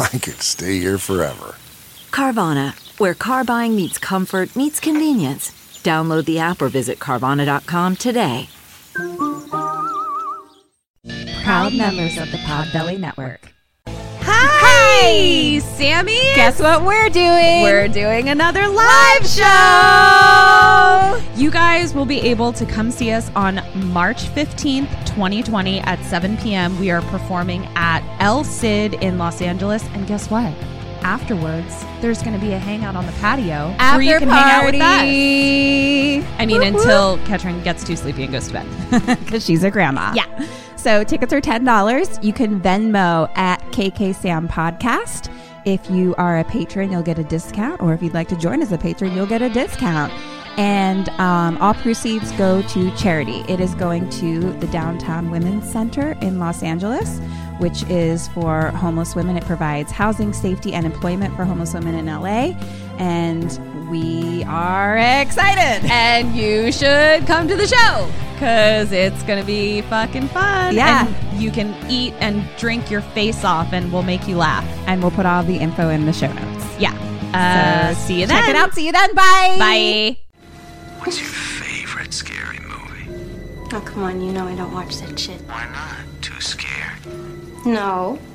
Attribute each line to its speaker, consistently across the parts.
Speaker 1: I could stay here forever.
Speaker 2: Carvana, where car buying meets comfort, meets convenience. Download the app or visit Carvana.com today.
Speaker 3: proud members of the Podbelly Network.
Speaker 4: Hi, Sammy.
Speaker 3: Guess what we're doing?
Speaker 4: We're doing another live show.
Speaker 3: you guys will be able to come see us on March 15th, 2020 at 7 p.m. We are performing at El Cid in Los Angeles. And guess what? Afterwards, there's going to be a hangout on the patio where you
Speaker 4: After
Speaker 3: can
Speaker 4: party.
Speaker 3: hang out with us. I mean, until Ketrin gets too sleepy and goes to bed.
Speaker 4: because she's a grandma.
Speaker 3: Yeah.
Speaker 4: So tickets are ten dollars. You can Venmo at KK Sam Podcast. If you are a patron, you'll get a discount, or if you'd like to join as a patron, you'll get a discount. And um, all proceeds go to charity. It is going to the Downtown Women's Center in Los Angeles, which is for homeless women. It provides housing, safety, and employment for homeless women in LA. And we are excited.
Speaker 3: and you should come to the show because it's gonna be fucking fun.
Speaker 4: Yeah.
Speaker 3: and you can eat and drink your face off, and we'll make you laugh.
Speaker 4: and we'll put all the info in the show notes.
Speaker 3: Yeah. Uh, see you then.
Speaker 4: Check it out. See you then. Bye.
Speaker 3: Bye.
Speaker 5: What's your favorite scary movie?
Speaker 6: Oh, come on, you know I don't watch that shit.
Speaker 5: Why not? Too scared?
Speaker 6: No,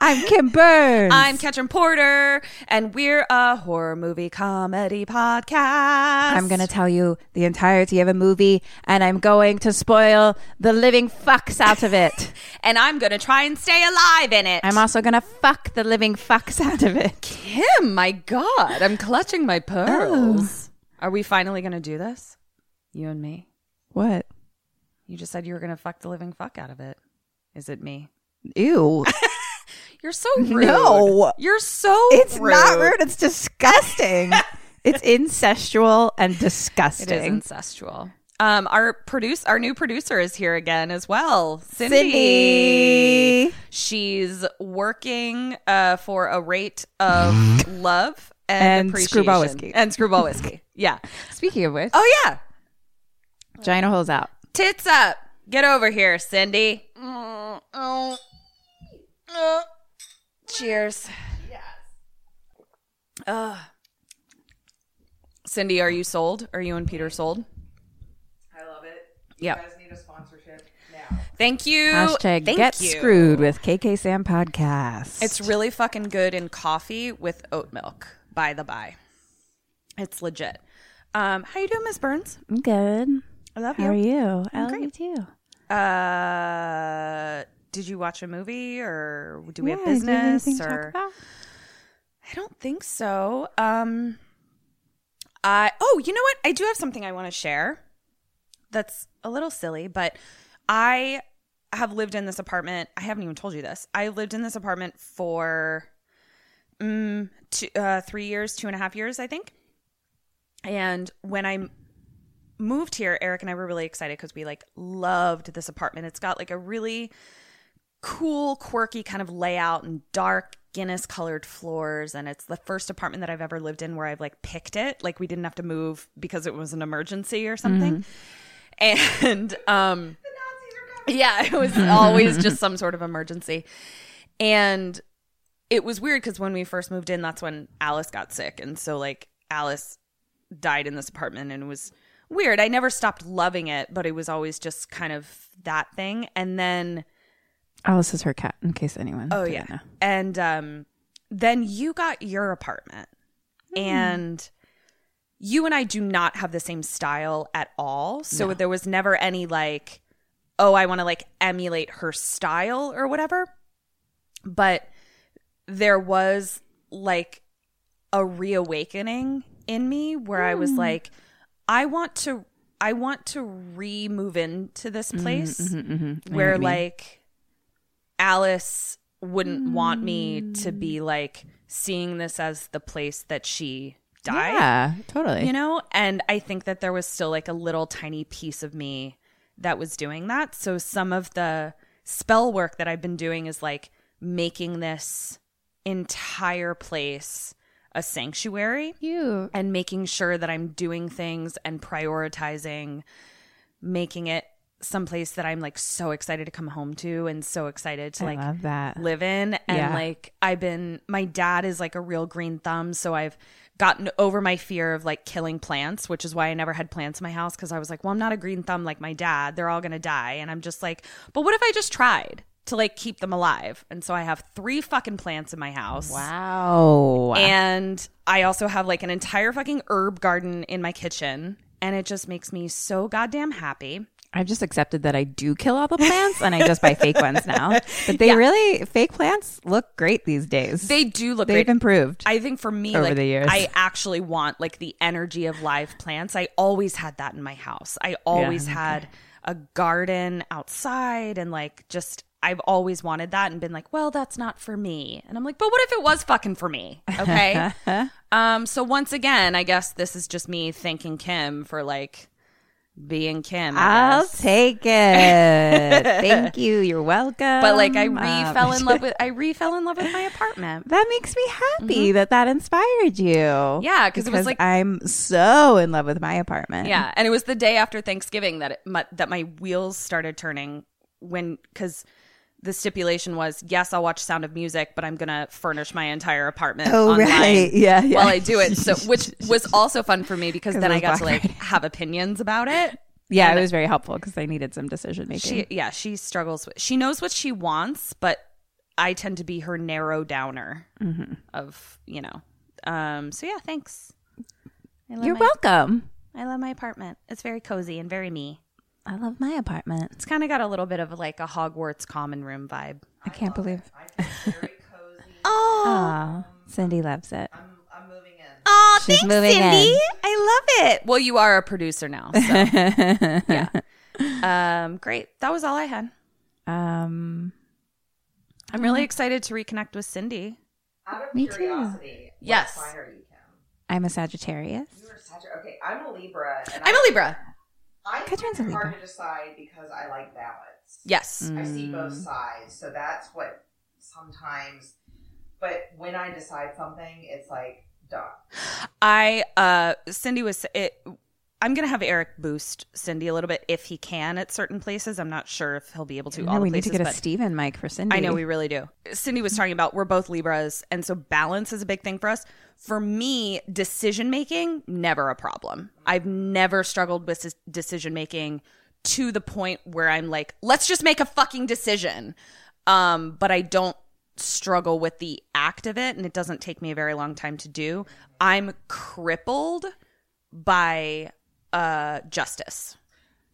Speaker 4: I'm Kim Burns.
Speaker 3: I'm Ketrin Porter, and we're a horror movie comedy podcast.
Speaker 4: I'm going to tell you the entirety of a movie, and I'm going to spoil the living fucks out of it.
Speaker 3: and I'm gonna try and stay alive in it.
Speaker 4: I'm also going to fuck the living fucks out of it.
Speaker 3: Kim. My God, I'm clutching my pearls. Are we finally gonna do this? You and me.
Speaker 4: What?
Speaker 3: You just said you were gonna fuck the living fuck out of it. Is it me?
Speaker 4: Ew.
Speaker 3: You're so rude.
Speaker 4: No.
Speaker 3: You're so
Speaker 4: It's
Speaker 3: rude.
Speaker 4: not rude. It's disgusting. it's incestual and
Speaker 3: It is
Speaker 4: disgusting.
Speaker 3: incestual. Um, our produce our new producer is here again as well. Cindy.
Speaker 4: Cindy.
Speaker 3: She's working uh, for a rate of love and,
Speaker 4: And screwball
Speaker 3: appreciation.
Speaker 4: whiskey.
Speaker 3: And screwball whiskey. Yeah.
Speaker 4: Speaking of which,
Speaker 3: Oh yeah.
Speaker 4: Gina holes out.
Speaker 3: Tits up. Get over here, Cindy. Cheers. Yes. Cindy, are you sold? Are you and Peter sold? I love it. Yeah. You guys need a sponsorship now. Thank you.
Speaker 4: Hashtag
Speaker 3: Thank
Speaker 4: get
Speaker 3: you.
Speaker 4: screwed with KK Sam podcast.
Speaker 3: It's really fucking good in coffee with oat milk, by the by. It's legit. Um, how you doing, Miss Burns?
Speaker 4: I'm good.
Speaker 3: I love
Speaker 4: How are you? I love
Speaker 3: great.
Speaker 4: you too.
Speaker 3: Uh, did you watch a movie or do we
Speaker 4: Yeah,
Speaker 3: have
Speaker 4: do you have
Speaker 3: business
Speaker 4: anything to talk
Speaker 3: or
Speaker 4: about?
Speaker 3: I don't think so. Um I oh, you know what? I do have something I want to share. That's a little silly, but I have lived in this apartment. I haven't even told you this. I lived in this apartment for mm, two, uh, three years, two and a half years, I think. And when I m- moved here, Eric and I were really excited because we like loved this apartment. It's got like a really cool, quirky kind of layout and dark Guinness colored floors and it's the first apartment that I've ever lived in where I've like picked it. Like we didn't have to move because it was an emergency or something. And um yeah, it was always just some sort of emergency. And it was weird because when we first moved in, that's when Alice got sick. And so, like, Alice died in this apartment and it was weird. I never stopped loving it, but it was always just kind of that thing. And then,
Speaker 4: Alice Oh, is her cat, in case anyone.
Speaker 3: oh,
Speaker 4: didn't
Speaker 3: yeah.
Speaker 4: know.
Speaker 3: And um, then you got your apartment. Hmm. And you and I do not have the same style at all. So there was never any, like, oh, I want to like emulate her style or whatever. But there was like a reawakening in me where I was like, I want to, I want to re move into this place where like Alice wouldn't want me to be like seeing this as the place that she died
Speaker 4: Yeah, totally.
Speaker 3: you know and i think that there was still like a little tiny piece of me that was doing that so some of the spell work that i've been doing is like making this entire place a sanctuary
Speaker 4: you.
Speaker 3: and making sure that i'm doing things and prioritizing making it someplace that i'm like so excited to come home to and so excited to
Speaker 4: I
Speaker 3: like
Speaker 4: love that.
Speaker 3: live in and
Speaker 4: Yeah.
Speaker 3: like i've been my dad is like a real green thumb so i've gotten over my fear of like killing plants which is why i never had plants in my house because i was like well i'm not a green thumb like my dad they're all gonna die and i'm just like but what if i just tried to like keep them alive and so i have three fucking plants in my house
Speaker 4: Wow.
Speaker 3: and I also have like an entire fucking herb garden in my kitchen. And it just makes me so goddamn happy.
Speaker 4: I've just accepted that I do kill all the plants and I just buy fake ones now. But they really fake plants look great these days.
Speaker 3: They do look
Speaker 4: They've
Speaker 3: great.
Speaker 4: improved.
Speaker 3: I think for me,
Speaker 4: Over
Speaker 3: like,
Speaker 4: the years.
Speaker 3: I actually want like the energy of live plants. I always had that in my house. I always had a garden outside and like just I've always wanted that and been like, well, that's not for me. And I'm like, but what if it was fucking for me? Okay. um, so once again, I guess this is just me thanking Kim for like being Kim. I
Speaker 4: I'll
Speaker 3: guess.
Speaker 4: take it. Thank you. You're welcome.
Speaker 3: but like I re
Speaker 4: Um,
Speaker 3: fell in love with I re fell in love with my apartment.
Speaker 4: That makes me happy that that inspired you.
Speaker 3: Mm-hmm. Yeah, 'cause it was like-
Speaker 4: I'm so in love with my apartment.
Speaker 3: Yeah, and it was the day after Thanksgiving that it, my, that my wheels started turning when because the stipulation was yes, I'll watch Sound of Music, but I'm gonna furnish my entire apartment.
Speaker 4: Oh,
Speaker 3: online
Speaker 4: right. Yeah, yeah.
Speaker 3: While I do it, so which was also fun for me because
Speaker 4: 'Cause
Speaker 3: then
Speaker 4: it
Speaker 3: I
Speaker 4: was
Speaker 3: got to
Speaker 4: Black
Speaker 3: like have opinions about it.
Speaker 4: yeah. It was very helpful because I needed some decision
Speaker 3: She
Speaker 4: making.
Speaker 3: yeah, she struggles with she knows what she wants, but I tend to be her narrow downer
Speaker 4: Mm-hmm.
Speaker 3: of you know. Um, so yeah, thanks. I love
Speaker 4: You're
Speaker 3: my-
Speaker 4: welcome.
Speaker 3: I love my apartment. It's very cozy and very me.
Speaker 4: I love my apartment.
Speaker 3: It's kind of got a little bit of like a Hogwarts common room vibe.
Speaker 4: I can't believe
Speaker 3: Oh,
Speaker 4: Aw, Cindy loves it.
Speaker 3: oh
Speaker 4: She's moving in.
Speaker 3: I love it. Well, you are a producer now. So. yeah. Um, great. That was all I had.
Speaker 4: Um,
Speaker 3: I'm
Speaker 4: Uh-huh.
Speaker 3: really excited to reconnect with Cindy.
Speaker 4: me too.
Speaker 3: Yes.
Speaker 4: I'm a Sagittarius.
Speaker 7: Okay, I'm a Libra, and
Speaker 3: I'm a Libra.
Speaker 7: I find
Speaker 4: Catherine's a
Speaker 7: it hard
Speaker 4: Libra.
Speaker 7: to decide because I like balance.
Speaker 3: Yes.
Speaker 4: Mm.
Speaker 7: I see both sides, so that's what sometimes. But when I decide something, it's like done.
Speaker 3: I uh Cindy was it I'm gonna have Eric boost Cindy a little bit if he can at certain places. I'm not sure if he'll be able to.
Speaker 4: No,
Speaker 3: all
Speaker 4: we
Speaker 3: the
Speaker 4: need to
Speaker 3: places,
Speaker 4: get a
Speaker 3: but-
Speaker 4: Steven mic for Cindy.
Speaker 3: I know we really do. Cindy was talking about we're both Libras, and so balance is a big thing for us. For me, decision making never a problem. I've never struggled with decision making to the point where I'm like, let's just make a fucking decision. Um, but I don't struggle with the act of it, and it doesn't take me a very long time to do. I'm crippled by uh, justice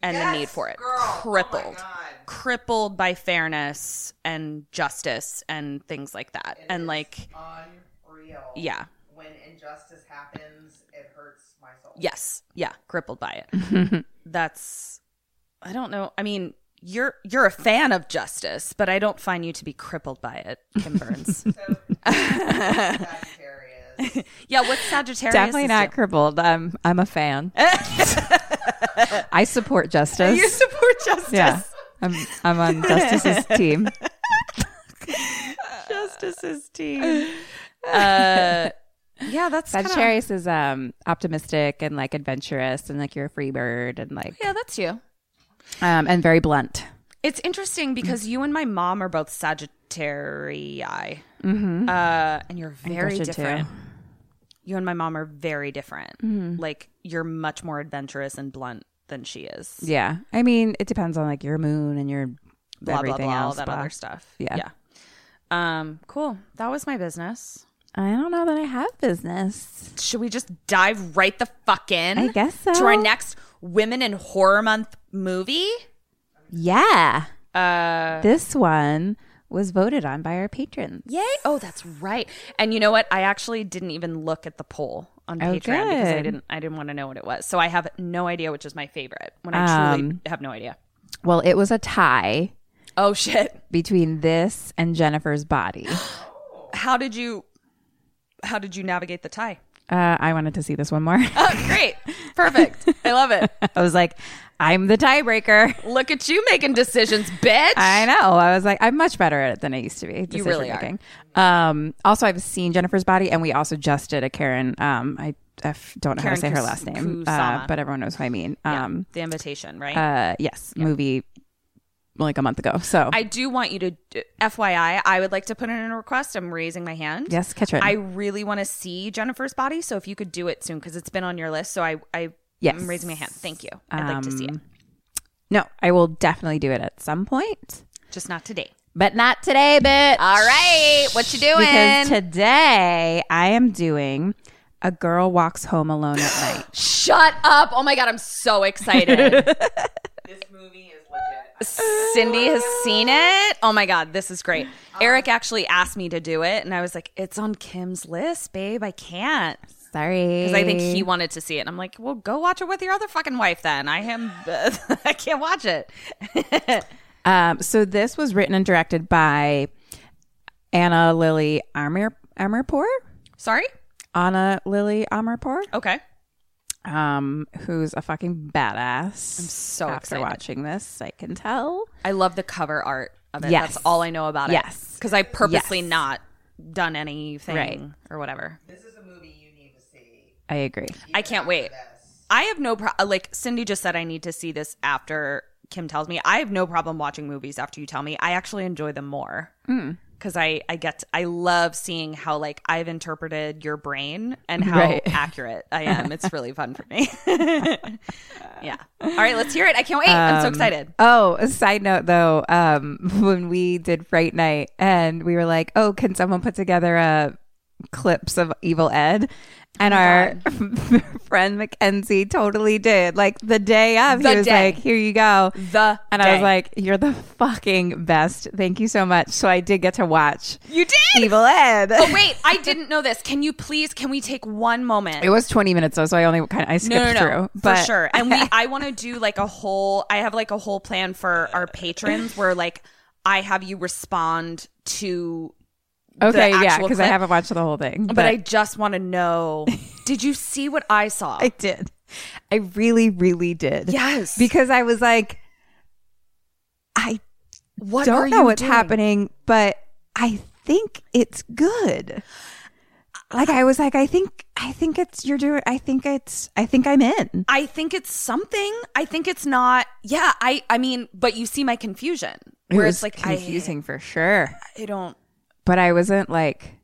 Speaker 3: and the need for it.
Speaker 7: Oh
Speaker 3: Crippled. Crippled by fairness and justice and things like that. and like,
Speaker 7: Unreal.
Speaker 3: yeah.
Speaker 7: When injustice happens, it hurts my soul.
Speaker 3: Yes. Yeah. Crippled by it. That's, I don't know. I mean, you're you're a fan of justice, but I don't find you to be crippled by it, Kim Burns.
Speaker 7: Sagittarius.
Speaker 3: yeah, what's Sagittarius?
Speaker 4: Definitely
Speaker 3: is
Speaker 4: not
Speaker 3: doing?
Speaker 4: crippled. I'm I'm a fan. I support justice.
Speaker 3: You support justice.
Speaker 4: yeah, I'm I'm on justice's team.
Speaker 3: Self-decisting. Uh, yeah, that's kinda-
Speaker 4: Sagittarius is um optimistic and like adventurous and like you're a free bird and like
Speaker 3: Yeah, that's you.
Speaker 4: um and very blunt.
Speaker 3: It's interesting because you and my mom are both Sagittarii.
Speaker 4: Mm-hmm.
Speaker 3: Uh, and you're very
Speaker 4: Gretchen, too.
Speaker 3: different. You and my mom are very different.
Speaker 4: Mm-hmm.
Speaker 3: Like, you're much more adventurous and blunt than she is.
Speaker 4: Yeah. I mean, it depends on like your moon and your
Speaker 3: Blah, blah,
Speaker 4: everything
Speaker 3: blah, all
Speaker 4: else.
Speaker 3: that
Speaker 4: blah.
Speaker 3: other stuff.
Speaker 4: Yeah.
Speaker 3: Yeah. Um, cool. That was my business.
Speaker 4: I don't know that I have business.
Speaker 3: Should we just dive right the fuck in?
Speaker 4: I guess so.
Speaker 3: To our next Women in Horror Month movie?
Speaker 4: Yeah.
Speaker 3: Uh,
Speaker 4: This one was voted on by our patrons.
Speaker 3: Yay! Oh, that's right. And you know what? I actually didn't even look at the poll on
Speaker 4: Oh,
Speaker 3: Patreon because I
Speaker 4: good.
Speaker 3: didn't. I didn't want to know what it was. So I have no idea which is my favorite. When I truly
Speaker 4: Um,
Speaker 3: have no idea.
Speaker 4: Well, it was a tie
Speaker 3: Oh shit!
Speaker 4: between this and Jennifer's body.
Speaker 3: How did you? How did you navigate the tie?
Speaker 4: Uh, I wanted to see this one more.
Speaker 3: Oh, great! Perfect. I love it.
Speaker 4: I was like, I'm the tiebreaker.
Speaker 3: Look at you making decisions, bitch.
Speaker 4: I know. I was like, I'm much better at it than I used to be.
Speaker 3: You really are.
Speaker 4: decision-making. Um, also, I've seen Jennifer's body, and we also just did a Karen. Um, I, I f- don't know how to say
Speaker 3: Karen
Speaker 4: her
Speaker 3: Kus-
Speaker 4: last name,
Speaker 3: Kusama.
Speaker 4: uh, but everyone knows who I mean. Um,
Speaker 3: the invitation, right?
Speaker 4: uh, yes, movie like a month ago. So
Speaker 3: I do want you to, FYI, I would like to put in a request. I'm raising my hand.
Speaker 4: yes, Kitchen.
Speaker 3: I really want to see Jennifer's body, so if you could do it soon, because it's been on your list. So I, I,
Speaker 4: Yes.
Speaker 3: I'm raising my hand. Thank you. I'd like to see it,
Speaker 4: Um, no, I will definitely do it at some point,
Speaker 3: just not today.
Speaker 4: but not today, bitch.
Speaker 3: All right, what you doing?
Speaker 4: Because today I am doing a girl walks home alone at night.
Speaker 3: Shut up! Oh my god, I'm so excited.
Speaker 8: This movie is legit.
Speaker 3: Cindy has seen it. Oh my god, this is great.
Speaker 8: Uh-huh.
Speaker 3: Eric actually asked me to do it, and I was like, "It's on Kim's list, babe. I can't."
Speaker 4: Sorry,
Speaker 3: Because I think he wanted to see it, and I'm like, "Well, go watch it with your other fucking wife then." I am, I can't watch it.
Speaker 4: Um, so this was written and directed by Anna Lily Amir Amirpour.
Speaker 3: Sorry.
Speaker 4: Anna Lily Amirpour,
Speaker 3: Okay.
Speaker 4: um, who's a fucking badass. I'm
Speaker 3: so
Speaker 4: after
Speaker 3: excited.
Speaker 4: watching this, I can tell.
Speaker 3: I love the cover art of it.
Speaker 4: Yes.
Speaker 3: That's all I know about it.
Speaker 4: Yes.
Speaker 3: Because I purposely
Speaker 4: Yes.
Speaker 3: not done anything
Speaker 4: Right.
Speaker 3: or whatever.
Speaker 8: This is a movie you need to see.
Speaker 4: I agree.
Speaker 3: I can't wait. I have no pro- like Cindy just said I need to see this after Kim tells me. I have no problem watching movies after you tell me. I actually enjoy them more.
Speaker 4: Hmm.
Speaker 3: Cuz I I get I love seeing how like I've interpreted your brain and how
Speaker 4: Right.
Speaker 3: accurate I am. It's really fun for me. yeah. All right, let's hear it. I can't wait. I'm so excited.
Speaker 4: Oh, a side note though, um, when we did Fright Night and we were like, oh, can someone put together a clips of Evil
Speaker 3: Oh
Speaker 4: Ed? And our friend Mackenzie totally did. Like the day of,
Speaker 3: The
Speaker 4: he was
Speaker 3: day.
Speaker 4: like, here you go.
Speaker 3: The
Speaker 4: and I was
Speaker 3: day.
Speaker 4: like, you're the fucking best. Thank you so much. So I did get to watch
Speaker 3: You did.
Speaker 4: Evil Ed.
Speaker 3: Oh wait, I didn't know this. Can you please? Can we take one moment?
Speaker 4: It was 20 minutes though, so I only kind of I skipped
Speaker 3: no, no, no,
Speaker 4: through. But
Speaker 3: for sure. And we, I want to do like a whole. I have like a whole plan for our patrons where like I have you respond to,
Speaker 4: okay,
Speaker 3: the
Speaker 4: yeah,
Speaker 3: actual
Speaker 4: because I
Speaker 3: clip.
Speaker 4: haven't watched the whole thing.
Speaker 3: but, I just want to know. Did you see what I saw?
Speaker 4: I did. I really, really did.
Speaker 3: Yes.
Speaker 4: Because I was like, I
Speaker 3: what are
Speaker 4: don't know
Speaker 3: you
Speaker 4: what's
Speaker 3: doing?
Speaker 4: happening, but I think it's good. Like I was like, I think I think it's you're doing I think it's I think I'm in.
Speaker 3: I think it's something. I think it's not. Yeah. I. I mean, but you see my confusion where it's like
Speaker 4: confusing for sure.
Speaker 3: I. I don't.
Speaker 4: But I wasn't like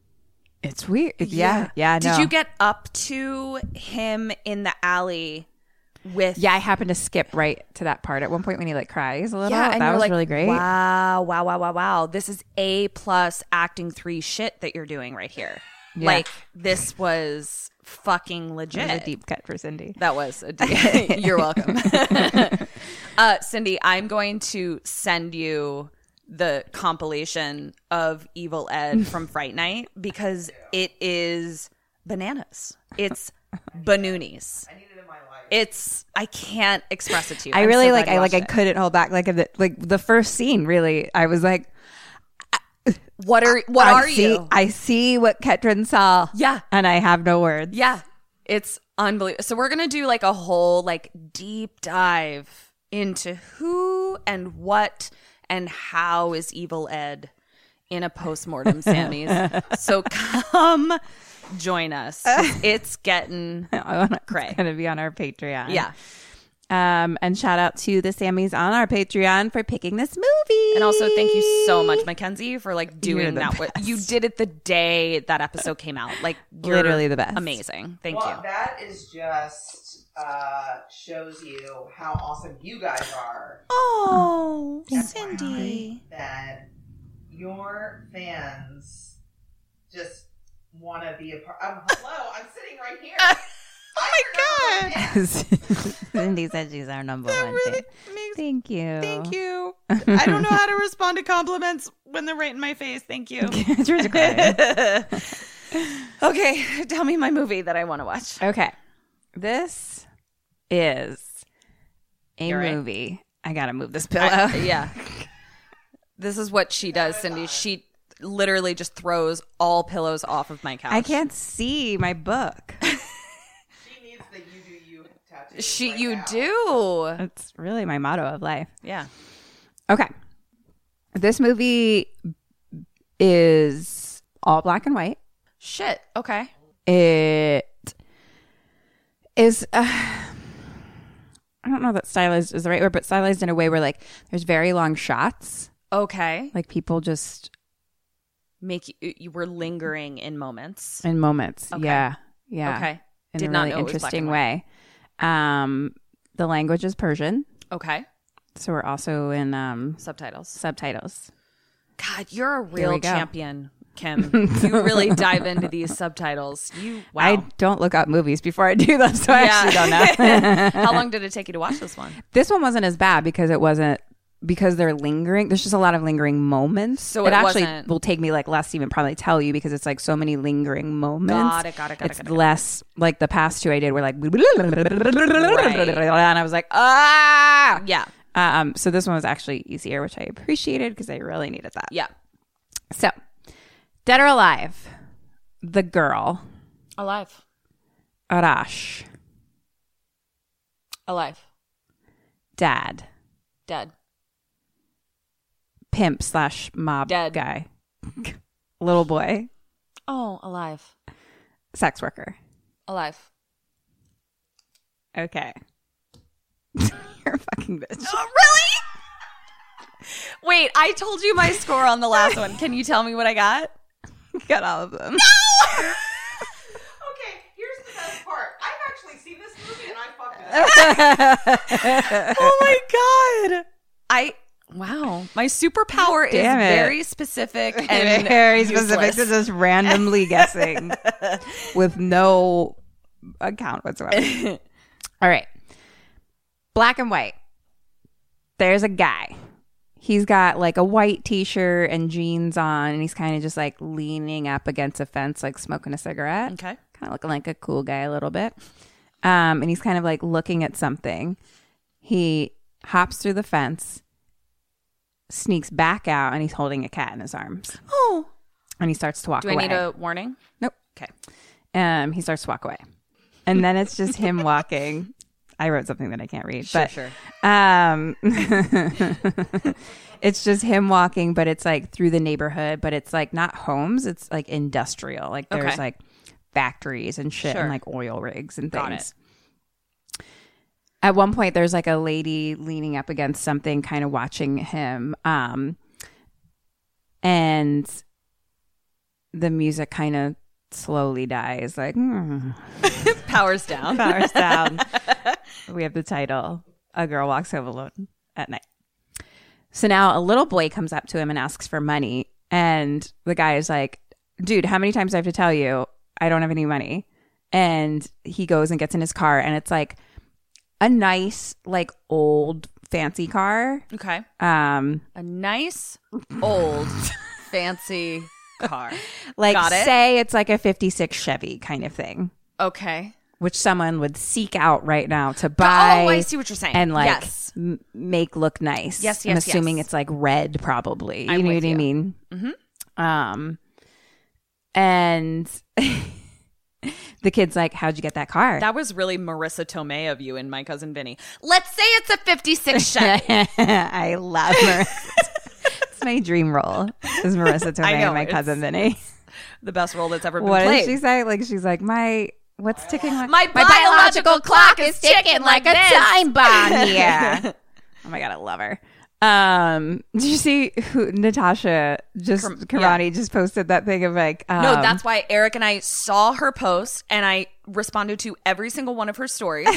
Speaker 4: it's weird. Yeah. Yeah.
Speaker 3: Did
Speaker 4: no.
Speaker 3: you get up to him in the alley with?
Speaker 4: Yeah, I happened to skip right to that part at one point when he like cries a little. oh, that
Speaker 3: you're
Speaker 4: was
Speaker 3: like,
Speaker 4: really great.
Speaker 3: Wow, wow, wow, wow, wow. This is A plus acting three shit that you're doing right here. Like this was fucking
Speaker 4: That was
Speaker 3: legit.
Speaker 4: a deep cut for Cindy.
Speaker 3: That was a deep. you're welcome. uh, Cindy, I'm going to send you the compilation of Evil Ed from Fright Night because it is bananas. It's bananas. It's I can't express it to you.
Speaker 4: I
Speaker 3: I'm so
Speaker 4: really
Speaker 3: glad
Speaker 4: like
Speaker 3: you
Speaker 4: I like
Speaker 3: watched
Speaker 4: I
Speaker 3: it.
Speaker 4: couldn't hold back like the, like the first scene really I was like
Speaker 3: What are what
Speaker 4: I
Speaker 3: are
Speaker 4: see,
Speaker 3: you?
Speaker 4: I see what Ketrin saw.
Speaker 3: Yeah.
Speaker 4: And I have no words.
Speaker 3: Yeah. It's unbelievable. So we're going to do like a whole like deep dive into who and what and how is Evil Ed in a postmortem, Sammy's. so come join us. It's getting
Speaker 4: I wanna,
Speaker 3: Cray.
Speaker 4: It's going to be on our Patreon.
Speaker 3: yeah.
Speaker 4: Um, and shout out to the Sammys on our Patreon for picking this movie.
Speaker 3: And also, thank you so much, Mackenzie, for like doing
Speaker 4: the
Speaker 3: that. What you
Speaker 4: best.
Speaker 3: did it the day that episode came out. Like you're
Speaker 4: Literally the best.
Speaker 3: Amazing. Thank
Speaker 7: well,
Speaker 3: you.
Speaker 7: that is just uh, shows you how awesome you guys are.
Speaker 3: Oh,
Speaker 7: Cindy, that your fans just want to be a part. I'm hello. I'm sitting right here. oh my god!
Speaker 4: Cindy said she's our number one. fan. thank you.
Speaker 3: Thank you. I don't know how to respond to compliments when they're right in my face. Thank you.
Speaker 4: Drew's crying.
Speaker 3: okay, tell me my movie that I want to watch.
Speaker 4: okay. This is a
Speaker 3: You're right.
Speaker 4: movie. I got to move this pillow.
Speaker 3: I- yeah. This is what she does, Cindy. She literally just throws all pillows off of my couch.
Speaker 4: I can't see my book.
Speaker 7: She needs the you do you tattoo.
Speaker 3: She,
Speaker 7: right
Speaker 3: you
Speaker 7: now.
Speaker 3: do.
Speaker 4: That's really my motto of life.
Speaker 3: Yeah.
Speaker 4: Okay. This movie is all black and white.
Speaker 3: Shit. Okay.
Speaker 4: It is, uh, I don't know that stylized is the right word, but stylized in a way where like there's very long shots.
Speaker 3: Okay.
Speaker 4: Like people just
Speaker 3: Make you, you were lingering in moments.
Speaker 4: in moments.
Speaker 3: Okay.
Speaker 4: Yeah. Yeah.
Speaker 3: Okay.
Speaker 4: In
Speaker 3: Did
Speaker 4: a
Speaker 3: not
Speaker 4: really
Speaker 3: know it was black
Speaker 4: interesting
Speaker 3: and
Speaker 4: way. Um, the language is Persian.
Speaker 3: Okay.
Speaker 4: So we're also in um,
Speaker 3: Subtitles.
Speaker 4: subtitles.
Speaker 3: God, you're a real
Speaker 4: we go.
Speaker 3: champion, Kim. you really dive into these subtitles. You wow.
Speaker 4: I don't look up movies before I do them, so I actually don't know.
Speaker 3: How long did it take you to watch this one?
Speaker 4: This one wasn't as bad because it wasn't because they're lingering. There's just a lot of lingering moments.
Speaker 3: So it
Speaker 4: actually
Speaker 3: wasn't-
Speaker 4: will take me like less to even probably tell you because it's like so many lingering moments.
Speaker 3: Got it, got it, got it,
Speaker 4: it's
Speaker 3: got it, got it.
Speaker 4: less like the past two I did were like and I was like ah
Speaker 3: Yeah.
Speaker 4: Um, so this one was actually easier, which I appreciated because I really needed that.
Speaker 3: Yeah.
Speaker 4: So, dead or alive, the girl
Speaker 3: Alive.
Speaker 4: Arash,
Speaker 3: Alive.
Speaker 4: dad,
Speaker 3: Dead.
Speaker 4: pimp slash mob
Speaker 3: Dead.
Speaker 4: guy, little boy,
Speaker 3: Oh, alive.
Speaker 4: sex worker.
Speaker 3: Alive.
Speaker 4: Okay. You're a fucking bitch.
Speaker 3: Oh, really? Wait, I told you my score on the last one. Can you tell me what I got?
Speaker 4: Got all of them.
Speaker 7: Okay, here's the best part. I've actually seen this movie and I fucked it up.
Speaker 3: Oh my god. I wow. My superpower is
Speaker 4: Damn it.
Speaker 3: very specific and
Speaker 4: And very specific
Speaker 3: useless.
Speaker 4: to just randomly guessing with no account whatsoever. all right. Black and white. There's a guy. He's got like a white t shirt and jeans on, and he's kind of just like leaning up against a fence, like smoking a cigarette.
Speaker 3: Okay.
Speaker 4: kind of looking like a cool guy a little bit. Um, and he's kind of like looking at something. He hops through the fence, sneaks back out, and he's holding a cat in his arms.
Speaker 3: Oh.
Speaker 4: And he starts to walk
Speaker 3: Do I
Speaker 4: away.
Speaker 3: need a warning?
Speaker 4: Nope.
Speaker 3: Okay.
Speaker 4: Um, he starts to walk away, and then it's just him walking. I wrote something that I can't read, but
Speaker 3: sure.
Speaker 4: um, it's just him walking, but it's like through the neighborhood, but it's like not homes, it's like industrial. Like there's
Speaker 3: Okay.
Speaker 4: like factories and shit
Speaker 3: Sure.
Speaker 4: and like oil rigs and
Speaker 3: Got
Speaker 4: things. At one point there's like a lady leaning up against something kind of watching him. Um and the music kind of slowly dies like mm,
Speaker 3: Powers down.
Speaker 4: power sound. um, we have the title A Girl Walks Home Alone at Night. So now a little boy comes up to him and asks for money. And the guy is like, Dude, how many times do I have to tell you I don't have any money? And he goes and gets in his car, and it's like a nice, like old, fancy car.
Speaker 3: Okay.
Speaker 4: Um,
Speaker 3: A nice old fancy car.
Speaker 4: like,
Speaker 3: Got it.
Speaker 4: say it's like a 56 Chevy kind of thing,
Speaker 3: Okay.
Speaker 4: which someone would seek out right now to buy.
Speaker 3: oh, I see what you're saying.
Speaker 4: and like
Speaker 3: yes.
Speaker 4: m- make look nice.
Speaker 3: Yes,
Speaker 4: I'm
Speaker 3: yes,
Speaker 4: assuming
Speaker 3: yes.
Speaker 4: it's like red, probably. You
Speaker 3: I'm
Speaker 4: know
Speaker 3: with
Speaker 4: what I
Speaker 3: you.
Speaker 4: mean? Mm-hmm. Um, and the kid's like, "How'd you get that car?"
Speaker 3: That was really Marissa Tomei of you and my cousin Vinny. Let's say it's a 56 Chevy.
Speaker 4: I love her. it's That's my dream role. Is Marissa Tomei
Speaker 3: I know,
Speaker 4: and my
Speaker 3: it's-
Speaker 4: cousin Vinny?
Speaker 3: the best role that's ever been
Speaker 4: What did
Speaker 3: played.
Speaker 4: she say? Like she's like my what's ticking like
Speaker 9: My, biological clock is ticking like a time bomb here.
Speaker 4: Oh my god, I love her. Um, did you see who Natasha just
Speaker 3: Kar-
Speaker 4: Karate just posted that thing of like um,
Speaker 3: No, that's why Eric and I saw her post and I responded to every single one of her stories. and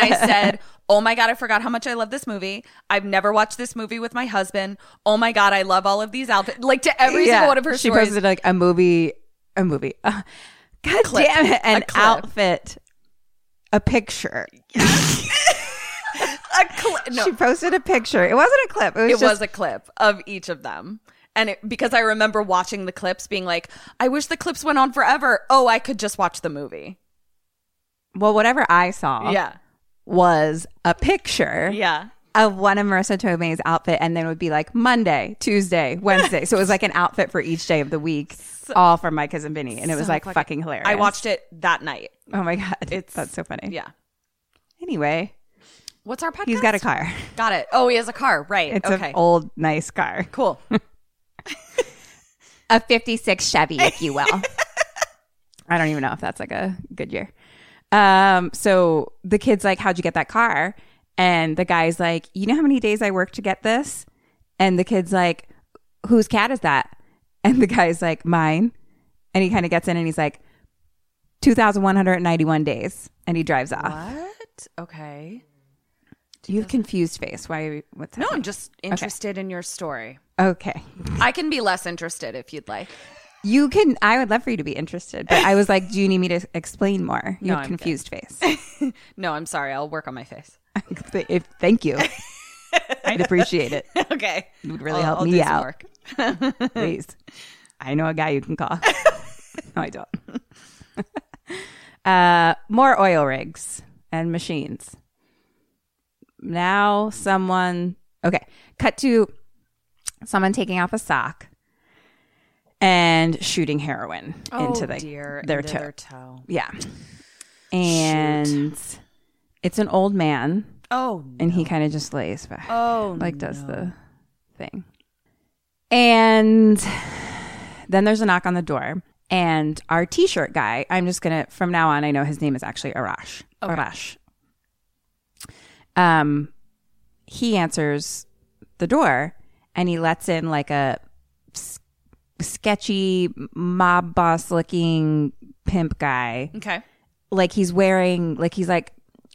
Speaker 3: I said, Oh my God, I forgot how much I love this movie. I've never watched this movie with my husband. Oh my God, I love all of these outfits. Like to every
Speaker 4: Yeah,
Speaker 3: single one of her
Speaker 4: she
Speaker 3: stories.
Speaker 4: posted like a movie, a movie. Uh, God
Speaker 3: Clip.
Speaker 4: damn it, an
Speaker 3: clip.
Speaker 4: outfit, a picture.
Speaker 3: a clip. No,
Speaker 4: She posted a picture. It wasn't a clip. It was
Speaker 3: it
Speaker 4: just
Speaker 3: was a clip of each of them. And it, because I remember watching the clips being like, I wish the clips went on forever. Oh, I could just watch the movie.
Speaker 4: well, whatever I saw
Speaker 3: Yeah.
Speaker 4: was a picture
Speaker 3: Yeah.
Speaker 4: of one of Marissa Tomei's outfit, and then it would be like Monday, Tuesday, Wednesday. so it was like an outfit for each day of the week, all from my cousin Vinny, and it was like fucking, hilarious.
Speaker 3: I watched it that night.
Speaker 4: Oh my god, it's that's so funny.
Speaker 3: Yeah.
Speaker 4: Anyway,
Speaker 3: What's our podcast?
Speaker 4: he's got a car.
Speaker 3: Got it. Oh, he has a car. Right.
Speaker 4: It's
Speaker 3: okay.
Speaker 4: an old, nice car.
Speaker 3: cool.
Speaker 4: a 56 Chevy, if you will. I don't even know if that's like a good year. Um, so the kid's like, How'd you get that car? And the guy's like, You know how many days I worked to get this? And the kid's like, Whose cat is that? And the guy's like, Mine. And he kind of gets in and he's like, 2,191 days. And he drives off.
Speaker 3: What? Okay.
Speaker 4: You have confused face. Why? What's
Speaker 3: No, I'm
Speaker 4: happening?
Speaker 3: just interested in your story.
Speaker 4: Okay.
Speaker 3: I can be less interested if you'd like.
Speaker 4: You can. I would love for you to be interested, but I was like, do you need me to explain more? You
Speaker 3: No,
Speaker 4: have
Speaker 3: I'm
Speaker 4: confused face.
Speaker 3: No, I'm sorry. I'll work on my face.
Speaker 4: if, thank you. I'd appreciate it.
Speaker 3: Okay.
Speaker 4: It would really help
Speaker 3: I'll- I'll do
Speaker 4: me
Speaker 3: some
Speaker 4: out.
Speaker 3: work.
Speaker 4: Please. I know a guy you can call. no, I don't. uh, more oil rigs and machines. Now, someone. Okay. Cut to someone taking off a sock and shooting heroin into the, their
Speaker 3: Oh, into
Speaker 4: toe.
Speaker 3: their toe.
Speaker 4: Yeah. And it's an old man,
Speaker 3: Oh,
Speaker 4: and he kind of just lays back.
Speaker 3: oh,
Speaker 4: like, does the thing. And then there's a knock on the door, and our t shirt guy, I'm just going to, from now on, I know his name is actually Arash. Arash. Um, he answers the door and he lets in like a s- sketchy mob boss looking pimp guy
Speaker 3: okay.
Speaker 4: like he's wearing like he's like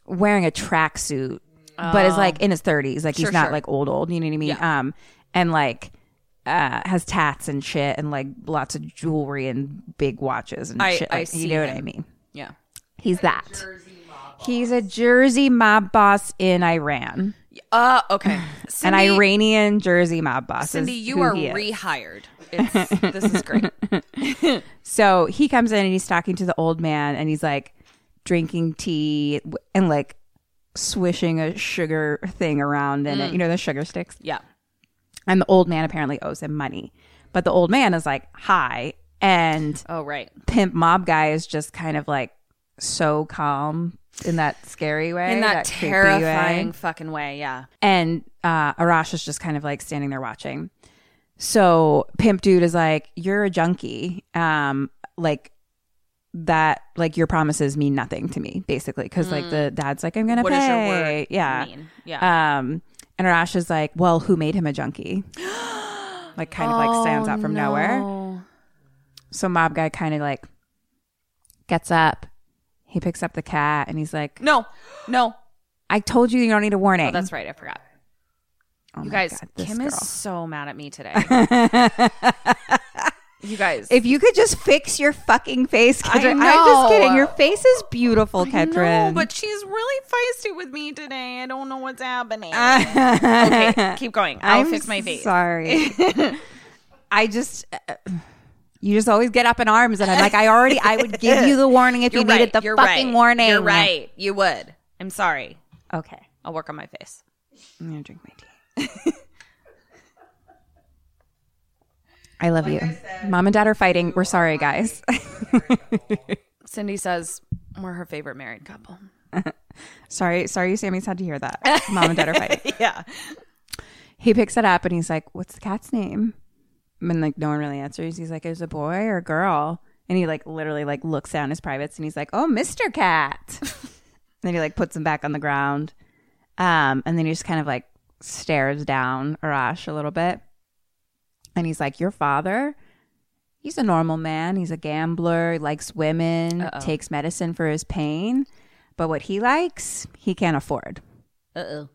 Speaker 4: wearing a tracksuit, but is like in his thirties. Like he's not like old old. You know what I mean? Um, and like uh has tats and shit and like lots of jewelry and big watches and
Speaker 3: I-
Speaker 4: shit.
Speaker 3: I
Speaker 4: like-
Speaker 3: see
Speaker 4: you know what
Speaker 3: him.
Speaker 4: I mean?
Speaker 3: Yeah.
Speaker 4: He's that. He's a Jersey mob boss in Iran,
Speaker 3: Uh, okay.
Speaker 4: an
Speaker 3: Cindy,
Speaker 4: Iranian Jersey mob boss. is
Speaker 3: Cindy, you
Speaker 4: who
Speaker 3: are
Speaker 4: he is.
Speaker 3: rehired. It's, this is great.
Speaker 4: So he comes in and he's talking to the old man and he's like drinking tea w- and like swishing a sugar thing around
Speaker 3: Mm.
Speaker 4: in it. You know, the sugar sticks.
Speaker 3: Yeah.
Speaker 4: And the old man apparently owes him money. But the old man is like, hi. And
Speaker 3: Oh, right.
Speaker 4: Pimp Mob Guy is just kind of like so calm in that scary way.
Speaker 3: In that,
Speaker 4: creepy way.
Speaker 3: terrifying fucking way. Yeah.
Speaker 4: And uh, Arash is just kind of like standing there watching. So Pimp Dude is like, You're a junkie. Um, like that, like your promises mean nothing to me, basically. Cause like the dad's like, I'm gonna
Speaker 3: Mm. What
Speaker 4: pay.
Speaker 3: does your word
Speaker 4: yeah.
Speaker 3: mean? Yeah.
Speaker 4: Um, and Arash is like, Well, who made him a junkie? like kind of like stands out from
Speaker 3: Oh,
Speaker 4: nowhere. So Mob Guy kind of like gets up. He picks up the cat and he's like,
Speaker 3: no, no.
Speaker 4: I told you you don't need a warning.
Speaker 3: Oh, that's right. I forgot.
Speaker 4: Oh
Speaker 3: You
Speaker 4: my
Speaker 3: guys,
Speaker 4: God, this
Speaker 3: Kim is
Speaker 4: girl.
Speaker 3: so mad at me today. you guys,
Speaker 4: If you could just fix your fucking face, Kendra.
Speaker 3: I
Speaker 4: I'm just kidding.
Speaker 3: know.
Speaker 4: Your face is beautiful, Kendra.
Speaker 3: no, Oh, but she's really feisty with me today. I don't know what's happening. okay, keep going. I'll
Speaker 4: I'm
Speaker 3: fix my face.
Speaker 4: Sorry. I just. uh, you just always get up in arms, and I'm like, I already, I would give you the warning if you
Speaker 3: You're right.
Speaker 4: needed the
Speaker 3: You're
Speaker 4: fucking
Speaker 3: right.
Speaker 4: warning.
Speaker 3: You're right. You would. I'm sorry.
Speaker 4: Okay,
Speaker 3: I'll work on my face.
Speaker 4: I'm gonna drink my tea. I love you, mom and dad are fighting. We're sorry, guys.
Speaker 3: Cindy says we're her favorite married couple.
Speaker 4: sorry, sorry, Sammy's had to hear that. Mom and dad are fighting.
Speaker 3: Yeah.
Speaker 4: He picks it up and he's like, "What's the cat's name?" And like no one really answers. He's like, "It was a boy or a girl." And he like literally like looks down his privates and he's like, "Oh, Mister Cat." then he like puts him back on the ground, um, and then he just kind of like stares down Arash a little bit, and he's like, "Your father." He's a normal man. He's a gambler, he likes women, takes medicine for his pain. But what he likes, he can't afford.
Speaker 3: Uh oh.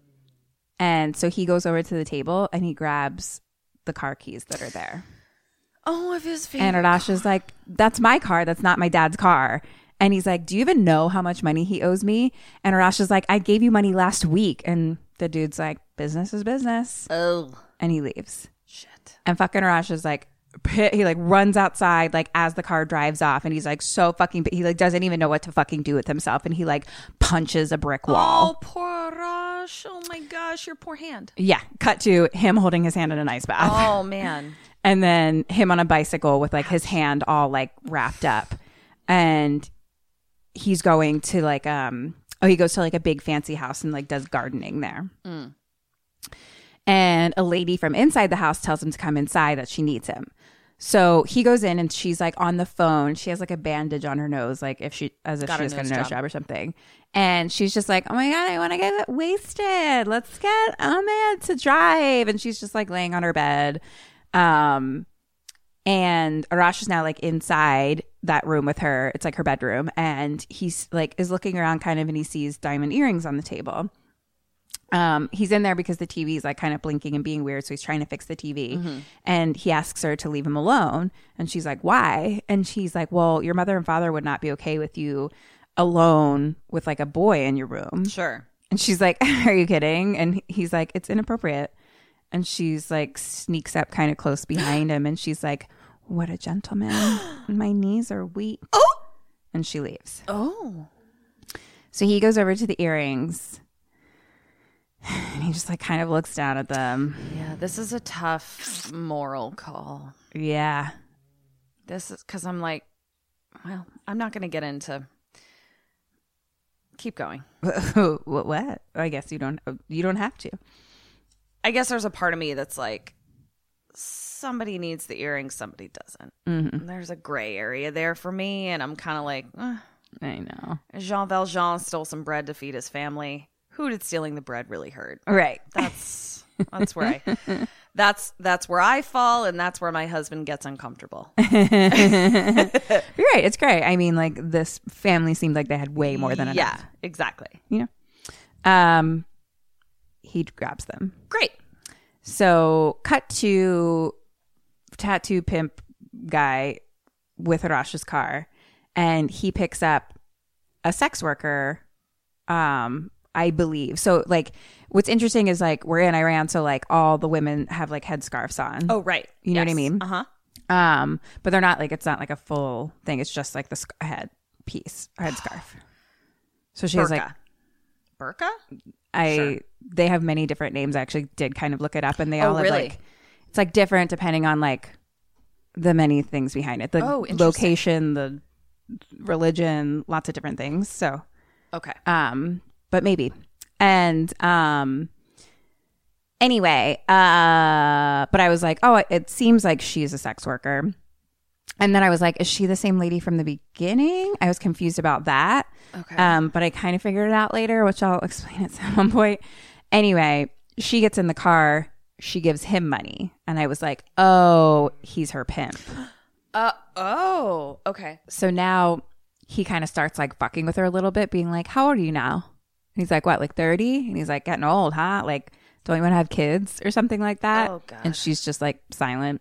Speaker 4: And so he goes over to the table and he grabs the car keys that are there.
Speaker 10: Oh, of his favorite.
Speaker 4: And Arash is like, That's my car. That's not my dad's car. And he's like, Do you even know how much money he owes me? And Arash is like, I gave you money last week. And the dude's like, Business is business.
Speaker 3: Oh.
Speaker 4: And he leaves. Shit. And fucking Arash is like, pit- he like runs outside like as the car drives off and he's like so fucking he like doesn't even know what to fucking do with himself and he like punches a brick wall
Speaker 10: Oh, poor Arash. Oh my gosh, your poor hand.
Speaker 4: yeah cut to him holding his hand in an ice bath
Speaker 10: Oh man.
Speaker 4: and then him on a bicycle with like his hand all like wrapped up and he's going to like um oh he goes to like a big fancy house and like does gardening there
Speaker 10: Mm.
Speaker 4: and a lady from inside the house tells him to come inside that she needs him so he goes in and she's like on the phone she has like a bandage on her nose like if she as if
Speaker 10: Got
Speaker 4: she
Speaker 10: a
Speaker 4: was got a
Speaker 10: nose
Speaker 4: nose
Speaker 10: job.
Speaker 4: job or something and she's just like oh my god i want to get wasted let's get ahmed to drive and she's just like laying on her bed um and Arash is now like inside that room with her. It's like her bedroom, and he's like is looking around kind of, and he sees diamond earrings on the table. Um, he's in there because the TV is like kind of blinking and being weird, so he's trying to fix the TV. And he asks her to leave him alone, and she's like, "Why?" And she's like, "Well, your mother and father would not be okay with you alone with like a boy in your room."
Speaker 10: Sure.
Speaker 4: And she's like, Are you kidding? And he's like, It's inappropriate. And she's like, sneaks up kind of close behind him and she's like, What a gentleman. My knees are weak. Oh! And she leaves.
Speaker 10: Oh.
Speaker 4: So he goes over to the earrings and he just like kind of looks down at them.
Speaker 10: Yeah, this is a tough moral call.
Speaker 4: Yeah.
Speaker 10: This is because I'm like, well, I'm not going to get into. Keep going.
Speaker 4: what, what? Oh, I guess you don't, you don't have to.
Speaker 10: I guess there's a part of me that's like, somebody needs the earrings, somebody doesn't.
Speaker 4: Mm-hmm.
Speaker 10: And There's a gray area there for me, and I'm kind of like, eh.
Speaker 4: I know.
Speaker 10: Jean Valjean stole some bread to feed his family. Who did stealing the bread really hurt?
Speaker 4: Right.
Speaker 10: That's that's where I that's that's where I fall, and that's where my husband gets uncomfortable.
Speaker 4: You're right. It's great. I mean, like this family seemed like they had way more than enough.
Speaker 10: yeah, exactly.
Speaker 4: you know. Um, he grabs them.
Speaker 10: Great.
Speaker 4: So cut to tattoo pimp guy with Harash's car, and he picks up a sex worker. Um, I believe so. Like, what's interesting is like we're in Iran, so like all the women have like headscarves on.
Speaker 10: Oh, right.
Speaker 4: You know what I mean?
Speaker 10: Uh huh.
Speaker 4: Um, but they're not like it's not like a full thing. It's just like the sc- head piece, headscarf. So she was like
Speaker 10: Burqa. Burqa.
Speaker 4: I they have many different names. I actually did kind of look it up, and they
Speaker 10: Oh,
Speaker 4: all have
Speaker 10: really?
Speaker 4: like it's like different depending on like the many things behind it, the
Speaker 10: Oh, interesting.
Speaker 4: location, the religion, lots of different things. So,
Speaker 10: Okay.
Speaker 4: um, but maybe and um. Anyway, uh, but I was like, oh, it seems like she's a sex worker. And then I was like, is she the same lady from the beginning? I was confused about that.
Speaker 10: Okay.
Speaker 4: Um, but I kind of figured it out later, which I'll explain at some point. Anyway, she gets in the car. She gives him money. And I was like, oh, he's her pimp.
Speaker 10: Uh oh. Okay.
Speaker 4: So now he kind of starts like fucking with her a little bit, being like, how old are you now? And he's like, what, like 30? And he's like, getting old, huh? Like, don't you want to have kids or something like that?
Speaker 10: Oh, God.
Speaker 4: And she's just like silent.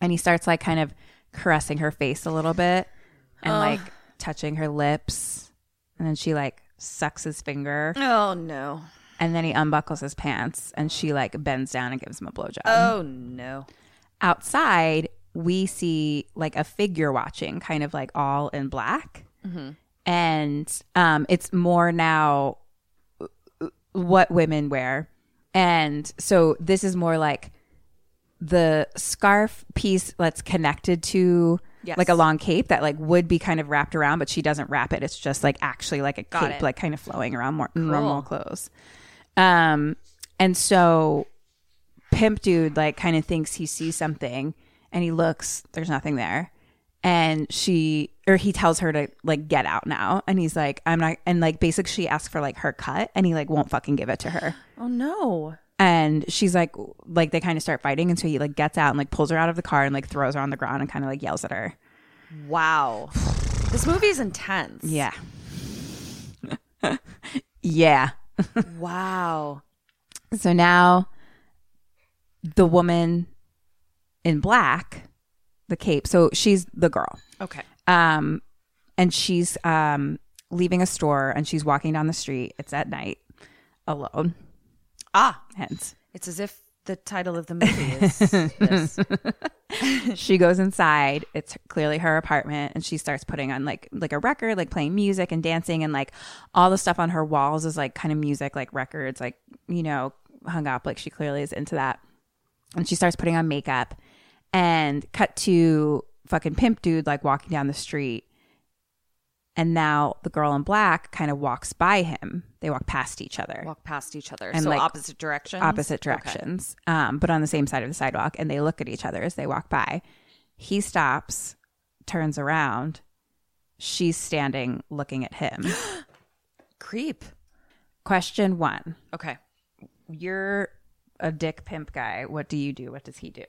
Speaker 4: And he starts like kind of caressing her face a little bit and like touching her lips. And then she like sucks his finger.
Speaker 10: Oh no.
Speaker 4: And then he unbuckles his pants and she like bends down and gives him a blowjob.
Speaker 10: Oh no.
Speaker 4: Outside, we see like a figure watching, kind of like all in black.
Speaker 10: Mm-hmm.
Speaker 4: And um, it's more now uh, what women wear. And so this is more like the scarf piece that's connected to
Speaker 10: Yes.
Speaker 4: like a long cape that like would be kind of wrapped around, but she doesn't wrap it. It's just like actually like a cape,
Speaker 10: it.
Speaker 4: like kind of flowing around more normal clothes. Um, and so pimp dude like kind of thinks he sees something and he looks, there's nothing there. And she or he tells her to like get out now. And he's like, I'm not and like basically she asks for like her cut and he like won't fucking give it to her.
Speaker 3: Oh no.
Speaker 4: And she's like like they kind of start fighting and so he like gets out and like pulls her out of the car and like throws her on the ground and kind of like yells at her.
Speaker 3: Wow. this movie is intense.
Speaker 4: Yeah. yeah.
Speaker 3: Wow.
Speaker 4: So now the woman in black, the cape. So she's the girl.
Speaker 3: Okay.
Speaker 4: Um and she's um leaving a store and she's walking down the street. It's at night alone.
Speaker 3: Ah,
Speaker 4: Hence.
Speaker 3: it's as if the title of the movie is this.
Speaker 4: she goes inside. It's clearly her apartment, and she starts putting on like like a record, like playing music and dancing, and like all the stuff on her walls is like kind of music, like records, like you know, hung up. Like she clearly is into that, and she starts putting on makeup. And cut to fucking pimp dude like walking down the street, and now the girl in black kind of walks by him. They walk past each other
Speaker 3: Walk past each other.
Speaker 4: And,
Speaker 3: so
Speaker 4: like,
Speaker 3: opposite direction.
Speaker 4: opposite directions, um, but on the same side of the sidewalk, and they look at each other as they walk by. He stops, turns around. She's standing looking at him.
Speaker 3: Creep.
Speaker 4: Question one
Speaker 3: Okay.
Speaker 4: You're a dick pimp guy. What do you do? What does he do?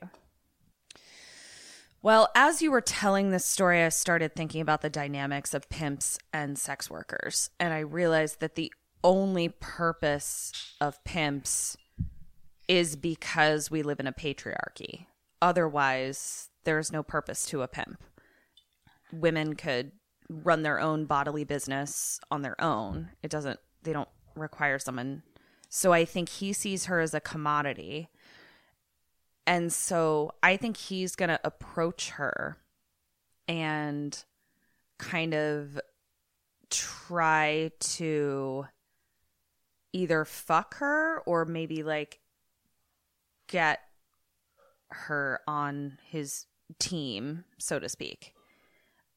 Speaker 3: Well, as you were telling this story, I started thinking about the dynamics of pimps and sex workers. And I realized that the only purpose of pimps is because we live in a patriarchy. Otherwise, there's no purpose to a pimp. Women could run their own bodily business on their own. It doesn't, they don't require someone. So I think he sees her as a commodity. And so I think he's going to approach her and kind of try to either fuck her or maybe like get her on his team, so to speak.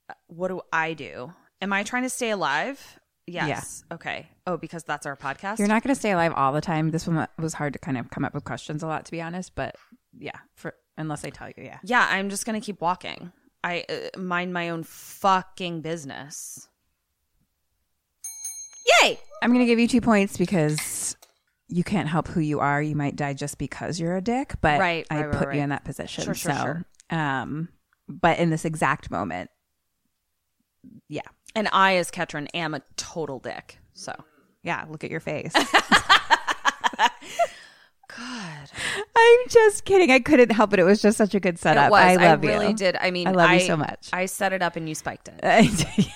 Speaker 3: Uh, What do I do? Am I trying to stay alive? Yes. Okay. Oh, because that's our podcast.
Speaker 4: You're not going to stay alive all the time. This one was hard to kind of come up with questions a lot, to be honest. But yeah, for unless I tell you, yeah.
Speaker 3: Yeah, I'm just gonna keep walking. I uh, mind my own fucking business. Yay!
Speaker 4: I'm going to give you two points because you can't help who you are. You might die just because you're a dick, but
Speaker 3: Right,
Speaker 4: I
Speaker 3: right, right,
Speaker 4: put
Speaker 3: right.
Speaker 4: you in that position.
Speaker 3: Sure, sure,
Speaker 4: so,
Speaker 3: sure.
Speaker 4: um, but in this exact moment, yeah,
Speaker 3: And I, as Ketron, am a total dick. So
Speaker 4: yeah, look at your face.
Speaker 3: God,
Speaker 4: I'm just kidding. I couldn't help it. It was just such a good setup. I love you.
Speaker 3: really did. I mean,
Speaker 4: I love you so much. Uh,
Speaker 3: I set it up and you spiked it.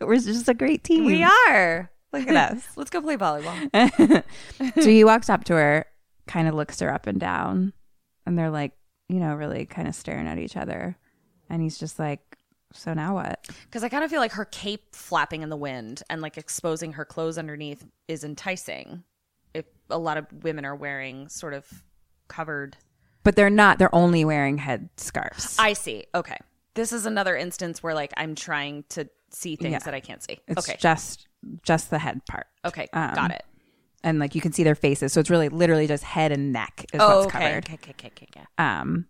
Speaker 4: We're just a great team.
Speaker 3: We are.
Speaker 4: Look at us. Uh.
Speaker 3: Let's go play volleyball.
Speaker 4: so he walks up to her, kind of looks her up and down, and they're like, you know, really kind of staring at each other. And he's just like, so now what?
Speaker 3: Because I kind of feel like her cape flapping in the wind and like exposing her clothes underneath is enticing. If a lot of women are wearing sort of covered
Speaker 4: But they're not. They're only wearing head scarves.
Speaker 3: I see. Okay. This is another instance where like I'm trying to see things
Speaker 4: Yeah.
Speaker 3: that I can't see.
Speaker 4: it's
Speaker 3: okay.
Speaker 4: just just the head part.
Speaker 3: okay.
Speaker 4: um,
Speaker 3: Got it.
Speaker 4: And like you can see their faces, so it's really literally just head and neck is what's
Speaker 3: Oh, okay.
Speaker 4: covered.
Speaker 3: okay. Okay. Okay. Okay. Yeah.
Speaker 4: Um,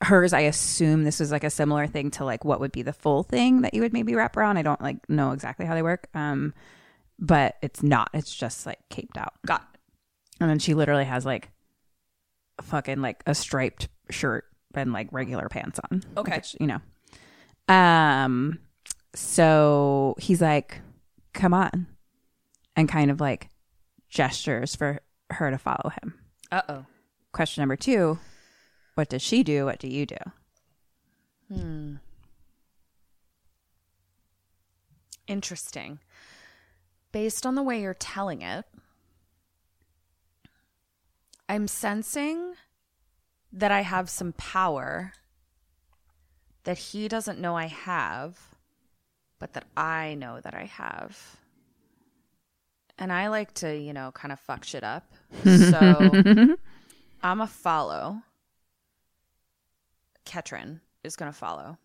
Speaker 4: hers, I assume this was like a similar thing to like what would be the full thing that you would maybe wrap around. I don't like know exactly how they work. Um, but it's not. It's just like caped out.
Speaker 3: Got it.
Speaker 4: And then she literally has like a fucking like a striped shirt and like regular pants on. Like,
Speaker 3: Okay.
Speaker 4: it's- you know. Um so he's like, come on. And kind of like gestures for her to follow him.
Speaker 3: Uh oh.
Speaker 4: Question number two What does she do? What do you do?
Speaker 3: Interesting. Based on the way you're telling it, I'm sensing that I have some power that he doesn't know I have, but that I know that I have. And I like to, you know, kind of fuck shit up. So I'm a follow. Ketrin is going to follow.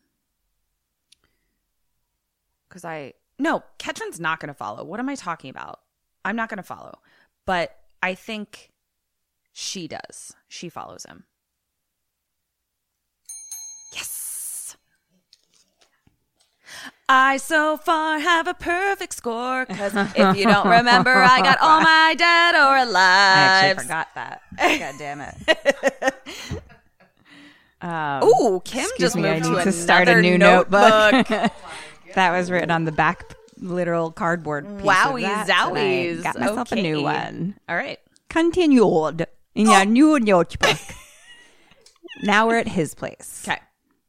Speaker 3: Because I. No, Ketrin's not going to follow. What am I talking about? I'm not going to follow. But I think She does. She follows him. Yes. I so far have a perfect score because if you don't remember, I got all my dead or alive.
Speaker 4: actually forgot that. God damn it. Um,
Speaker 3: Ooh, Kim
Speaker 4: excuse
Speaker 3: just
Speaker 4: me,
Speaker 3: moved
Speaker 4: I
Speaker 3: to,
Speaker 4: need to start a
Speaker 3: another
Speaker 4: new
Speaker 3: notebook.
Speaker 4: notebook. that was written on the back literal cardboard piece. of
Speaker 3: Wowie
Speaker 4: that, and I
Speaker 3: zowies.
Speaker 4: Got myself a new
Speaker 3: Okay.
Speaker 4: one.
Speaker 3: All right. Oh.
Speaker 4: Continued in your new notebook. now we're at his place.
Speaker 3: Okay.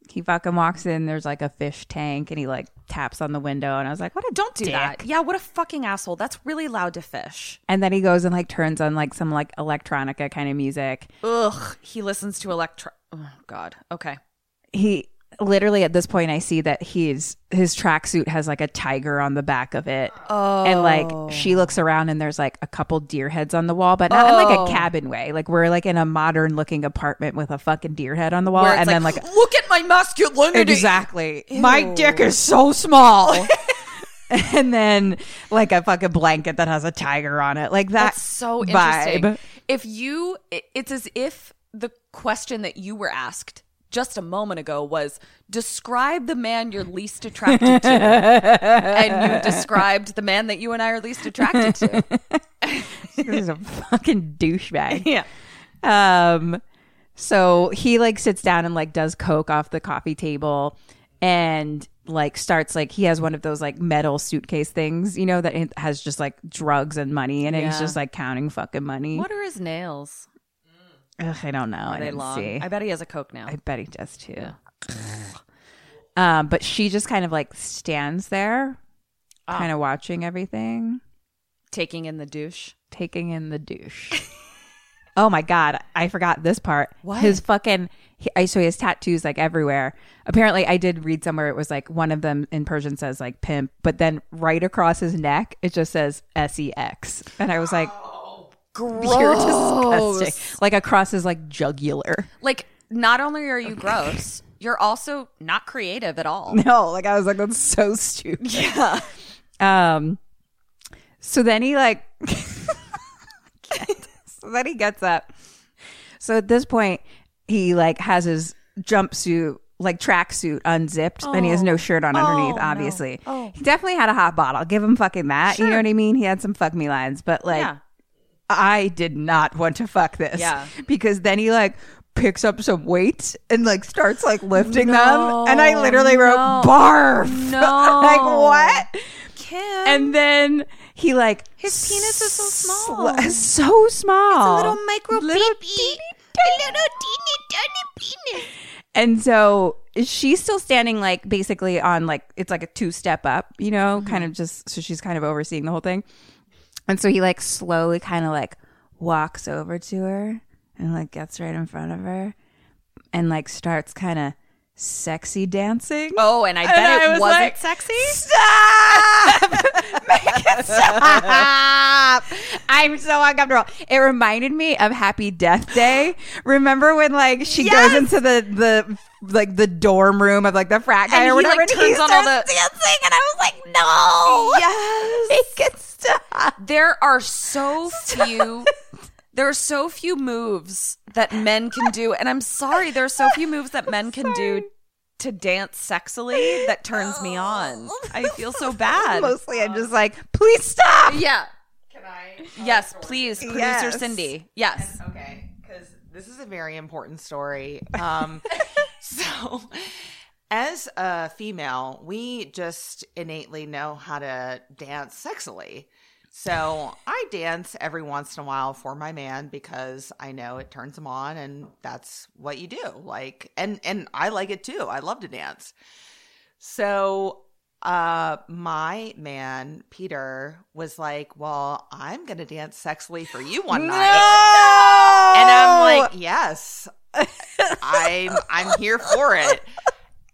Speaker 4: He fucking walks in. There's like a fish tank, and he like taps on the window, and I was like, "What a
Speaker 3: Don't do
Speaker 4: dick.
Speaker 3: that. Yeah, what a fucking asshole. That's really loud to fish.
Speaker 4: And then he goes and like turns on like some like electronica kind of music.
Speaker 3: Ugh. He listens to electro. Oh, God. Okay.
Speaker 4: He literally at this point I see that he's his tracksuit has like a tiger on the back of it. Oh. And like she looks around and there's like a couple deer heads on the wall, but not in
Speaker 3: Oh.
Speaker 4: like a cabin way. Like we're like in a modern looking apartment with a fucking deer head on the wall
Speaker 3: Where it's
Speaker 4: Oh, and then like
Speaker 3: look at my masculinity.
Speaker 4: Exactly. My dick is so small. and then like a fucking blanket that has a tiger on it. Like that
Speaker 3: That's so interesting.
Speaker 4: vibe.
Speaker 3: If you, i- it's as if the question that you were asked just a moment ago was describe the man you're least attracted to. and you described the man that you and I are least attracted to.
Speaker 4: This is a fucking douchebag.
Speaker 3: Yeah.
Speaker 4: Um, so he like sits down and like does coke off the coffee table, and like starts like he has one of those like metal suitcase things, you know, that it has just like drugs and money in it. He's
Speaker 3: Yeah.
Speaker 4: just like counting fucking money.
Speaker 3: What are his nails?
Speaker 4: Ugh, I don't know. I
Speaker 3: Are they
Speaker 4: didn't
Speaker 3: long?
Speaker 4: see.
Speaker 3: I bet he has a Coke now.
Speaker 4: I bet he does too. um, but she just kind of like stands there,
Speaker 3: Ah.
Speaker 4: kind of watching everything.
Speaker 3: Taking in the douche.
Speaker 4: taking in the douche. oh my god, I forgot this part.
Speaker 3: What?
Speaker 4: His fucking he, I so he has tattoos like everywhere. Apparently, I did read somewhere it was like one of them in Persian says like pimp, but then right across his neck it just says S E X, and I was like. You're disgusting. Like across his like jugular.
Speaker 3: Like, not only are you gross, you're also not creative at all.
Speaker 4: No, like I was like, that's so stupid. Yeah. Um. So then he like. so then he gets up. So at this point, he like has his jumpsuit, like tracksuit, unzipped, and he has no shirt
Speaker 3: Oh.
Speaker 4: on underneath. obviously, he definitely had a hot bottle. Give him fucking that. You know what I mean? He had some fuck me lines, but like.
Speaker 3: Yeah.
Speaker 4: I did not want to fuck this.
Speaker 3: Yeah.
Speaker 4: Because then he like picks up some weights and like starts like lifting them. And I literally wrote barf.
Speaker 3: No.
Speaker 4: like what?
Speaker 3: Kim.
Speaker 4: And then he like
Speaker 3: His penis is so small.
Speaker 4: sl- so small.
Speaker 3: micro
Speaker 4: Little
Speaker 3: peepee.
Speaker 4: And so she's still standing like basically on like it's like a two step up, you know, kind of just so she's kind of overseeing the whole thing. And so he like slowly kind of like walks over to her and like gets right in front of her and like starts kind of sexy dancing.
Speaker 3: Oh, and I bet
Speaker 4: I
Speaker 3: it
Speaker 4: was
Speaker 3: was not
Speaker 4: like,
Speaker 3: sexy.
Speaker 4: Stop! Make it stop! I'm so uncomfortable. It reminded me of Happy Death Day. Remember when like she goes into the the like the dorm room of like the frat guy
Speaker 3: And
Speaker 4: or
Speaker 3: he,
Speaker 4: whatever,
Speaker 3: like,
Speaker 4: and he
Speaker 3: turns on all
Speaker 4: starts
Speaker 3: the-
Speaker 4: dancing, and I was like, no,
Speaker 3: Yes.
Speaker 4: make it stop.
Speaker 3: There are so few. There are so few moves that men can do, and I'm sorry, there are so few moves that men can do to dance sexily that turns me on. I feel so bad.
Speaker 4: Mostly, I'm just like, please stop.
Speaker 3: Yeah.
Speaker 7: Can I?
Speaker 3: Yes, please, producer
Speaker 4: Yes.
Speaker 3: Cindy. Yes.
Speaker 7: Okay, because this is a very important story. Um, so, as a female, we just innately know how to dance sexily. So, I dance every once in a while for my man because I know it turns him on and that's what you do. Like and and I like it too. I love to dance. So uh my man Peter was like, "Well, I'm going to dance sexily for you one night." And I'm like, yes, I'm I'm here for it.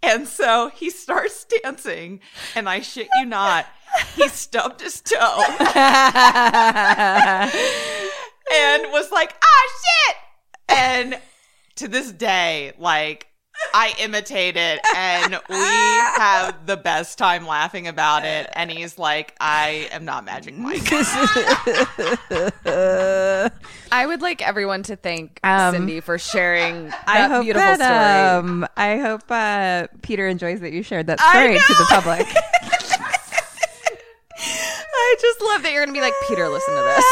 Speaker 7: And so he starts dancing, and I shit you not, he stubbed his toe and was like, ah, shit. And to this day, like, I imitate it, and we have the best time laughing about it. And he's like, I am not Magic Mike.
Speaker 3: I would like everyone to thank
Speaker 4: Um,
Speaker 3: Cindy for sharing that
Speaker 4: I hope that,
Speaker 3: beautiful story.
Speaker 4: um, I hope uh, Peter enjoys that you shared that story to the public.
Speaker 3: I just love that you're gonna be like Peter. Listen to this.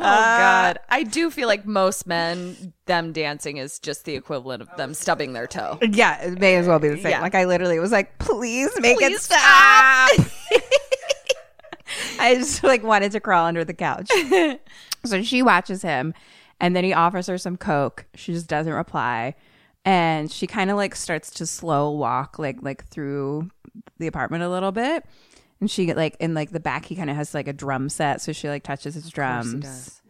Speaker 3: oh God, I do feel like most men, them dancing is just the equivalent of them stubbing their toe.
Speaker 4: yeah, it may as well be the same.
Speaker 3: Yeah.
Speaker 4: Like I literally was like, please make it
Speaker 3: Please
Speaker 4: stop. I just like wanted to crawl under the couch. so she watches him and then he offers her some coke. She just doesn't reply. And she kind of like starts to slow walk like like through the apartment a little bit. And she like in like the back he kind of has like a drum set so she like touches his drums.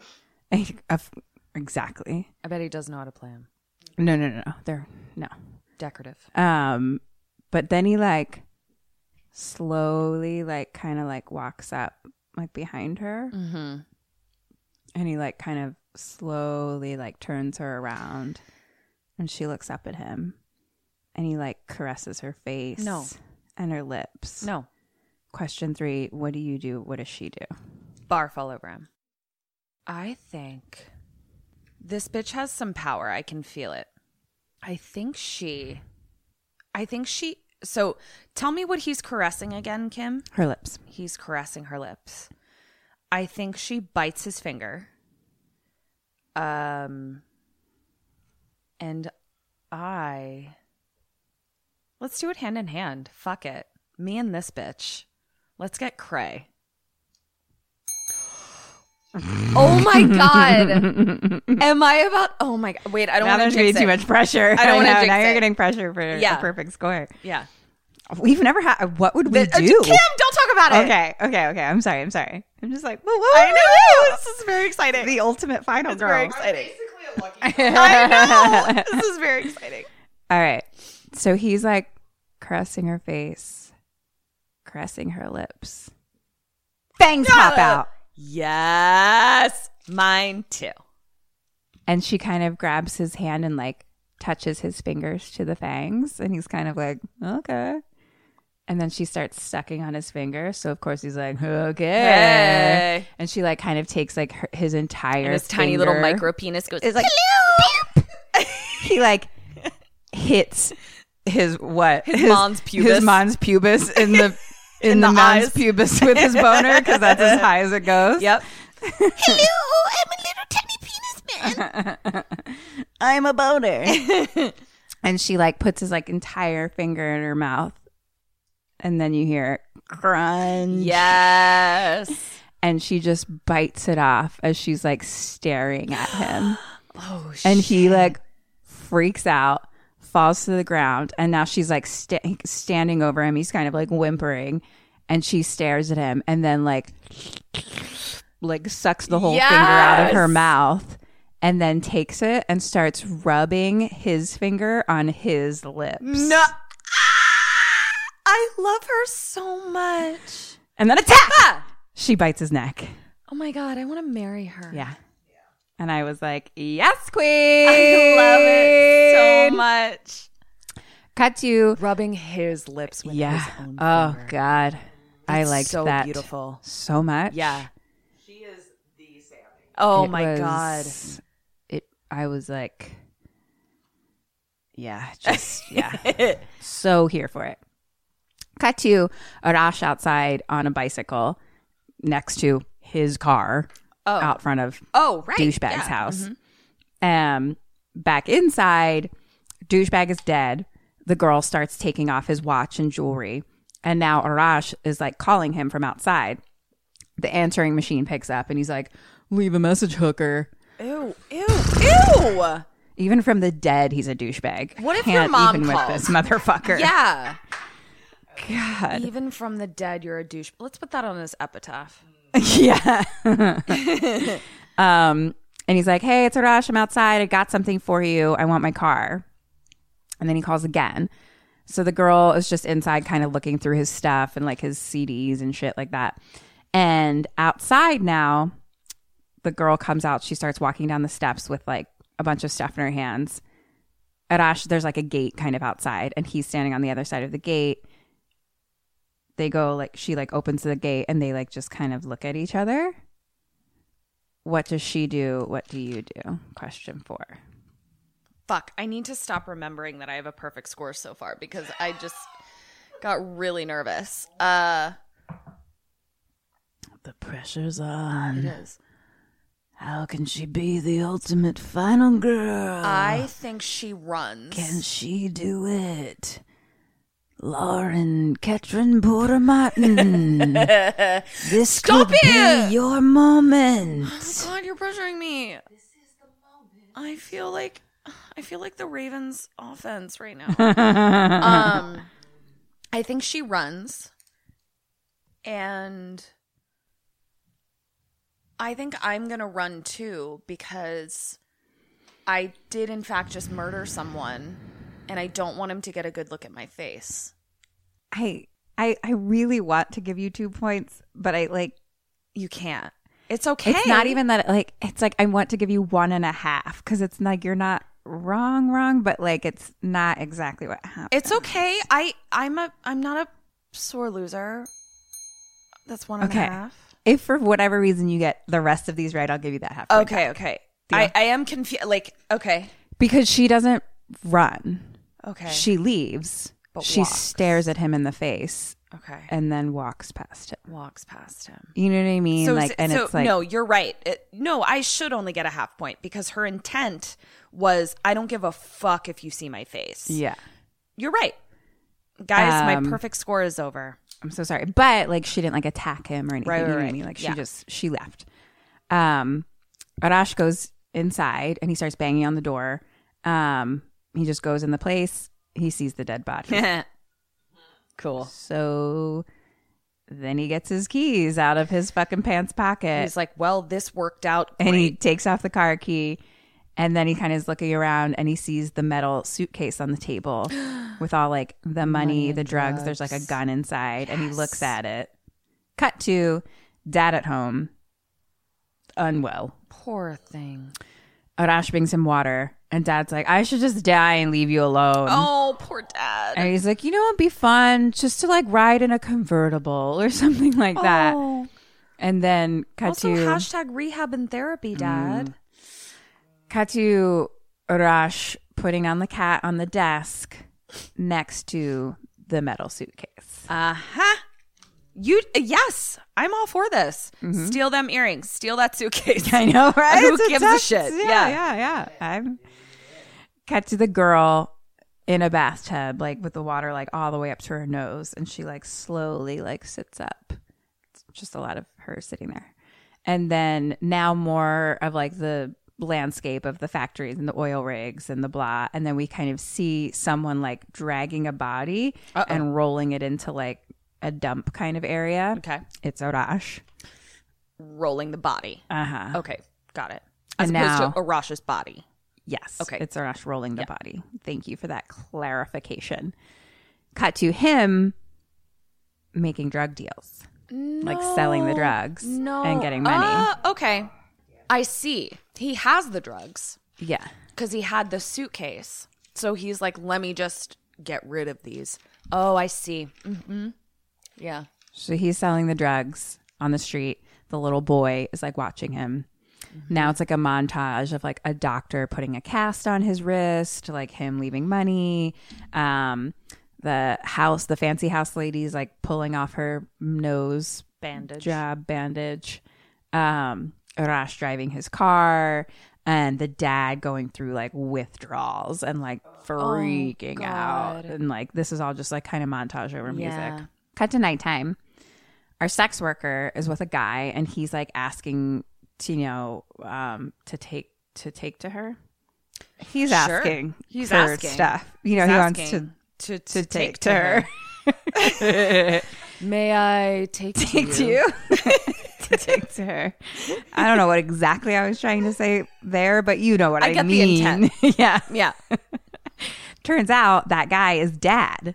Speaker 4: Of- exactly.
Speaker 3: I bet he does know how to play him.
Speaker 4: No, no, no, no. They're no.
Speaker 3: Decorative.
Speaker 4: Um, but then he like slowly, like kind of like walks up like behind her,
Speaker 3: Mm-hmm.
Speaker 4: and he like kind of slowly like turns her around, and she looks up at him, and he like caresses her face,
Speaker 3: No.
Speaker 4: and her lips.
Speaker 3: No,
Speaker 4: Question three: What do you do? What does she do?
Speaker 3: barf all over him. I think this bitch has some power. I can feel it. I think she. I think she. So tell me what he's caressing again, Kim.
Speaker 4: Her lips.
Speaker 3: He's caressing her lips. I think she bites his finger. Um and I Let's do it hand in hand. Fuck it. Me and this bitch. Let's get cray. oh my god. Am I about Oh my god. Wait, I don't
Speaker 4: now
Speaker 3: want
Speaker 4: there's
Speaker 3: to
Speaker 4: gonna be too much pressure.
Speaker 3: I don't wanna
Speaker 4: know.
Speaker 3: jinx
Speaker 4: Now you're
Speaker 3: it.
Speaker 4: getting pressure for
Speaker 3: Yeah.
Speaker 4: a perfect score.
Speaker 3: Yeah.
Speaker 4: We've never had. What would we
Speaker 3: Uh,
Speaker 4: do?
Speaker 3: Kim, don't talk about it.
Speaker 4: Okay, okay, okay. I'm sorry. I'm sorry. I'm just like, whoa, whoa,
Speaker 3: I
Speaker 4: whoa,
Speaker 3: know.
Speaker 4: whoa, This is very exciting. The ultimate final, girl.
Speaker 3: very
Speaker 4: I know.
Speaker 3: This is very exciting.
Speaker 4: All right. So he's like caressing her face, caressing her lips. Bangs pop out,
Speaker 3: Yes. Mine too.
Speaker 4: and she kind of grabs his hand and like touches his fingers to the fangs, and he's kind of like, okay. And then she starts sucking on his finger, so of course he's like, okay.
Speaker 3: Hey.
Speaker 4: And she like kind of takes like her, his entire
Speaker 3: And his tiny little
Speaker 4: finger.
Speaker 3: micro penis goes
Speaker 4: It's like he like hits his what his,
Speaker 3: mons pubis.
Speaker 4: his mons pubis in the in, the,
Speaker 3: the
Speaker 4: mons
Speaker 3: eyes.
Speaker 4: pubis with his boner because that's as high as it goes.
Speaker 3: Yep.
Speaker 4: I'm a boner, and she like puts his like entire finger in her mouth, and then you hear crunch.
Speaker 3: Yes.
Speaker 4: and she just bites it off as she's like staring at him. oh, and he like freaks out, falls to the ground, and now she's like sta- standing over him. He's kind of like whimpering, and she stares at him, and then like like sucks the whole finger out of her
Speaker 3: Yes.
Speaker 4: mouth. And then takes it and starts rubbing his finger on his lips.
Speaker 3: No. Ah! I love her so much.
Speaker 4: And then attack! She bites his neck.
Speaker 3: Oh my god, I want to marry her.
Speaker 4: Yeah. And I was like, yes, queen.
Speaker 3: I love it so much.
Speaker 4: Cut to
Speaker 3: Rubbing his lips with
Speaker 4: yeah.
Speaker 3: his own
Speaker 4: Oh
Speaker 3: finger.
Speaker 4: God, I
Speaker 3: That's
Speaker 4: liked
Speaker 3: so
Speaker 4: that
Speaker 3: beautiful.
Speaker 4: so much.
Speaker 3: Yeah. She is the Sammy. Oh
Speaker 4: It
Speaker 3: my
Speaker 4: was-
Speaker 3: god.
Speaker 4: It. I was like, yeah, just yeah, so here for it. Cut to Arash outside on a bicycle next to his car out front of
Speaker 3: Oh, right.
Speaker 4: douchebag's
Speaker 3: yeah. Mm-hmm.
Speaker 4: house. Um, back inside, douchebag is dead. The girl starts taking off his watch and jewelry, and now Arash is like calling him from outside. The answering machine picks up, and he's like, "Leave a message, hooker."
Speaker 3: Ew, ew, ew.
Speaker 4: Even from the dead, he's a douchebag.
Speaker 3: What if
Speaker 4: Can't
Speaker 3: your mom
Speaker 4: even
Speaker 3: called?
Speaker 4: with this motherfucker?
Speaker 3: Yeah. God. Even from the dead, you're a douche. Let's put that on his epitaph.
Speaker 4: yeah. um, and he's like, "Hey, it's Arash. I'm outside. I got something for you. I want my car." And then he calls again. So the girl is just inside, kind of looking through his stuff and like his CDs and shit like that. And outside now, the girl comes out. She starts walking down the steps with like a bunch of stuff in her hands. Arash, there's like a gate kind of outside, and he's standing on the other side of the gate. They go like, she like opens the gate and they like just kind of look at each other. what does she do? What do you do? Question four.
Speaker 3: Fuck, I need to stop remembering that I have a perfect score so far because I just got really nervous. Uh
Speaker 2: The pressure's on. How can she be the ultimate final girl?
Speaker 3: I think she runs.
Speaker 2: Can she do it? Lauren Ketrin Porter Martin. this could be your moment.
Speaker 3: God, you're pressuring me. This is the moment. I feel like I feel like the Ravens offense right now. um I think she runs and I think I'm going to run too because I did in fact just murder someone and I don't want him to get a good look at my face.
Speaker 4: I I I really want to give you two points, but I like
Speaker 3: You can't. It's okay.
Speaker 4: It's not even that like it's like I want to give you one and a half because it's like you're not wrong, wrong, but like it's not exactly what happened.
Speaker 3: It's okay. I I'm a I'm not a sore loser. That's one and a half.
Speaker 4: okay. If for whatever reason you get the rest of these right, I'll give you that half. point
Speaker 3: Okay, okay. I, I am confused. Like, okay,
Speaker 4: because she doesn't run.
Speaker 3: okay,
Speaker 4: She leaves.
Speaker 3: But
Speaker 4: she
Speaker 3: walks.
Speaker 4: stares at him in the face
Speaker 3: okay.
Speaker 4: and then walks past him.
Speaker 3: Walks past him.
Speaker 4: You know what I mean?
Speaker 3: So,
Speaker 4: like, and
Speaker 3: so
Speaker 4: it's like
Speaker 3: no, you're right. It- no, I should only get a half point because her intent was I don't give a fuck if you see my face.
Speaker 4: yeah.
Speaker 3: You're right, guys.
Speaker 4: Um,
Speaker 3: my perfect score is over.
Speaker 4: I'm so sorry. But like she didn't like attack him or anything.
Speaker 3: Right,
Speaker 4: you know
Speaker 3: right,
Speaker 4: what I
Speaker 3: right.
Speaker 4: mean? Like
Speaker 3: Yeah.
Speaker 4: she just she left. Um Arash goes inside and he starts banging on the door. Um he just goes in the place. He sees the dead body.
Speaker 3: cool.
Speaker 4: so then he gets his keys out of his fucking pants pocket
Speaker 3: He's like, well, this worked out.
Speaker 4: and he takes off the car key and then he kind of is looking around and he sees the metal suitcase on the table with all like
Speaker 3: Oh
Speaker 4: the money, the drugs. There's like a gun inside and he looks at it. Cut to dad at home, unwell.
Speaker 3: Poor thing.
Speaker 4: Arash brings him water and dad's like, I should just die and leave you alone.
Speaker 3: Oh, poor dad.
Speaker 4: And he's like, you know, it'd be fun just to like ride in a convertible or something like that. And then cut
Speaker 3: Oh. Also,
Speaker 4: to Mm.
Speaker 3: hashtag rehab and therapy, dad.
Speaker 4: Katu Urash putting on the cat on the desk next to the metal suitcase.
Speaker 3: Uh huh. You yes, I'm all for this. Steal them earrings. Steal that suitcase.
Speaker 4: Mm-hmm. I know, right?
Speaker 3: Who
Speaker 4: It's
Speaker 3: gives a
Speaker 4: tough-
Speaker 3: shit?
Speaker 4: Yeah,
Speaker 3: Yeah.
Speaker 4: yeah, yeah. I'm Katu the girl in a bathtub, like with the water like all the way up to her nose, and she like slowly like sits up. It's just a lot of her sitting there. And then now more of like the landscape of the factories and the oil rigs and the blah. And then we kind of see someone like dragging a body and rolling it into like a dump kind of area.
Speaker 3: Okay.
Speaker 4: It's Orash.
Speaker 3: Rolling the body.
Speaker 4: Uh huh.
Speaker 3: Okay, got it. As
Speaker 4: And
Speaker 3: opposed
Speaker 4: now-
Speaker 3: to Arash's body.
Speaker 4: Yes.
Speaker 3: Okay.
Speaker 4: It's Arash rolling the body. Thank you for that clarification. Cut to him making drug deals, like selling the drugs and getting money.
Speaker 3: Ah, okay. I see. He has the drugs
Speaker 4: yeah.
Speaker 3: because he had the suitcase. So he's like, let me just get rid of these. Oh, I see. Mm-hmm. Yeah.
Speaker 4: So he's selling the drugs on the street. The little boy is like watching him.
Speaker 3: Mm-hmm.
Speaker 4: Now it's like a montage of like a doctor putting a cast on his wrist, like him leaving money. Um, the house, the fancy house lady's like pulling off her nose bandage, job bandage. Um, Arash driving his car, and the dad going through like withdrawals and like
Speaker 3: Oh,
Speaker 4: freaking out, and like this is all just like kind of montage over music. Cut to nighttime our sex worker is with a guy and he's like asking to you know um to take to take to her he's asking
Speaker 3: He's
Speaker 4: for
Speaker 3: asking.
Speaker 4: stuff you know
Speaker 3: He's
Speaker 4: he
Speaker 3: asking
Speaker 4: wants to to, to take, to her,
Speaker 3: May I take
Speaker 4: take to you to take to her i don't know what exactly i was trying to say there but you know what i,
Speaker 3: I get the
Speaker 4: mean
Speaker 3: intent.
Speaker 4: yeah
Speaker 3: Yeah.
Speaker 4: turns out that guy is dad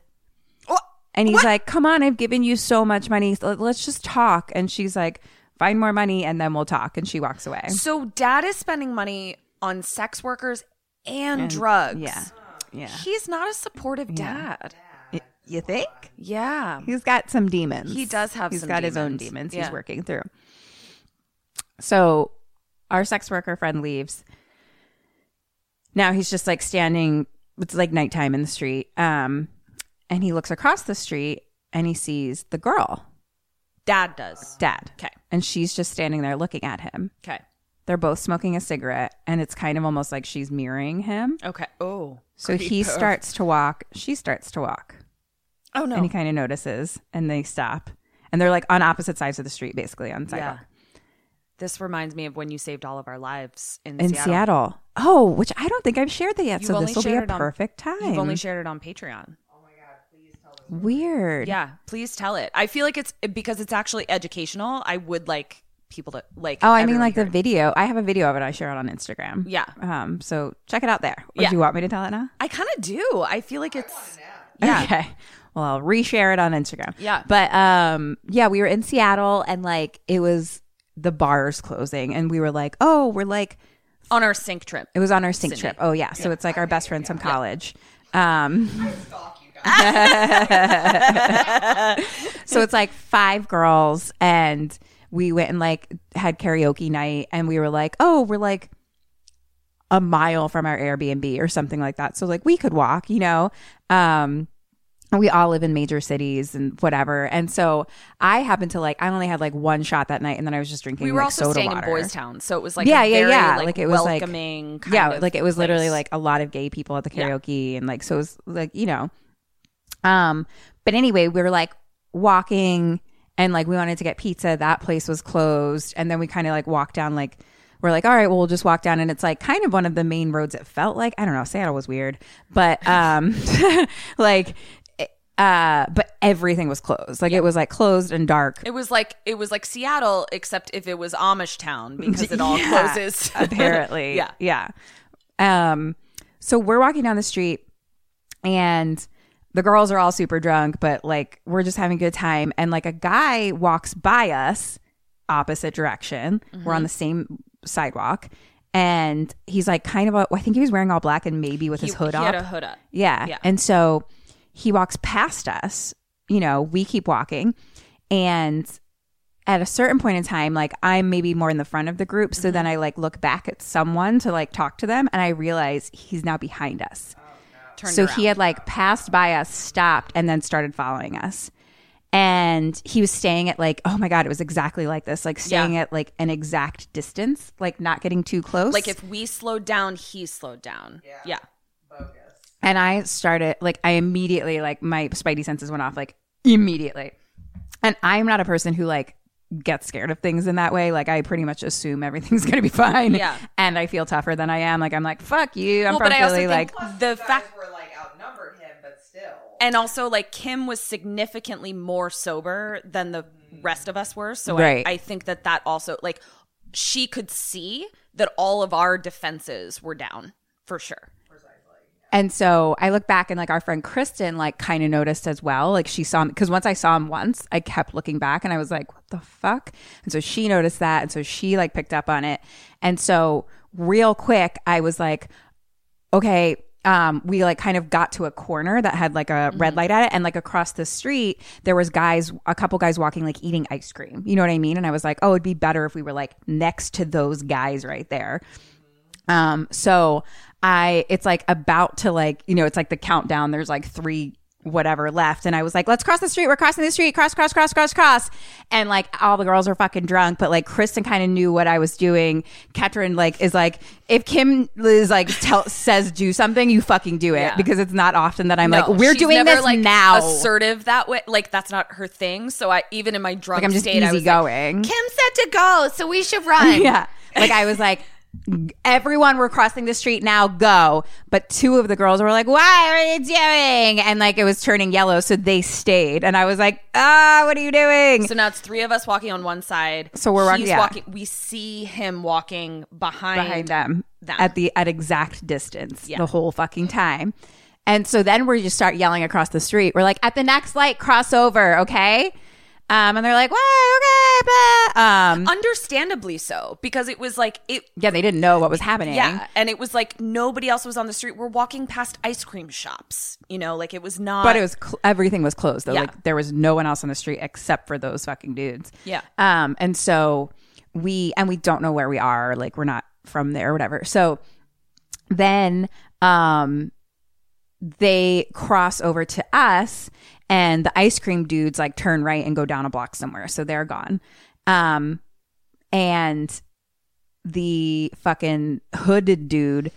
Speaker 4: and he's like come on i've given you so much money so let's just talk and she's like find more money and then we'll talk and she walks away
Speaker 3: So dad is spending money on sex workers and, drugs.
Speaker 4: Yeah. Yeah.
Speaker 3: He's not a supportive dad.
Speaker 4: You think?
Speaker 3: Yeah.
Speaker 4: He's got some demons.
Speaker 3: He does have
Speaker 4: He's
Speaker 3: some
Speaker 4: got his own
Speaker 3: demons.
Speaker 4: demons
Speaker 3: Yeah.
Speaker 4: he's working through. So Our sex worker friend leaves. Now he's just like standing, it's like nighttime in the street. Um, and he looks across the street and he sees the girl,
Speaker 3: Dad does.
Speaker 4: dad.
Speaker 3: Okay.
Speaker 4: And she's just standing there looking at him.
Speaker 3: Okay.
Speaker 4: They're both smoking a cigarette and it's kind of almost like she's mirroring him.
Speaker 3: Okay. Oh.
Speaker 4: So he starts to walk, she starts to walk.
Speaker 3: Oh no.
Speaker 4: And he kind of notices and they stop. And they're like on opposite sides of the street, basically, on the
Speaker 3: yeah.
Speaker 4: sidewalk.
Speaker 3: This reminds me of when you saved all of our lives in,
Speaker 4: in
Speaker 3: Seattle.
Speaker 4: Seattle. Oh, which I don't think I've shared that yet.
Speaker 3: You've
Speaker 4: so
Speaker 3: only
Speaker 4: this will be
Speaker 3: shared
Speaker 4: a
Speaker 3: it on-
Speaker 4: perfect time.
Speaker 3: You've only shared it on Patreon.
Speaker 4: Weird.
Speaker 3: Yeah, please tell it. I feel like it's because it's actually educational. I would like people to like.
Speaker 4: Oh, I mean,
Speaker 3: everyone
Speaker 4: like the
Speaker 3: hearing.
Speaker 4: video. I have a video of it. I share it on Instagram.
Speaker 3: Yeah.
Speaker 4: Um. So check it out there. Or
Speaker 3: Yeah.
Speaker 4: Do you want me to tell it now?
Speaker 3: I kind of do. I feel like it's. Yeah.
Speaker 4: Okay. Well, I'll reshare it on Instagram.
Speaker 3: Yeah.
Speaker 4: But um, yeah, we were in Seattle and like it was the bars closing, and we were like, oh, we're like
Speaker 3: On our sync trip.
Speaker 4: It was on our sync
Speaker 3: Sydney.
Speaker 4: trip. Oh yeah, so it's like our best friends from college. Um, so it's like five girls, and we went and like had karaoke night, and we were like, oh, we're like a mile from our Airbnb or something like that. So like we could walk, you know. Um, and we all live in major cities and whatever. And so I happened to like I only had like one shot that night, and then I was just drinking.
Speaker 3: We were
Speaker 4: like,
Speaker 3: also
Speaker 4: soda
Speaker 3: staying
Speaker 4: water.
Speaker 3: in Boys Town, so it was like
Speaker 4: Yeah,
Speaker 3: a
Speaker 4: yeah,
Speaker 3: very,
Speaker 4: yeah.
Speaker 3: Like,
Speaker 4: Like, it was, like-
Speaker 3: welcoming. kind
Speaker 4: yeah
Speaker 3: of
Speaker 4: like it was literally
Speaker 3: place.
Speaker 4: like a lot of gay people at the karaoke and like so it was like you know um but anyway we were like walking and like we wanted to get pizza that place was closed and then we kind of like walked down like we're like all right well we'll just walk down and it's like kind of one of the main roads it felt like i don't know seattle was weird but um like uh but everything was closed like it was like closed and dark
Speaker 3: It was like it was like Seattle, except if it was Amish town because it all
Speaker 4: Yeah.
Speaker 3: closes.
Speaker 4: apparently.
Speaker 3: Yeah.
Speaker 4: Yeah. Um, so we're walking down the street and the girls are all super drunk, but like we're just having a good time. And like a guy walks by us opposite direction.
Speaker 3: Mm-hmm.
Speaker 4: We're on the same sidewalk. And he's like kind of a, I think he was wearing all black and maybe with his
Speaker 3: He-
Speaker 4: hood
Speaker 3: he
Speaker 4: up.
Speaker 3: had a hood up.
Speaker 4: Yeah.
Speaker 3: Yeah.
Speaker 4: And so he walks past us, you know, we keep walking. And at a certain point in time, like I'm maybe more in the front of the group.
Speaker 3: Mm-hmm.
Speaker 4: So then I like look back at someone to like talk to them and I realize he's now behind us.
Speaker 3: Oh, Turned
Speaker 4: so
Speaker 3: around.
Speaker 4: he had like passed by us, stopped, and then started following us. And he was staying at like, oh my God, it was exactly like this, like staying at like an exact distance, like not getting too close.
Speaker 3: like if we slowed down, he slowed down. Yeah.
Speaker 4: And I started like I immediately like my spidey senses went off like immediately. And I'm not a person who like gets scared of things in that way. Like I pretty much assume everything's gonna be fine.
Speaker 3: Yeah.
Speaker 4: And I feel tougher than I am. Like I'm like, fuck you. I'm
Speaker 3: Well,
Speaker 4: from
Speaker 3: but I also
Speaker 4: Philly.
Speaker 3: think
Speaker 4: Like
Speaker 3: the fact
Speaker 7: were like outnumbered him, but still.
Speaker 3: and also like Kim was significantly more sober than the rest of us were. So I-
Speaker 4: Right.
Speaker 3: I, think that that also like she could see that all of our defenses were down for sure.
Speaker 4: And so I look back and like our friend Kristen like kind of noticed as well. Like she saw him because once I saw him once, I kept looking back and I was like, what the fuck? And so she noticed that. And so she like picked up on it. And so real quick, I was like, okay. Um, we like kind of got to a corner that had like a red light at it, and like across the street, there was guys, a couple guys walking, like eating ice cream. You know what I mean? And I was like, oh, it'd be better if we were like next to those guys right there. Um, so I, it's like about to like, you know, it's like the countdown. There's like three whatever left. And I was like, let's cross the street. We're crossing the street. Cross, cross, cross, cross, cross. And like all the girls are fucking drunk, but like Kristen kind of knew what I was doing. Ketrin like is like, if Kim is like tell, says do something, you fucking do it because it's not often that I'm like,
Speaker 3: No,
Speaker 4: we're
Speaker 3: she's
Speaker 4: doing
Speaker 3: never,
Speaker 4: this
Speaker 3: like,
Speaker 4: now.
Speaker 3: Assertive that way, like that's not her thing. So I even in my drunk
Speaker 4: Like, I'm just
Speaker 3: state, I was like,
Speaker 4: easygoing.
Speaker 3: Kim said to go, so we should run.
Speaker 4: Yeah. Like I was like, everyone, we're crossing the street now, go. But two of the girls were like, why are you doing? And like it was turning yellow. So they stayed. And I was like, ah, what are you doing?
Speaker 3: So now it's three of us walking on one side.
Speaker 4: So we're walking-
Speaker 3: He's
Speaker 4: yeah.
Speaker 3: walking. We see him walking behind.
Speaker 4: behind them,
Speaker 3: them.
Speaker 4: at the at exact distance the whole fucking time. And so then we just start yelling across the street. We're like, at the next light, cross over, okay? Um, and they're like, why? Okay, blah. Um,
Speaker 3: Understandably so, because it was like it.
Speaker 4: yeah, they didn't know what was happening.
Speaker 3: Yeah, and it was like nobody else was on the street. We're walking past ice cream shops. You know, like it was not.
Speaker 4: but it was cl- everything was closed though.
Speaker 3: Yeah.
Speaker 4: Like there was no one else on the street except for those fucking dudes.
Speaker 3: Yeah.
Speaker 4: Um. And so we and we don't know where we are, like we're not from there or whatever. So then um they cross over to us and the ice cream dudes like turn right and go down a block somewhere. So they're gone. Um and the fucking hooded dude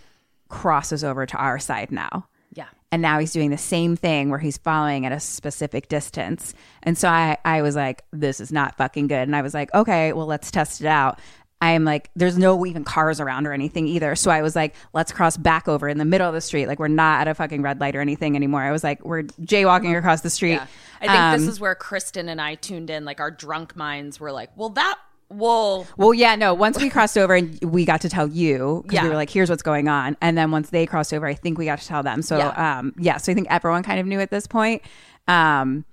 Speaker 4: crosses over to our side now.
Speaker 3: Yeah.
Speaker 4: And now he's doing the same thing where he's following at a specific distance. And so I, I was like, this is not fucking good. And I was like, okay, well, let's test it out. I'm like, there's no even cars around or anything either. So I was like, let's cross back over in the middle of the street. Like, we're not at a fucking red light or anything anymore. I was like, we're jaywalking across the street.
Speaker 3: I think
Speaker 4: um,
Speaker 3: this is where Kristen and I tuned in. Like our drunk minds were like, well, that, well,
Speaker 4: Well, yeah, no. Once we crossed over and we got to tell you because
Speaker 3: Yeah.
Speaker 4: we were like, "Here's what's going on," and then once they crossed over, I think we got to tell them. So,
Speaker 3: Yeah.
Speaker 4: um, yeah. So I think everyone kind of knew at this point. Um,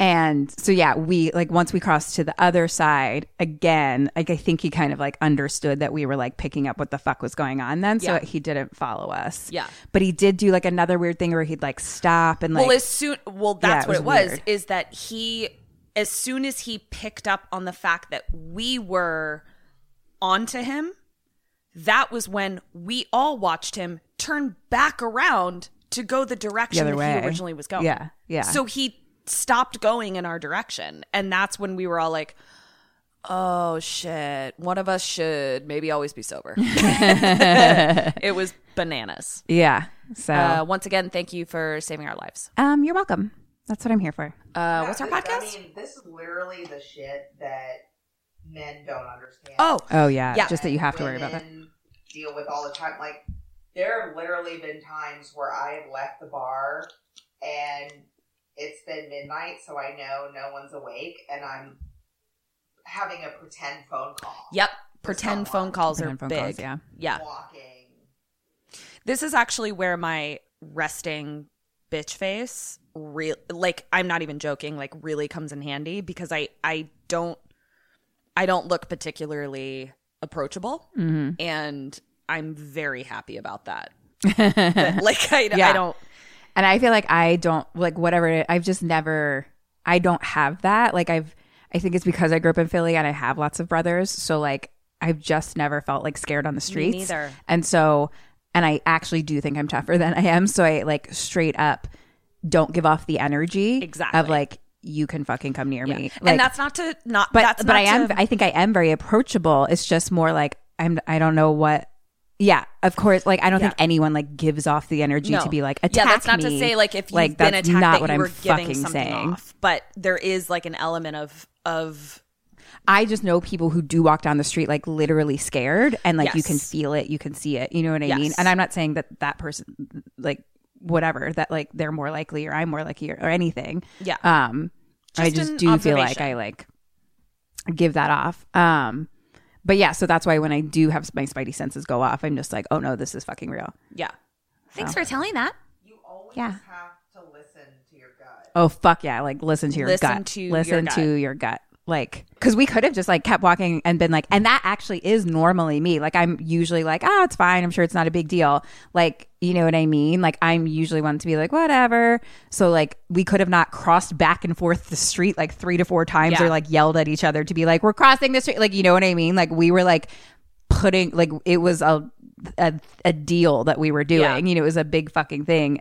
Speaker 4: and so yeah, we like once we crossed to the other side again. Like I think he kind of like understood that we were like picking up what the fuck was going on then, so
Speaker 3: Yeah.
Speaker 4: he didn't follow us.
Speaker 3: Yeah.
Speaker 4: but he did do like another weird thing where he'd like stop and like
Speaker 3: well, as soon, well, that's
Speaker 4: it
Speaker 3: what it
Speaker 4: was
Speaker 3: was,
Speaker 4: weird.
Speaker 3: is that he, as soon as he picked up on the fact that we were onto him, that was when we all watched him turn back around to go the direction
Speaker 4: other
Speaker 3: that
Speaker 4: way.
Speaker 3: he originally was going.
Speaker 4: Yeah, yeah.
Speaker 3: So he stopped going in our direction. And that's when we were all like, oh shit, one of us should maybe always be sober. it was bananas.
Speaker 4: yeah. So
Speaker 3: Uh, once again, thank you for saving our lives.
Speaker 4: um, you're welcome. That's what I'm here for.
Speaker 3: Uh, what's our
Speaker 7: This-
Speaker 3: podcast?
Speaker 7: I mean, this is literally the shit that men don't understand.
Speaker 3: oh,
Speaker 4: Oh yeah,
Speaker 3: Yeah.
Speaker 4: just that you have to worry about that.
Speaker 7: women Deal with all the time. Like there have literally been times where I have left the bar and it's been midnight, so I know no one's awake, and I'm having a pretend phone call.
Speaker 3: yep. Pretend
Speaker 7: Someone.
Speaker 3: phone calls
Speaker 4: Pretend
Speaker 3: are
Speaker 4: phone
Speaker 3: big.
Speaker 4: calls, yeah.
Speaker 3: Yeah.
Speaker 7: Walking.
Speaker 3: This is actually where my resting bitch face real like I'm not even joking, like really comes in handy because I I don't I don't look particularly approachable
Speaker 4: Hmm.
Speaker 3: and I'm very happy about that. That, like I,
Speaker 4: Yeah.
Speaker 3: I don't
Speaker 4: And I feel like I don't like whatever it- I've just never I don't have that. Like I've I think it's because I grew up in Philly and I have lots of brothers, so like I've just never felt like scared on the streets.
Speaker 3: neither.
Speaker 4: And so and I actually do think I'm tougher than I am, so I like straight up don't give off the energy
Speaker 3: Exactly.
Speaker 4: of like you can fucking come near me. Like,
Speaker 3: and that's not to not
Speaker 4: but
Speaker 3: that's
Speaker 4: but
Speaker 3: not
Speaker 4: I am
Speaker 3: to-
Speaker 4: I think I am very approachable. It's just more like I'm I don't know what yeah, of course. Like I don't think anyone like gives off the energy
Speaker 3: No.
Speaker 4: to be like
Speaker 3: Yeah,
Speaker 4: attack
Speaker 3: that's not
Speaker 4: me."
Speaker 3: to say like if you've
Speaker 4: Like,
Speaker 3: been
Speaker 4: that's
Speaker 3: attacked
Speaker 4: not
Speaker 3: that
Speaker 4: what
Speaker 3: you
Speaker 4: I'm
Speaker 3: were giving
Speaker 4: fucking
Speaker 3: something
Speaker 4: saying.
Speaker 3: off, but there is like an element of of
Speaker 4: I just know people who do walk down the street like literally scared and like you
Speaker 3: Yes.
Speaker 4: can feel it, you can see it. You know what I mean?
Speaker 3: Yes.
Speaker 4: And I'm not saying that that person like whatever that like they're more likely or I'm more likely or, or anything.
Speaker 3: Yeah.
Speaker 4: Um I
Speaker 3: Just
Speaker 4: just
Speaker 3: an
Speaker 4: do feel like
Speaker 3: observation.
Speaker 4: I like give that off. Um but yeah, so that's why when I do have my spidey senses go off, I'm just like, oh no, this is fucking real.
Speaker 3: yeah. Thanks for telling that.
Speaker 7: You always
Speaker 4: Yeah.
Speaker 7: have to listen to your gut.
Speaker 4: Oh fuck yeah! Like listen to your
Speaker 3: Listen
Speaker 4: gut.
Speaker 3: to your
Speaker 4: listen
Speaker 3: gut.
Speaker 4: to your gut. Like because we could have just like kept walking and been like, and that actually is normally me. Like I'm usually like, ah, it's fine. I'm sure it's not a big deal. Like you know what I mean? Like I'm usually one to be like whatever. So like we could have not crossed back and forth the street like three to four times
Speaker 3: Yeah.
Speaker 4: or like yelled at each other to be like we're crossing the street. Like you know what I mean? Like we were like putting like it was a a, a deal that we were doing.
Speaker 3: Yeah.
Speaker 4: You know, it was a big fucking thing.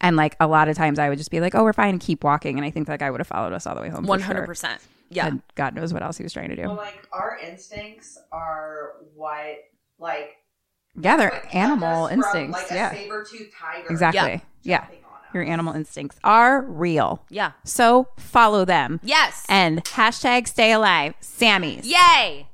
Speaker 4: And like a lot of times I would just be like, "Oh, we're fine," and keep walking. And I think that guy would have followed us all the way home. for
Speaker 3: One hundred
Speaker 4: sure.
Speaker 3: percent. Yeah.
Speaker 4: And God knows what else he was trying to do.
Speaker 7: Well, like our instincts are what like
Speaker 4: yeah,
Speaker 7: what
Speaker 4: they're
Speaker 7: kept
Speaker 4: animal
Speaker 7: us from,
Speaker 4: instincts.
Speaker 7: like
Speaker 4: yeah,
Speaker 7: a saber-toothed tiger.
Speaker 4: exactly. Yeah.
Speaker 7: jumping on us.
Speaker 4: your animal instincts are real.
Speaker 3: Yeah.
Speaker 4: So follow them.
Speaker 3: Yes.
Speaker 4: And hashtag stay alive, Sammy's.
Speaker 3: Yay.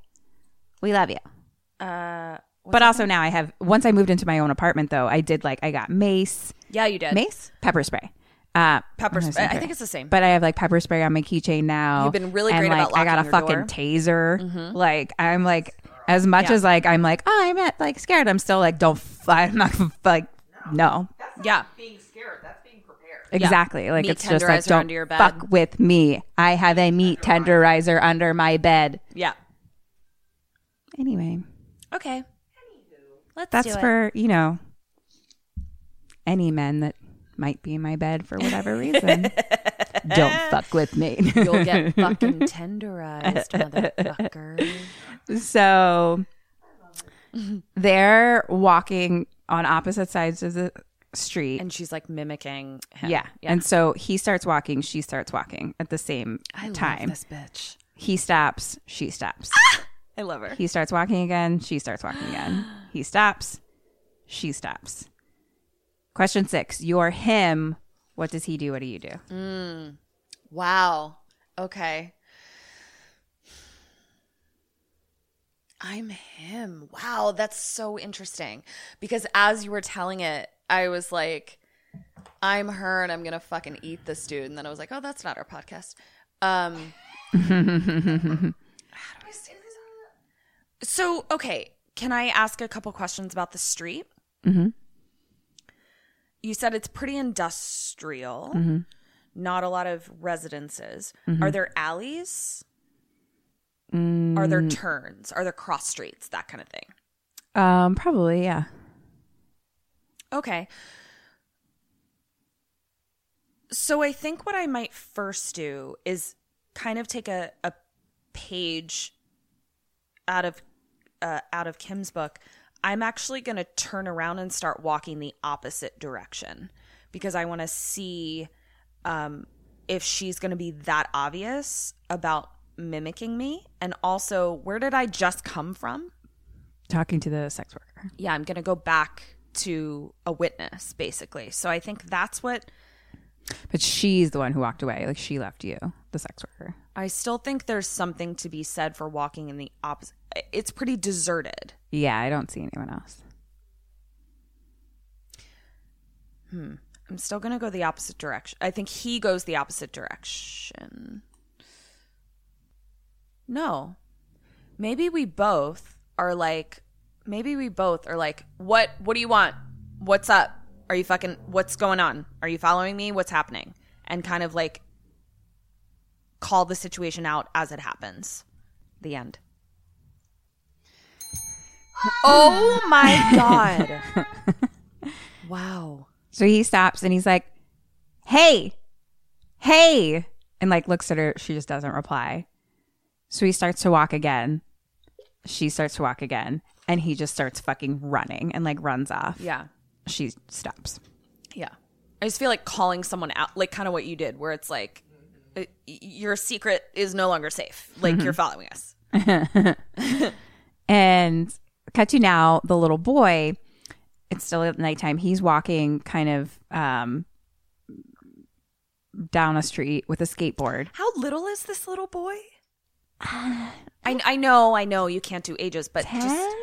Speaker 4: We love you.
Speaker 3: Uh,
Speaker 4: but also now I have. Once I moved into my own apartment, though, I did like I got mace.
Speaker 3: Yeah, you did.
Speaker 4: mace pepper spray uh
Speaker 3: Pepper
Speaker 4: don't know,
Speaker 3: spray. I
Speaker 4: same
Speaker 3: think it's the same.
Speaker 4: but i have like pepper spray on my keychain now
Speaker 3: You've been really
Speaker 4: and,
Speaker 3: great
Speaker 4: like,
Speaker 3: about
Speaker 4: i got a
Speaker 3: locking your
Speaker 4: fucking
Speaker 3: door. Mm-hmm.
Speaker 4: taser like i'm like as much
Speaker 3: Yeah.
Speaker 4: as like i'm like oh i'm at, like scared i'm still like don't f- i'm not gonna f- like no
Speaker 7: That's not
Speaker 3: Yeah.
Speaker 7: being scared. That's being prepared.
Speaker 4: exactly like
Speaker 3: Meat
Speaker 4: it's just like
Speaker 3: tenderizer
Speaker 4: don't
Speaker 3: under your bed.
Speaker 4: fuck with me i have a meat tenderizer under my bed
Speaker 3: Yeah.
Speaker 4: anyway
Speaker 3: Okay. Let's
Speaker 4: that's for you know any men that might be in my bed for whatever reason don't fuck with me.
Speaker 3: You'll get fucking tenderized, motherfucker.
Speaker 4: So they're walking on opposite sides of the street.
Speaker 3: And she's like mimicking him.
Speaker 4: yeah. And so he starts walking, she starts walking at the same
Speaker 3: I love
Speaker 4: time.
Speaker 3: this bitch. Ah!
Speaker 4: He stops, she stops.
Speaker 3: I love her.
Speaker 4: He starts walking again, she starts walking again. He stops, she stops. Question six You're him. What does he do? What do you do?
Speaker 3: Wow. Okay. I'm him. Wow, that's so interesting. Because as you were telling it, I was like, I'm her and I'm gonna fucking eat this dude. And then I was like, oh, that's not our podcast. Um How do I say this? So, okay, can I ask a couple questions about the street? You said it's pretty industrial not a lot of residences. Are there alleys? Are there turns? Are there cross streets? That kind of thing. Mm.
Speaker 4: Um, probably, yeah.
Speaker 3: Okay. So I think what I might first do is kind of take a, a page out of uh, out of Kim's book. I'm actually going to turn around and start walking the opposite direction because I want to see um, if she's going to be that obvious about mimicking me, and also where did I just come from?
Speaker 4: Talking to the sex worker.
Speaker 3: yeah, I'm going to go back to a witness, basically. So I think that's what
Speaker 4: But she's the one who walked away. Like she left you, the sex worker.
Speaker 3: I still think there's something to be said for walking in the opposite. It's pretty deserted.
Speaker 4: Yeah, I don't see anyone else.
Speaker 3: I'm still going to go the opposite direction. I think he goes the opposite direction. No. Maybe we both are like maybe we both are like what what do you want? What's up? Are you fucking what's going on? Are you following me? What's happening? And kind of like call the situation out as it happens. The end. Oh my god. wow.
Speaker 4: So he stops and he's like, "Hey, hey," and like looks at her. She just doesn't reply. So he starts to walk again. She starts to walk again, and he just starts fucking running and like runs off.
Speaker 3: Yeah.
Speaker 4: She stops.
Speaker 3: Yeah. I just feel like calling someone out, like kind of what you did, where it's like, uh, y- your secret is no longer safe. Like, you're following us.
Speaker 4: And cut to now, the little boy, it's still at nighttime. He's walking kind of um, down a street with a skateboard.
Speaker 3: How little is this little boy? I, I know, I know you can't do ages, but just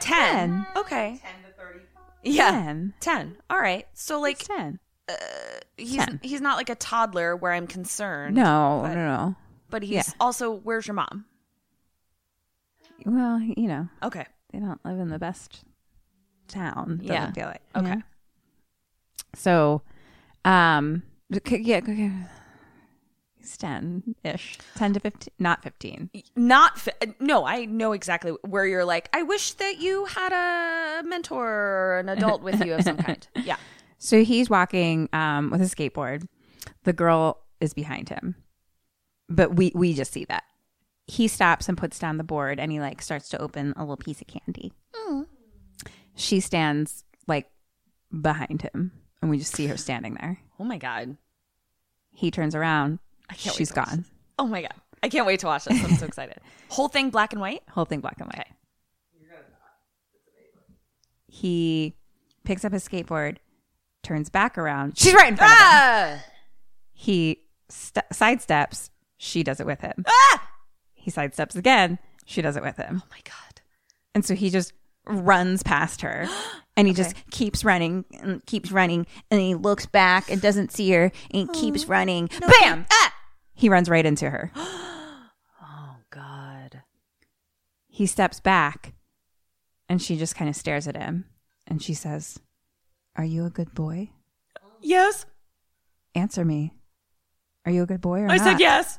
Speaker 3: 10. Okay. 10 to 30. Yeah.
Speaker 4: 10.
Speaker 3: 10. All right. So, like,
Speaker 4: It's 10.
Speaker 3: he's, he's not like a toddler where I'm concerned.
Speaker 4: No,
Speaker 3: But,
Speaker 4: no, no.
Speaker 3: But he's
Speaker 4: yeah.
Speaker 3: also, where's your mom?
Speaker 4: Well, you know,
Speaker 3: Okay.
Speaker 4: they don't live in the best town. Doesn't
Speaker 3: Yeah.
Speaker 4: feel like. you
Speaker 3: Okay.
Speaker 4: know? So, um, c- yeah, okay. He's 10 ish. 10 to 15, not 15.
Speaker 3: not fi- no i know exactly where you're like i wish that you had a mentor or an adult with you of some kind yeah
Speaker 4: So he's walking um, with a skateboard. The girl is behind him, but we we just see that he stops and puts down the board, and he like starts to open a little piece of candy. She stands like behind him, and we just see her standing there.
Speaker 3: oh my god
Speaker 4: He turns around.
Speaker 3: can't wait
Speaker 4: She's
Speaker 3: to watch
Speaker 4: gone.
Speaker 3: oh my god i can't wait to watch this i'm so excited whole thing black and white
Speaker 4: Whole thing black and white. He picks up his skateboard, turns back around. She's right in front of him.
Speaker 3: ah!
Speaker 4: He st- sidesteps. She does it with him. He sidesteps again. She does it with him.
Speaker 3: oh my god
Speaker 4: And so he just runs past her and he just keeps running and keeps running and he looks back and doesn't see her and he keeps running. Bam! Ah! He runs right into her.
Speaker 3: oh god
Speaker 4: He steps back and she just kind of stares at him and she says, Are you a good boy?
Speaker 3: yes
Speaker 4: Answer me. Are you a good boy or
Speaker 3: i
Speaker 4: not?
Speaker 3: said yes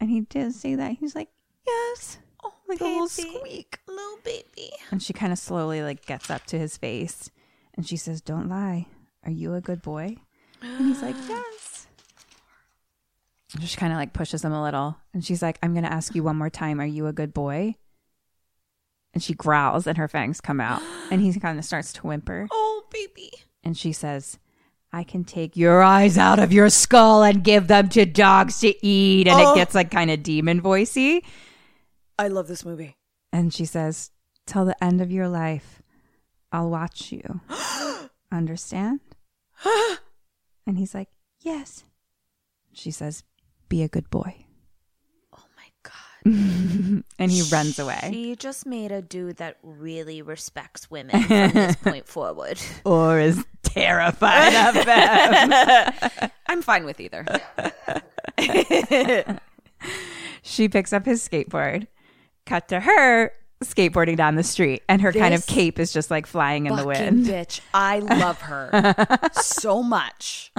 Speaker 4: And he did say that. He's like, Yes.
Speaker 3: oh
Speaker 4: Like a little squeak.
Speaker 3: little baby
Speaker 4: And she kind of slowly like gets up to his face and she says, "Don't lie. Are you a good boy?" And he's like, "Yes." She kind of like pushes him a little and she's like, I'm going to ask you one more time. Are you a good boy? And she growls and her fangs come out and he kind of starts to whimper.
Speaker 10: Oh, baby.
Speaker 4: And she says, I can take your eyes out of your skull and give them to dogs to eat. And
Speaker 10: Oh.
Speaker 4: it gets like kind of demon voicey.
Speaker 10: I love this movie.
Speaker 4: And she says, Till the end of your life, I'll watch you. Understand? and he's like, Yes. She says, Be a good boy.
Speaker 10: Oh my god.
Speaker 4: And he runs away.
Speaker 10: She just made a dude that really respects women from this point forward.
Speaker 4: Or is terrified of them.
Speaker 3: I'm fine with either.
Speaker 4: she picks up his skateboard. Cut to her skateboarding down the street. And her kind of
Speaker 3: This
Speaker 4: cape is just like flying in the
Speaker 3: Fucking
Speaker 4: wind.
Speaker 3: bitch. I love her so much.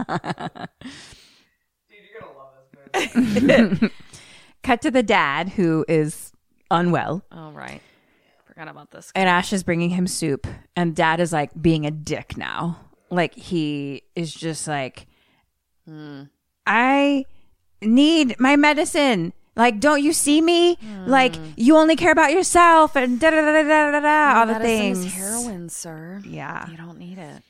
Speaker 4: Cut to the dad who is unwell.
Speaker 3: All right. Forgot about this.
Speaker 4: And Ash is bringing him soup, and dad is like being a dick now. Like, he is just like,
Speaker 3: Hmm.
Speaker 4: I need my medicine. Like, don't you see me? Like,
Speaker 3: Hmm.
Speaker 4: you only care about yourself and da da da da da da da, all the things.
Speaker 3: heroin, sir.
Speaker 4: Yeah.
Speaker 3: You don't need it.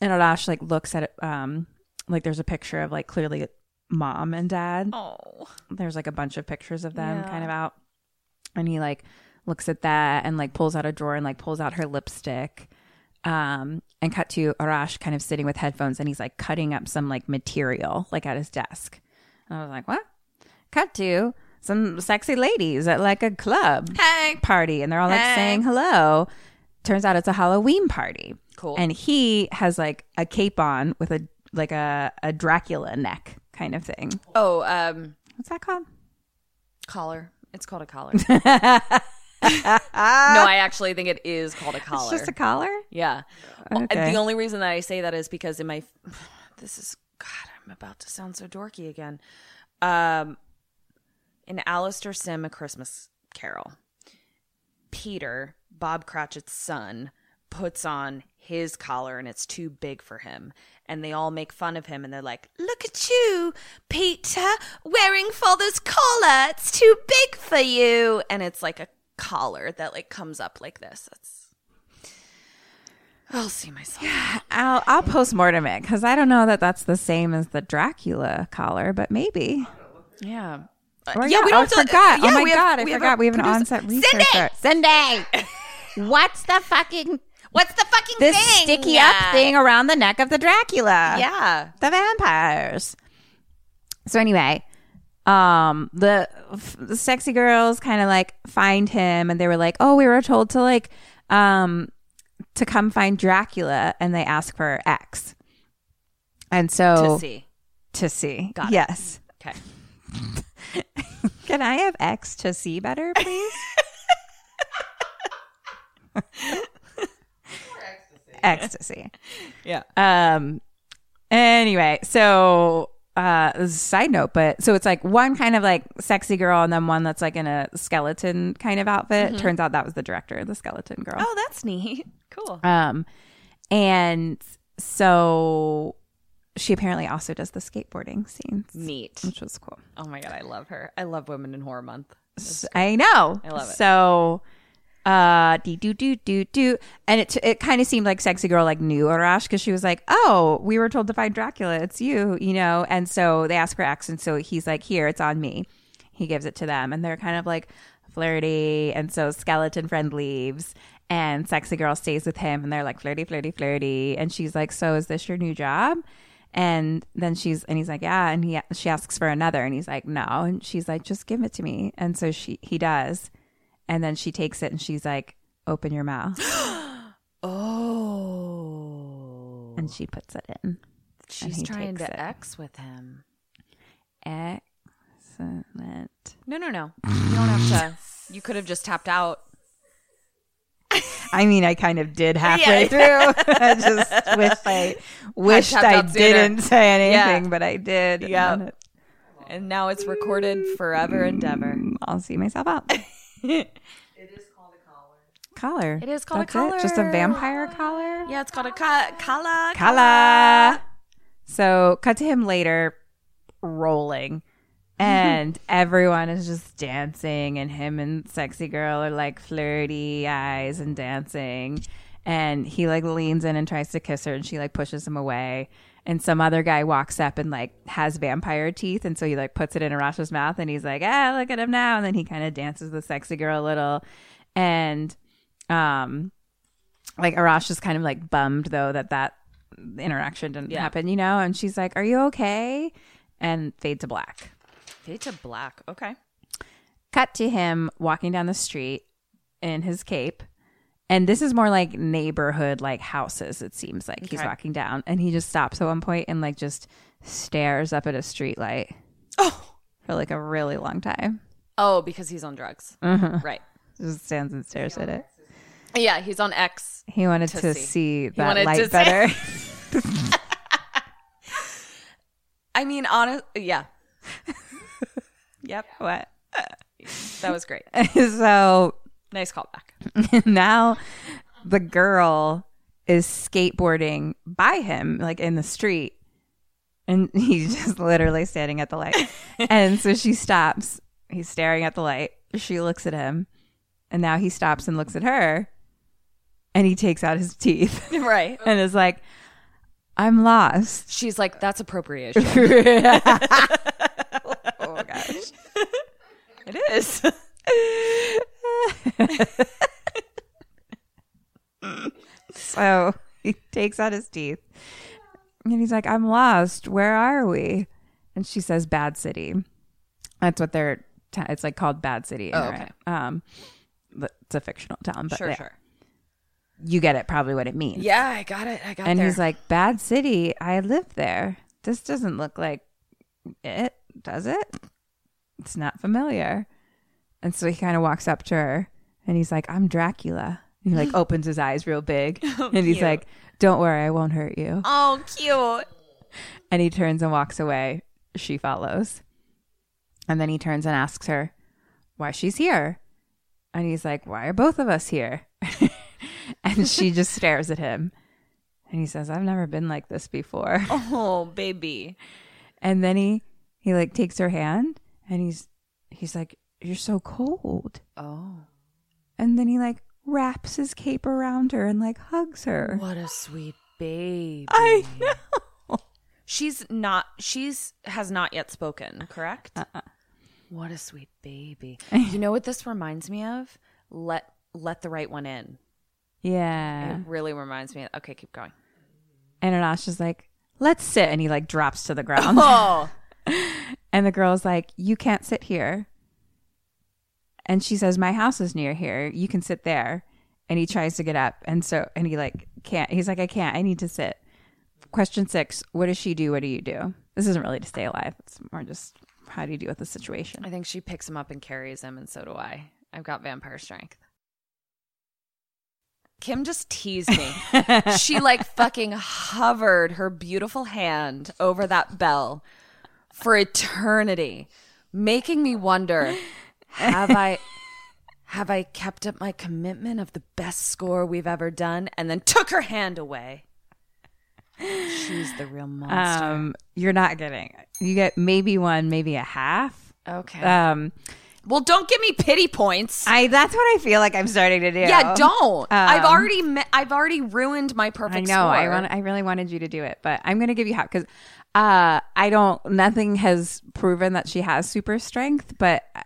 Speaker 4: And Arash like looks at it, um, like there's a picture of like clearly mom and dad.
Speaker 3: Oh.
Speaker 4: There's like a bunch of pictures of them
Speaker 3: Yeah.
Speaker 4: kind of out. And he like looks at that and like pulls out a drawer and like pulls out her lipstick. Um, and cut to Arash kind of sitting with headphones and he's like cutting up some like material like at his desk. And I was like, what? Cut to some sexy ladies at like a club party and they're all like saying hello. Turns out it's a Halloween party.
Speaker 3: Cool.
Speaker 4: And he has like a cape on with a like a, a Dracula neck kind of thing.
Speaker 3: Oh, um,
Speaker 4: What's that called?
Speaker 3: collar. It's called a collar. no, I actually think it is called a collar.
Speaker 4: It's just a collar?
Speaker 3: yeah. Well,
Speaker 4: Okay.
Speaker 3: The only reason that I say that is because in my this is God, I'm about to sound so dorky again. Um, in Alistair Sim, A Christmas Carol, Peter, Bob Cratchit's son, puts on his collar and it's too big for him. And they all make fun of him and they're like, Look at you, Peter, wearing father's collar. It's too big for you. And it's like a collar that like comes up like this. It's I'll see myself.
Speaker 4: I'll I'll post mortem it because I don't know that that's the same as the Dracula collar, but maybe.
Speaker 3: Yeah.
Speaker 4: Or
Speaker 3: yeah, we
Speaker 4: oh,
Speaker 3: don't have to-
Speaker 4: I forgot.
Speaker 3: yeah,
Speaker 4: oh my
Speaker 3: we have-
Speaker 4: god,
Speaker 3: we
Speaker 4: I
Speaker 3: have a
Speaker 4: forgot. We have an
Speaker 3: producer-
Speaker 4: onset
Speaker 3: Cindy!
Speaker 4: researcher. Sunday. What's the fucking
Speaker 3: What's the fucking
Speaker 4: this sticky up thing around the neck of the Dracula?
Speaker 3: Yeah.
Speaker 4: the vampires. So anyway, um, the, f- the sexy girls kind of like find him, and they were like, "Oh, we were told to like, um, to come find Dracula," and they ask for X, and so
Speaker 3: To see.
Speaker 4: to see,
Speaker 3: Got it.
Speaker 4: yes.
Speaker 3: Okay.
Speaker 4: Can I have X to see better, please? ecstasy.
Speaker 3: Yeah.
Speaker 4: Um. Anyway, so uh, this is a side note, but so it's like one kind of like sexy girl, and then one that's like in a skeleton kind of outfit. Turns out that was the director, the skeleton girl.
Speaker 3: Mm-hmm. Oh, that's neat. Cool.
Speaker 4: Um, and so she apparently also does the skateboarding scenes,
Speaker 3: Neat.
Speaker 4: which was cool.
Speaker 3: Oh my god, I love her. I love Women in Horror Month.
Speaker 4: I know.
Speaker 3: I love it.
Speaker 4: So, uh, do do do do do, and it it kind of seemed like sexy girl like knew Arash because she was like, "Oh, we were told to find Dracula. It's you, you know." And so they ask for X, and so he's like, "Here, it's on me." He gives it to them, and they're kind of like flirty, and so skeleton friend leaves. And sexy girl stays with him, and they're like flirty, flirty, flirty. And she's like, "So is this your new job?" And then she's and he's like, yeah. And he she asks for another, and he's like, no. And she's like, just give it to me. And so she he does, and then she takes it, and she's like, open your mouth,
Speaker 3: Oh.
Speaker 4: and she puts it in.
Speaker 3: She's
Speaker 4: he
Speaker 3: trying
Speaker 4: takes
Speaker 3: to
Speaker 4: it.
Speaker 3: X with him.
Speaker 4: Excellent.
Speaker 3: No, no, no. You don't have to. You could have just tapped out.
Speaker 4: I mean, I kind of did halfway through. I just wish I wished
Speaker 3: tapped
Speaker 4: I,
Speaker 3: out sooner.
Speaker 4: didn't say
Speaker 3: Yeah.
Speaker 4: anything, but I did. and
Speaker 3: Yeah.
Speaker 4: then it-
Speaker 3: And now it's recorded forever and ever.
Speaker 4: I'll see myself out. Collar.
Speaker 3: It is called a
Speaker 4: That's Just a
Speaker 3: collar.
Speaker 4: vampire collar.
Speaker 3: Yeah, it's called a ca- kala.
Speaker 4: Kala. So cut to him later. rolling and everyone is just dancing and him and sexy girl are like flirty eyes and dancing and he like leans in and tries to kiss her and she like pushes him away and some other guy walks up and like has vampire teeth and so he like puts it in Arasha's mouth and he's like ah look at him now and then he kind of dances the sexy girl a little and um like Arash is kind of like bummed though that that interaction didn't happen you know and she's like are you okay and fade to black
Speaker 3: Fade to black. Okay.
Speaker 4: cut to him walking down the street in his cape and this is more like neighborhood like houses it seems like he's walking down and he just stops at one point and like just stares up at a street light oh for like a really long time
Speaker 3: Oh, because he's on drugs. Right.
Speaker 4: just stands and stares at it
Speaker 3: Yeah, he's on X.
Speaker 4: he wanted to,
Speaker 3: see.
Speaker 4: see.
Speaker 3: wanted
Speaker 4: that
Speaker 3: to
Speaker 4: light
Speaker 3: see-
Speaker 4: better
Speaker 3: I mean, honest. Yeah,
Speaker 4: yep what
Speaker 3: that was great.
Speaker 4: so
Speaker 3: nice callback.
Speaker 4: now the girl is skateboarding by him, like in the street. And he's just literally standing at the light. and so she stops. He's staring at the light. She looks at him. And now he stops and looks at her. And he takes out his teeth
Speaker 3: Right.
Speaker 4: and is like, I'm lost.
Speaker 3: She's like, that's appropriation.
Speaker 4: Oh, gosh.
Speaker 3: it is.
Speaker 4: So he takes out his teeth. And he's like, I'm lost. Where are we? And she says, Bad City. That's what they're, ta- it's like called Bad City.
Speaker 3: Oh, okay.
Speaker 4: Um, but it's a fictional town, but
Speaker 3: Sure,
Speaker 4: yeah,
Speaker 3: sure.
Speaker 4: you get it probably what it means.
Speaker 3: Yeah, I got it. I got
Speaker 4: And
Speaker 3: there.
Speaker 4: he's like, Bad City. I live there. This doesn't look like it, does it? It's not familiar. And so he kind of walks up to her and he's like, I'm Dracula. And he like opens his eyes real big and he's like, Don't worry, I won't hurt you.
Speaker 3: oh, cute.
Speaker 4: And he turns and walks away. She follows. And then he turns and asks her why she's here. And he's like, Why are both of us here? and she just stares at him. And he says, I've never been like this before.
Speaker 3: Oh, baby.
Speaker 4: And then he he like takes her hand and he's he's like, You're so cold.
Speaker 3: Oh,
Speaker 4: And then he like wraps his cape around her and like hugs her.
Speaker 3: what a sweet baby.
Speaker 4: I know.
Speaker 3: She's not. She's has not yet spoken. Correct.
Speaker 4: Uh-uh.
Speaker 3: What a sweet baby. you know what this reminds me of? Let let the right one in.
Speaker 4: Yeah.
Speaker 3: It really reminds me. Of, okay, keep going.
Speaker 4: And Anasha's like, Let's sit and he like drops to the ground.
Speaker 3: Oh,
Speaker 4: And the girl's like, You can't sit here. And she says, My house is near here. You can sit there. And he tries to get up. And so, and he like, can't. He's like, I can't. I need to sit. Question six What does she do? What do you do? This isn't really to stay alive. It's more just how do you deal with the situation?
Speaker 3: I think she picks him up and carries him, and so do I. I've got vampire strength. Kim just teased me. she like fucking hovered her beautiful hand over that bell for eternity, making me wonder have I have I kept up my commitment of the best score we've ever done and then took her hand away. She's the real monster.
Speaker 4: Um, you're not getting it. You get maybe one, maybe a half.
Speaker 3: okay.
Speaker 4: Um,
Speaker 3: well, don't give me pity points.
Speaker 4: I that's what I feel like I'm starting to do.
Speaker 3: Yeah, don't. I've
Speaker 4: Um,
Speaker 3: already me- I've already ruined my perfect.
Speaker 4: I know. I
Speaker 3: score.
Speaker 4: want. I really wanted you to do it, but I'm going to give you half because uh, I don't. Nothing has proven that she has super strength, but uh,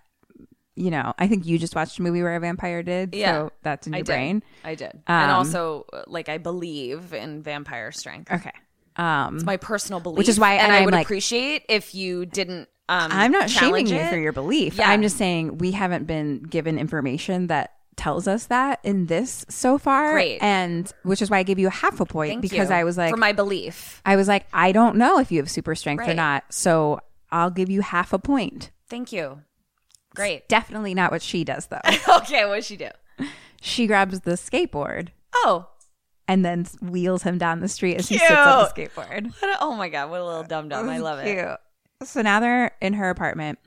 Speaker 4: you know, I think you just watched a movie where a vampire did.
Speaker 3: Yeah,
Speaker 4: so that's in
Speaker 3: I
Speaker 4: your
Speaker 3: did.
Speaker 4: brain.
Speaker 3: I did, and
Speaker 4: Um,
Speaker 3: also like I believe in vampire strength.
Speaker 4: Okay. Um,
Speaker 3: It's my personal belief,
Speaker 4: is why-
Speaker 3: and
Speaker 4: and
Speaker 3: I
Speaker 4: I'm
Speaker 3: would
Speaker 4: like-
Speaker 3: appreciate if you didn't. Um,
Speaker 4: I'm not
Speaker 3: challenge
Speaker 4: shaming you
Speaker 3: it.
Speaker 4: for your belief.
Speaker 3: Yeah.
Speaker 4: I'm just saying we haven't been given information that tells us that in this so far.
Speaker 3: Great.
Speaker 4: and which is why I gave you a half a point
Speaker 3: Thank
Speaker 4: because
Speaker 3: you
Speaker 4: I was like,
Speaker 3: for my belief.
Speaker 4: I was like, I don't know if you have super strength or
Speaker 3: Right.
Speaker 4: not, so I'll give you half a point.
Speaker 3: Thank you. Great.
Speaker 4: Definitely not what she does though.
Speaker 3: okay, what'd she do?
Speaker 4: she grabs the skateboard
Speaker 3: Oh,
Speaker 4: and then wheels him down the street as he sits on the skateboard.
Speaker 3: what a- oh my god, what a little dum dum! I love it.
Speaker 4: Cute. So now they're in her apartment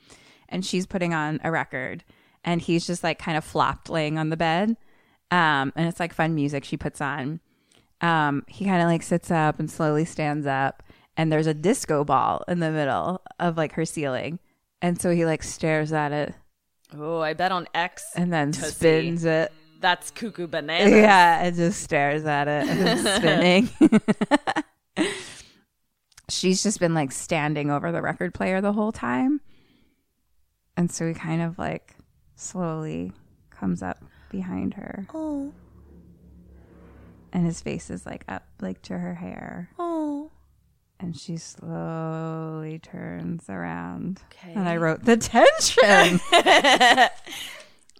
Speaker 4: and she's putting on a record and he's just like kind of flopped laying on the bed. Um, and it's like fun music she puts on. Um, he kind of like sits up and slowly stands up and there's a disco ball in the middle of like her ceiling. And so he like stares at it
Speaker 3: Oh, I bet on X.
Speaker 4: and then
Speaker 3: Tootsie.
Speaker 4: spins it.
Speaker 3: That's cuckoo banana.
Speaker 4: Yeah, it just stares at it and it's spinning. She's just been like standing over the record player the whole time. And so he kind of like slowly comes up behind her. Oh. And his face is like up like to her hair. Oh. And she slowly turns around. Okay. And I wrote the tension.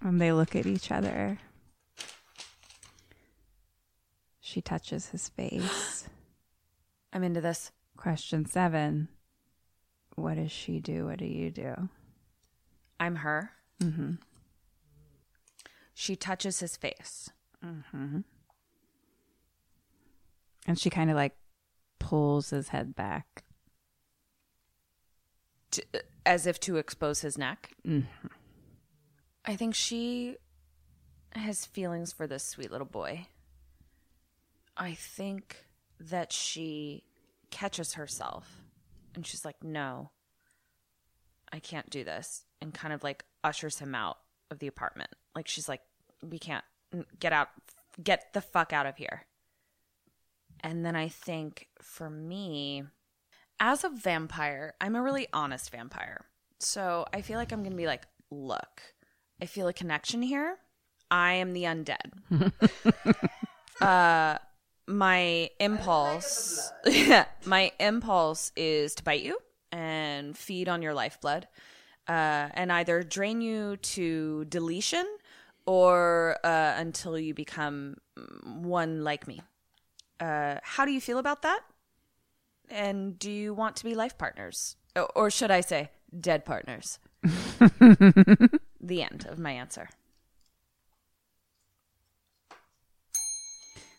Speaker 4: and they look at each other. She touches his face.
Speaker 3: I'm into this.
Speaker 4: Question seven What does she do? What do you do?
Speaker 3: I'm her. She touches his face.
Speaker 4: And she kind of like pulls his head back.
Speaker 3: to, as if to expose his neck. I think she has feelings for this sweet little boy. I think that she catches herself and she's like, no, I can't do this. And kind of like ushers him out of the apartment. Like she's like, we can't get out, get the fuck out of here. And then I think for me, as a vampire, I'm a really honest vampire. So I feel like I'm going to be like, look, I feel a connection here. I am the undead. uh, my impulse, yeah, my impulse is to bite you and feed on your lifeblood, uh, and either drain you to deletion or uh, until you become one like me. Uh, how do you feel about that? And do you want to be life partners? O- Or should I say, dead partners? the end of my answer.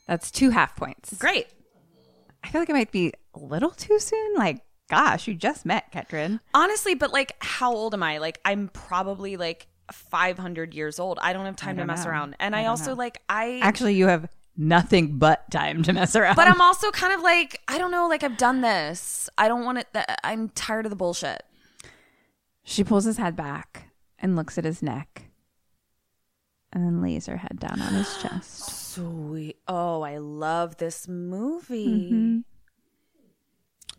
Speaker 4: That's two half points.
Speaker 3: Great.
Speaker 4: I feel like it might be a little too soon. Like, gosh, you just met Ketrin.
Speaker 3: Honestly, but like, how old am I? Like, I'm probably like 500 years old. I don't have time to mess around. And I, also, like, I.
Speaker 4: Actually, you have nothing but time to mess around.
Speaker 3: but um, I'm also kind of like, I don't know, like, I've done this. I don't want it. Th- I'm tired of the bullshit.
Speaker 4: she pulls his head back and looks at his neck and then lays her head down on his chest.
Speaker 3: Sweet. Oh, I love this movie.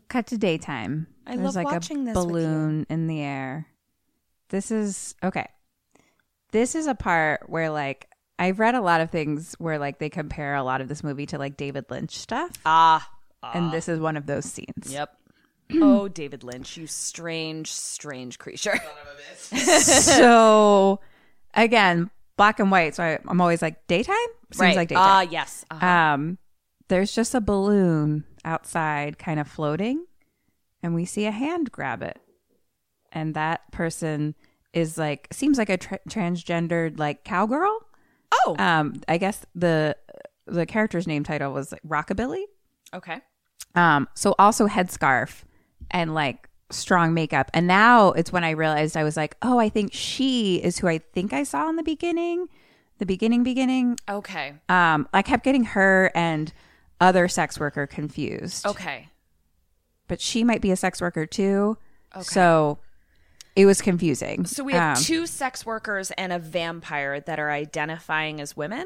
Speaker 4: Cut to daytime.
Speaker 3: I
Speaker 4: There's
Speaker 3: love
Speaker 4: like
Speaker 3: watching
Speaker 4: a
Speaker 3: this with you.
Speaker 4: balloon in the air. This is okay. This is a part where like I've read a lot of things where like they compare a lot of this movie to like David Lynch stuff.
Speaker 3: Ah.
Speaker 4: and this is one of those scenes.
Speaker 3: Yep. oh, David Lynch, you strange, strange creature.
Speaker 4: so again, black and white. So I, I'm always like daytime? Seems like daytime.
Speaker 3: Ah, yes. Uh-huh.
Speaker 4: Um, there's just a balloon outside, kind of floating, and we see a hand grab it, and that person is like seems like a tra- transgendered like cowgirl.
Speaker 3: Oh.
Speaker 4: Um, I guess the the character's name title was like, Rockabilly.
Speaker 3: okay.
Speaker 4: Um, so also headscarf and like strong makeup. And now it's when I realized I was like, oh, I think she is who I think I saw in the beginning, the beginning, beginning.
Speaker 3: Okay.
Speaker 4: Um, I kept getting her and other sex worker confused,
Speaker 3: Okay.
Speaker 4: but she might be a sex worker too. So it was confusing.
Speaker 3: So we have
Speaker 4: Um,
Speaker 3: two sex workers and a vampire that are identifying as women.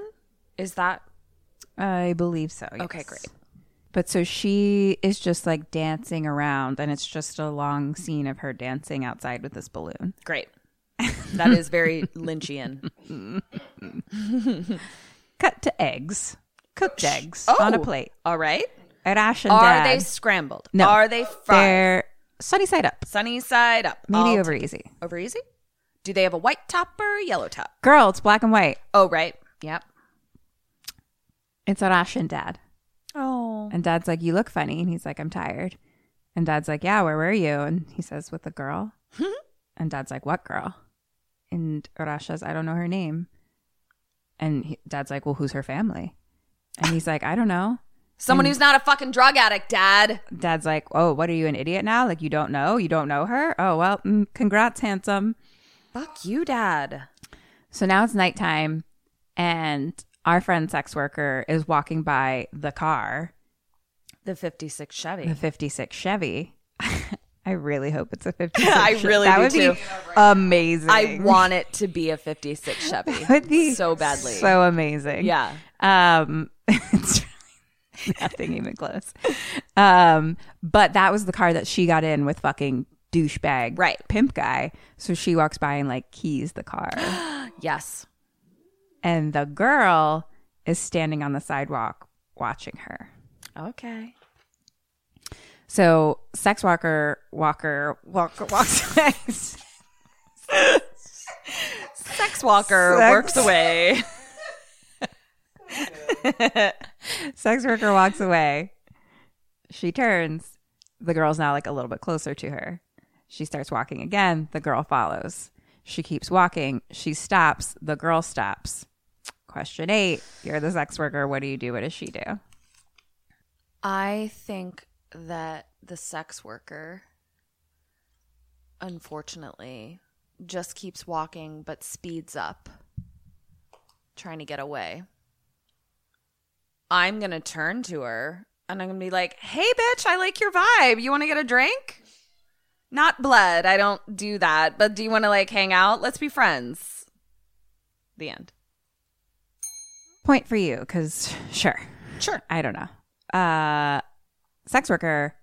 Speaker 3: Is that
Speaker 4: I believe so.
Speaker 3: Okay,
Speaker 4: yes.
Speaker 3: great.
Speaker 4: But so she is just like dancing around, and it's just a long scene of her dancing outside with this balloon.
Speaker 3: great? that is very Lynchian.
Speaker 4: cut to eggs, cooked eggs on a plate.
Speaker 3: All right.
Speaker 4: At Ash and
Speaker 3: oh. Are
Speaker 4: Dad.
Speaker 3: they scrambled?
Speaker 4: No.
Speaker 3: Are they fried?
Speaker 4: They're sunny side up,
Speaker 3: Sunny side up.
Speaker 4: maybe
Speaker 3: All
Speaker 4: over e-
Speaker 3: t-
Speaker 4: easy.
Speaker 3: over easy. Do they have a white top or a yellow top?
Speaker 4: Girl, it's black and white.
Speaker 3: Oh, right. Yep.
Speaker 4: It's on Ash and Dad,
Speaker 3: Oh.
Speaker 4: and Dad's like, "You look funny," and he's like, "I'm tired," and Dad's like, "Yeah, where were you?" And he says, "With the girl," and Dad's like, "What girl?" And Arash says, "I don't know her name," and he, Dad's like, "Well, who's her family?" And he's like, "I don't know." Mm.
Speaker 3: Someone who's not a fucking drug addict, Dad.
Speaker 4: Dad's like, "Oh, what are you an idiot now? Like you don't know? You don't know her? Oh well, mm, congrats, handsome."
Speaker 3: Fuck you, Dad.
Speaker 4: So now it's nighttime, and our friend sex worker is walking by the car,
Speaker 3: The 56 Chevy.
Speaker 4: The 56 Chevy. I really hope it's a 56.
Speaker 3: I
Speaker 4: Chevy.
Speaker 3: really
Speaker 4: that
Speaker 3: do
Speaker 4: would
Speaker 3: too.
Speaker 4: be amazing.
Speaker 3: I want it to be a 56 Chevy
Speaker 4: would be
Speaker 3: so badly.
Speaker 4: So amazing.
Speaker 3: yeah.
Speaker 4: Um, it's really nothing even close. Um, but that was the car that she got in with fucking douchebag,
Speaker 3: Right.
Speaker 4: Pimp guy. So she walks by and like keys the car,
Speaker 3: Yes.
Speaker 4: and the girl is standing on the sidewalk watching her.
Speaker 3: Okay.
Speaker 4: So sex walker, walker, walker walks away.
Speaker 3: Sex Walker
Speaker 4: Sex-
Speaker 3: works away.
Speaker 4: sex worker walks away. She turns. The girl's now like a little bit closer to her. She starts walking again. The girl follows. She keeps walking. She stops. The girl stops. Question eight You're the sex worker. What do you do? What does she do?
Speaker 3: I think that the sex worker, unfortunately, just keeps walking but speeds up, trying to get away. I'm going to turn to her and I'm going to be like, hey, bitch, I like your vibe. You want to get a drink? Not blood. I don't do that. But do you want to like hang out? Let's be friends. The end.
Speaker 4: Point for you, because sure.
Speaker 3: Sure.
Speaker 4: I don't know. Uh, sex worker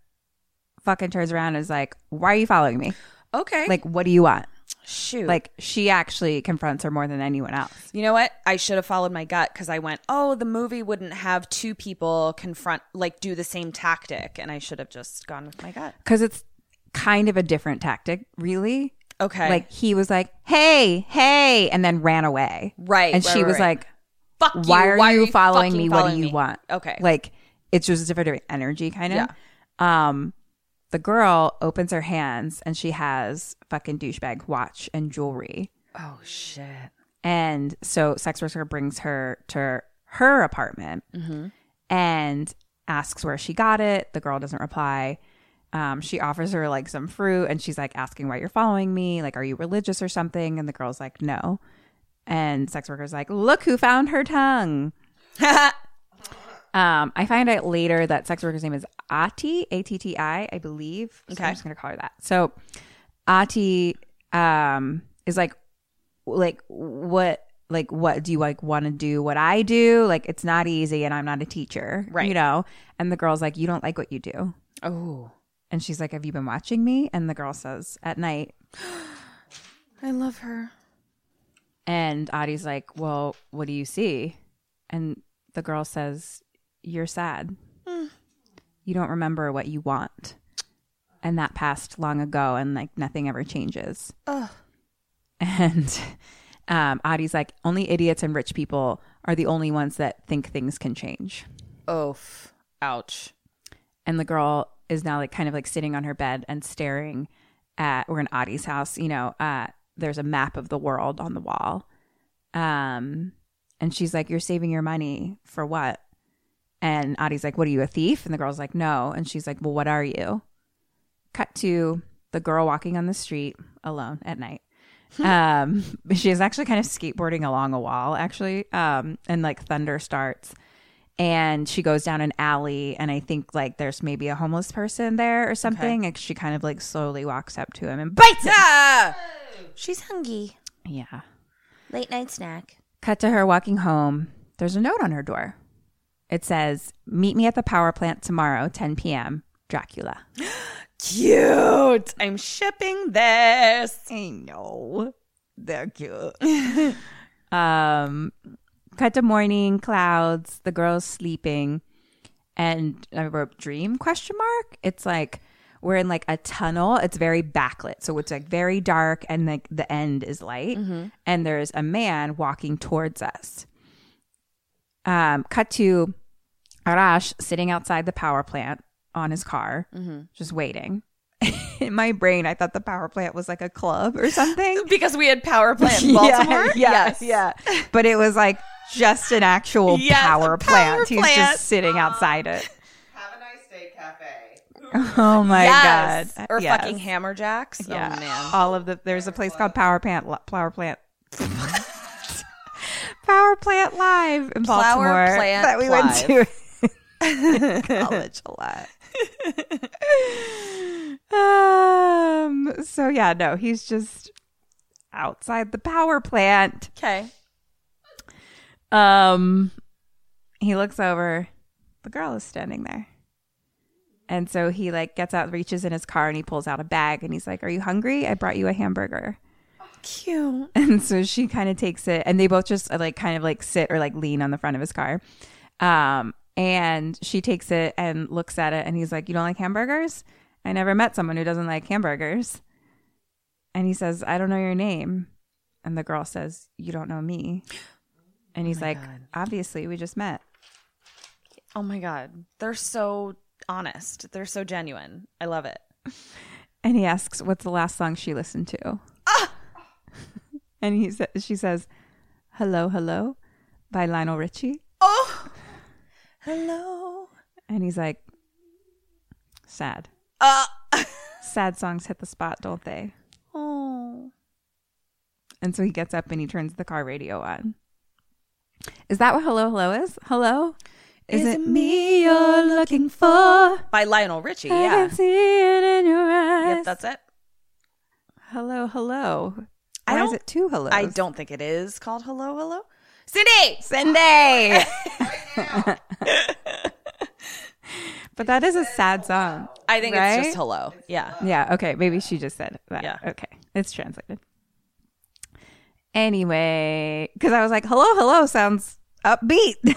Speaker 4: fucking turns around and is like, Why are you following me?
Speaker 3: Okay.
Speaker 4: Like, what do you want?
Speaker 3: shoot.
Speaker 4: Like, she actually confronts her more than anyone else.
Speaker 3: You know what? I should have followed my gut because I went, oh, the movie wouldn't have two people confront, like, do the same tactic. And I should have just gone with my gut.
Speaker 4: Because it's kind of a different tactic, really.
Speaker 3: Okay.
Speaker 4: Like, he was like, Hey, hey, and then ran away.
Speaker 3: Right,
Speaker 4: And
Speaker 3: right,
Speaker 4: she
Speaker 3: right,
Speaker 4: was
Speaker 3: right.
Speaker 4: like,
Speaker 3: fuck you.
Speaker 4: why are, you, following
Speaker 3: fucking
Speaker 4: me? what
Speaker 3: following
Speaker 4: do you
Speaker 3: me?
Speaker 4: want?
Speaker 3: Okay.
Speaker 4: Like it's just a different, different energy kind of. Um the girl opens her hands and she has fucking douchebag watch and jewelry.
Speaker 3: oh, shit.
Speaker 4: And so sex worker brings her to her apartment
Speaker 3: Mm-hmm.
Speaker 4: and asks where she got it. The girl doesn't reply. Um, she offers her like some fruit and she's like asking why you're following me. Like, are you religious or something? And the girl's like, no. And sex worker's like, look who found her tongue. um, I find out later that sex worker's name is Ati, A T T I, I believe. So I'm just going to call her that. So Ati um, is like like what like what do you like want to do what i do like it's not easy and i'm not a teacher right you know and the girl's like you don't like what you do
Speaker 3: Oh.
Speaker 4: and she's like have you been watching me and the girl says at night
Speaker 3: I love her.
Speaker 4: and adi's like well what do you see and the girl says you're sad you don't remember what you want and that passed long ago and like nothing ever changes and um, Adi's like, only idiots and rich people are the only ones that think things can change.
Speaker 3: Oof. Ouch.
Speaker 4: And the girl is now like kind of like sitting on her bed and staring at. We're in Adi's house, you know. Uh, there's a map of the world on the wall, um, and she's like, "You're saving your money for what?" And Adi's like, "What are you a thief?" And the girl's like, "No." And she's like, "Well, what are you?" Cut to the girl walking on the street alone at night. um she is actually kind of skateboarding along a wall actually um and like thunder starts and she goes down an alley and i think like there's maybe a homeless person there or something and she kind of like slowly walks up to him and bites him
Speaker 3: Ah!
Speaker 10: She's hungry.
Speaker 4: yeah
Speaker 10: Late night snack.
Speaker 4: cut to her walking home there's a note on her door it says meet me at the power plant tomorrow 10 p.m dracula
Speaker 3: Cute. I'm shipping this.
Speaker 4: I know. They're cute. um, cut to morning clouds. The girl's sleeping, and I wrote dream question mark. It's like we're in like a tunnel. It's very backlit, so it's like very dark, and like the end is light. And there's a man walking towards us. Um, cut to Arash sitting outside the power plant on his car, just waiting. In my brain, I thought the power plant was like a club or something.
Speaker 3: Because we had power plant in
Speaker 4: Yeah,
Speaker 3: Baltimore.
Speaker 4: yeah, yeah. But it was like just an actual
Speaker 3: Yes, a
Speaker 4: power
Speaker 3: power
Speaker 4: plant. He's
Speaker 3: plant.
Speaker 4: just sitting outside it.
Speaker 7: Have a nice day, cafe.
Speaker 4: Oh my
Speaker 3: Yes.
Speaker 4: god!
Speaker 3: Or
Speaker 4: Yes.
Speaker 3: fucking hammer jacks.
Speaker 4: yeah.
Speaker 3: Oh, man.
Speaker 4: All of the there's a place called Power Plant Power Plant. Power Plant Live in
Speaker 3: Flower
Speaker 4: Baltimore
Speaker 3: Plant
Speaker 4: that we went to. college a lot. um. So yeah, no, he's just outside the power plant.
Speaker 3: Okay.
Speaker 4: Um. He looks over. The girl is standing there. And so he like gets out, reaches in his car, and he pulls out a bag, and he's like, "Are you hungry? I brought you a hamburger."
Speaker 3: Cute.
Speaker 4: And so she kind of takes it, and they both just uh, like kind of like sit or like lean on the front of his car. Um, and she takes it and looks at it, and he's like, "You don't like hamburgers? I never met someone who doesn't like hamburgers." And he says, "I don't know your name," and the girl says, "You don't know me." And he's like, "Obviously, we just met."
Speaker 3: Oh my God. They're so honest. They're so genuine. I love it.
Speaker 4: And he asks, "What's the last song she listened to?" Ah! and he sa- she says, "Hello, hello," by Lionel Richie.
Speaker 3: Oh. Hello.
Speaker 4: And he's like, "Sad,
Speaker 3: Uh.
Speaker 4: Ah! sad songs hit the spot, don't they?"
Speaker 3: Oh.
Speaker 4: And so he gets up and he turns the car radio on. Is that what "Hello, hello" is? Hello, is, it me you're looking for? I
Speaker 3: By Lionel Richie.
Speaker 4: can
Speaker 3: Yeah.
Speaker 4: see it in your eyes.
Speaker 3: Yep, that's it.
Speaker 4: hello, hello.
Speaker 3: I
Speaker 4: Why is
Speaker 3: don't-
Speaker 4: it two hellos?
Speaker 3: I don't think it is called Hello, Hello. Cindy!
Speaker 4: Cindy. but that is a sad song.
Speaker 3: I think it's
Speaker 4: Right?
Speaker 3: just hello. Yeah.
Speaker 4: Yeah. Okay. Maybe she just said that.
Speaker 3: Yeah.
Speaker 4: Okay. It's translated. Anyway, because I was like, hello, hello sounds upbeat.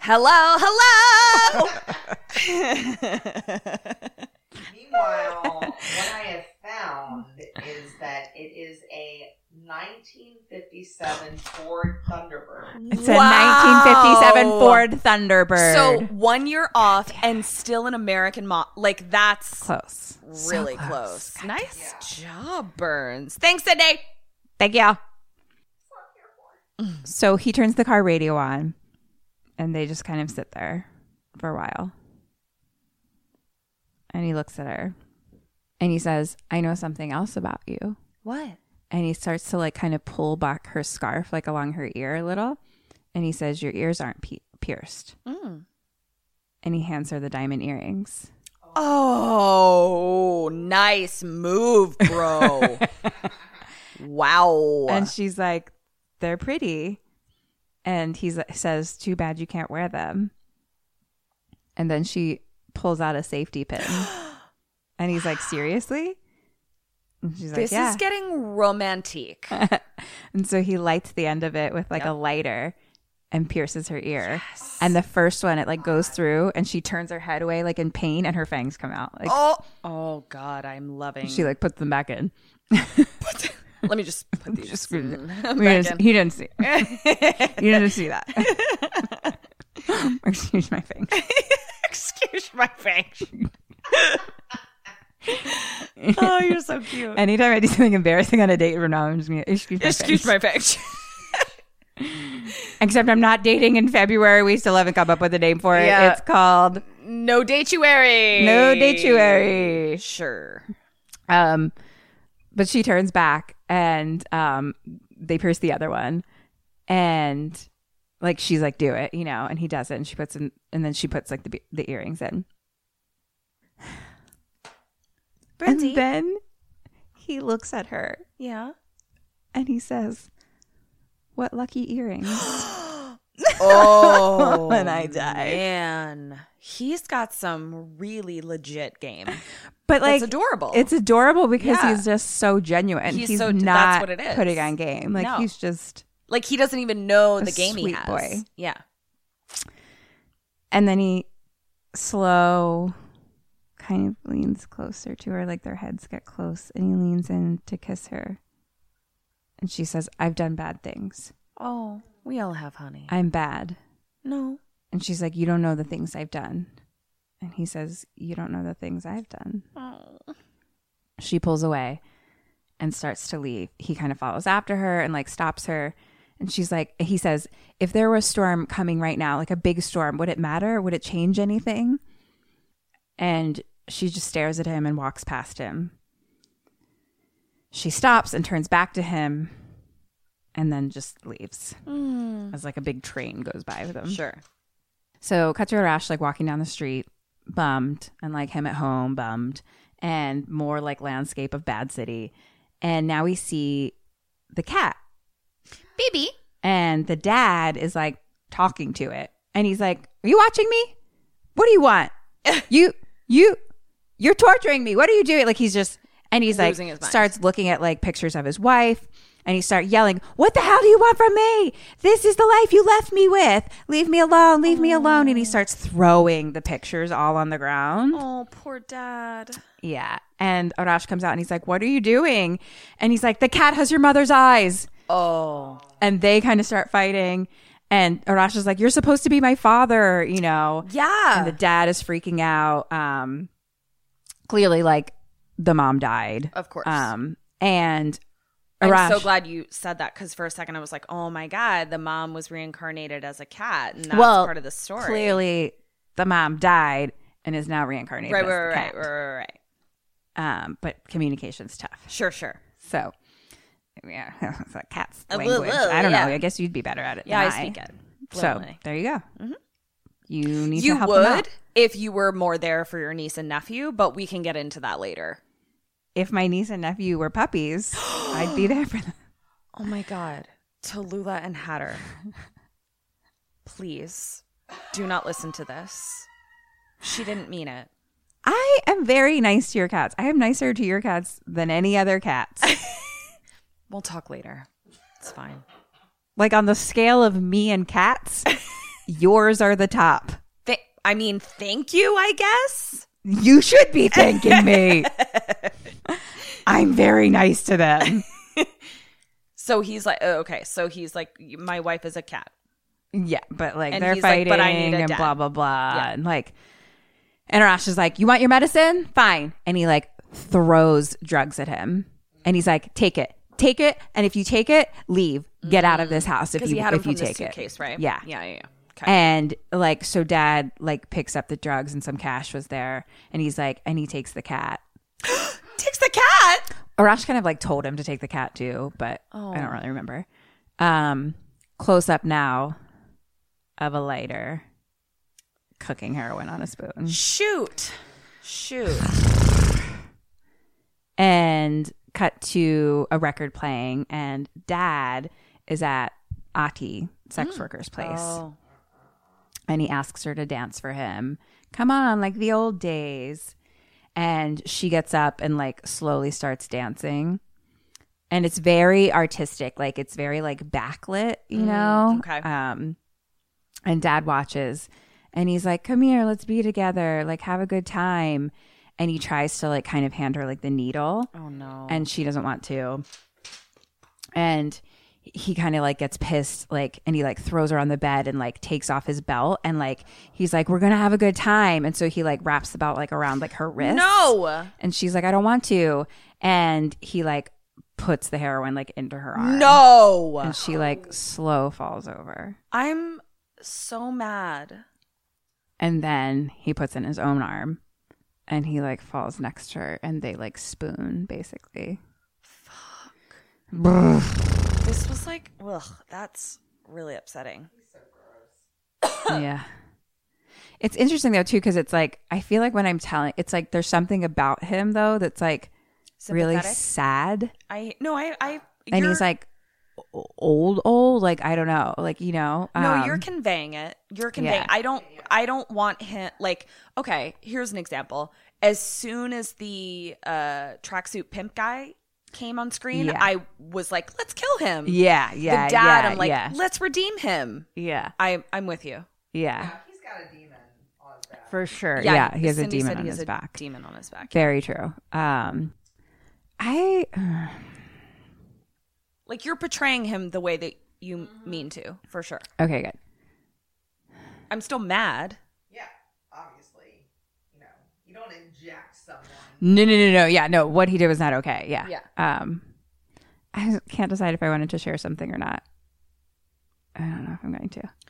Speaker 3: Hello, hello.
Speaker 7: Meanwhile, what I have found is that it is a 1957 Ford Thunderbird.
Speaker 4: It's a 1957 Ford Thunderbird.
Speaker 3: so one year off and still an American mom. Like that's
Speaker 4: close.
Speaker 3: really close. Nice job, Burns. Thanks, Cindy.
Speaker 4: Thank you. So he turns the car radio on and they just kind of sit there for a while. And he looks at her and he says, I know something else about you.
Speaker 3: What?
Speaker 4: And he starts to like kind of pull back her scarf, like along her ear a little. And he says, Your ears aren't pe- pierced. And he hands her the diamond earrings.
Speaker 3: Oh, nice move, bro. wow.
Speaker 4: And she's like, they're pretty. And he says, too bad you can't wear them. And then she pulls out a safety pin. and he's like, seriously? And she's like,
Speaker 3: this
Speaker 4: yeah.
Speaker 3: is getting romantic.
Speaker 4: and so he lights the end of it with like a lighter and pierces her ear. And the first one, it like goes through and she turns her head away like in pain and her fangs come out. Like
Speaker 3: oh, oh God, I'm loving.
Speaker 4: she like puts them back in.
Speaker 3: Let me just put these.
Speaker 4: Just, we didn't- he didn't see. you didn't see that. Excuse my thing.
Speaker 3: Excuse my French. oh, you're so cute.
Speaker 4: Anytime I do something embarrassing on a date from now, I'm just gonna excuse my.
Speaker 3: Excuse
Speaker 4: face.
Speaker 3: my French.
Speaker 4: Except I'm not dating in February. We still haven't come up with a name for it.
Speaker 3: Yeah.
Speaker 4: It's called
Speaker 3: No datuary.
Speaker 4: No Datuary.
Speaker 3: Sure.
Speaker 4: Um, but she turns back and um, they pierce the other one, and like she's like, "Do it," you know, and he does it, and she puts in, and then she puts like the be- the earrings in. And then he looks at her
Speaker 3: Yeah.
Speaker 4: and he says, "What lucky earrings!"
Speaker 3: Oh,
Speaker 4: and I die.
Speaker 3: man, he's got some really legit game.
Speaker 4: But like,
Speaker 3: That's adorable.
Speaker 4: It's adorable because
Speaker 3: Yeah.
Speaker 4: he's just so genuine.
Speaker 3: He's
Speaker 4: He's,
Speaker 3: so-
Speaker 4: not
Speaker 3: that's what it is.
Speaker 4: putting on game. Like
Speaker 3: No.
Speaker 4: he's just.
Speaker 3: like he doesn't even know
Speaker 4: A
Speaker 3: the game he
Speaker 4: sweet
Speaker 3: has.
Speaker 4: boy.
Speaker 3: Yeah.
Speaker 4: And then he slow, kind of leans closer to her, like their heads get close, and he leans in to kiss her. And she says, "I've done bad things.
Speaker 3: Oh, we all have honey.
Speaker 4: I'm bad."
Speaker 3: no.
Speaker 4: And she's like, "You don't know the things I've done." And he says, "You don't know the things I've done."
Speaker 3: Oh.
Speaker 4: she pulls away and starts to leave. He kind of follows after her and like stops her. And she's like, he says, if there were a storm coming right now, like a big storm, would it matter? Would it change anything? And she just stares at him and walks past him. She stops and turns back to him and then just leaves as like a big train goes by with him.
Speaker 3: Sure.
Speaker 4: So Cutthroat Rash like walking down the street, bummed, and like him at home, bummed, and more like landscape of Bad City. And now we see the cat
Speaker 3: Baby.
Speaker 4: and the dad is like talking to it and he's like are you watching me what do you want you you you're torturing me what are you doing like he's just and he's like
Speaker 3: Losing his mind.
Speaker 4: starts looking at like pictures of his wife and he start yelling what the hell do you want from me this is the life you left me with leave me alone leave me alone and he starts throwing the pictures all on the ground
Speaker 3: Oh, poor dad.
Speaker 4: yeah and arash comes out and he's like what are you doing and he's like the cat has your mother's eyes
Speaker 3: Oh.
Speaker 4: and they kind of start fighting. And Arash is like, "You're supposed to be my father," you know.
Speaker 3: Yeah.
Speaker 4: And the dad is freaking out. Um, clearly, like the mom died,
Speaker 3: Of course.
Speaker 4: Um, and
Speaker 3: I'm
Speaker 4: Arash,
Speaker 3: so glad you said that because for a second I was like, oh my God, the mom was reincarnated as a cat. And that's
Speaker 4: Well,
Speaker 3: part of the story.
Speaker 4: Clearly, the mom died and is now reincarnated.
Speaker 3: Right,
Speaker 4: as
Speaker 3: right,
Speaker 4: the
Speaker 3: right, right,
Speaker 4: cat.
Speaker 3: right, right, right.
Speaker 4: Um, but communication's tough.
Speaker 3: Sure, sure.
Speaker 4: So, yeah, it's like cat's
Speaker 3: Uh, woo,
Speaker 4: language.
Speaker 3: woo,
Speaker 4: I don't
Speaker 3: yeah.
Speaker 4: know. I guess you'd be better at it.
Speaker 3: Yeah, I
Speaker 4: than
Speaker 3: speak it.
Speaker 4: So
Speaker 3: fluently.
Speaker 4: there you go. You need
Speaker 3: you
Speaker 4: to help them out.
Speaker 3: would if you were more there for your niece and nephew, but we can get into that later.
Speaker 4: if my niece and nephew were puppies, I'd be there for them.
Speaker 3: Oh my God. Tallulah and Hatter. Please do not listen to this. She didn't mean it.
Speaker 4: I am very nice to your cats. I am nicer to your cats than any other cats.
Speaker 3: We'll talk later. It's fine.
Speaker 4: like on the scale of me and cats, yours are the top.
Speaker 3: Th- I mean, thank you, I guess.
Speaker 4: You should be thanking me. I'm very nice to them.
Speaker 3: So he's like, oh, okay. So he's like, my wife is a cat.
Speaker 4: Yeah, but like
Speaker 3: And
Speaker 4: they're
Speaker 3: he's like,
Speaker 4: fighting
Speaker 3: "But I need a
Speaker 4: and
Speaker 3: dad."
Speaker 4: blah blah blah.
Speaker 3: Yeah.
Speaker 4: And like and Arash is like, You want your medicine? Fine. And he like throws drugs at him. And he's like, Take it. Take it. And if you take it, leave. Get out of this house if
Speaker 3: Because
Speaker 4: you
Speaker 3: Mm. he had him
Speaker 4: if
Speaker 3: from
Speaker 4: you
Speaker 3: the
Speaker 4: take it.
Speaker 3: suitcase, right?
Speaker 4: Yeah.
Speaker 3: Yeah, yeah, yeah. Okay.
Speaker 4: And like so dad like picks up the drugs and some cash was there and he's like and he takes the cat.
Speaker 3: Takes the cat.
Speaker 4: Arash kind of like told him to take the cat too, but I don't really remember. Um, close up now of a lighter cooking heroin on a spoon.
Speaker 3: Shoot. Shoot.
Speaker 4: And cut to a record playing, and dad is at Ati, sex worker's place. And he asks her to dance for him. Come on, like the old days. And she gets up and like slowly starts dancing. And it's very artistic, like it's very like backlit, you know?
Speaker 3: okay.
Speaker 4: Um, and dad watches and he's like, Come here, let's be together, like have a good time. And he tries to like kind of hand her like the needle. Oh no. And she doesn't want to and he kind of like gets pissed like and he like throws her on the bed and like takes off his belt and like he's like we're gonna have a good time and so he like wraps the belt like around like her wrist
Speaker 3: No.
Speaker 4: and she's like i don't want to and he like puts the heroin like into her arm
Speaker 3: No.
Speaker 4: and she like slow falls over
Speaker 3: I'm so mad.
Speaker 4: and then he puts in his own arm and he like falls next to her and they like spoon basically
Speaker 3: This was like, ugh, that's really upsetting.
Speaker 4: yeah. It's interesting though too because it's like I feel like when I'm telling, it's like there's something about him though that's like really
Speaker 3: Sympathetic?
Speaker 4: sad,
Speaker 3: I no, I, I.
Speaker 4: and
Speaker 3: you're-
Speaker 4: he's like o- old, old. Like I don't know, like you know.
Speaker 3: No,
Speaker 4: um,
Speaker 3: you're conveying it. You're conveying.
Speaker 4: Yeah.
Speaker 3: I don't. I don't want him. Like, okay, here's an example. As soon as the uh, tracksuit pimp guy came on screen,
Speaker 4: Yeah.
Speaker 3: I was like, let's kill him.
Speaker 4: yeah, yeah,
Speaker 3: the dad.
Speaker 4: yeah,
Speaker 3: I'm like,
Speaker 4: yeah,
Speaker 3: let's redeem him.
Speaker 4: yeah,
Speaker 3: I, I'm with you.
Speaker 4: yeah. He's got a demon on his back for sure. Yeah, he has
Speaker 3: Cindy
Speaker 4: a
Speaker 3: said
Speaker 4: demon on
Speaker 3: he
Speaker 4: his
Speaker 3: has a
Speaker 4: back.
Speaker 3: Demon on his back.
Speaker 4: Very true. Um, I
Speaker 3: Like you're portraying him the way that you mean to, for sure.
Speaker 4: okay, good.
Speaker 3: I'm still mad.
Speaker 4: No, no, no, no. Yeah, no. What he did was not okay. Yeah. Yeah. Um, I can't decide if I wanted to share something or not. I don't know if I'm going to.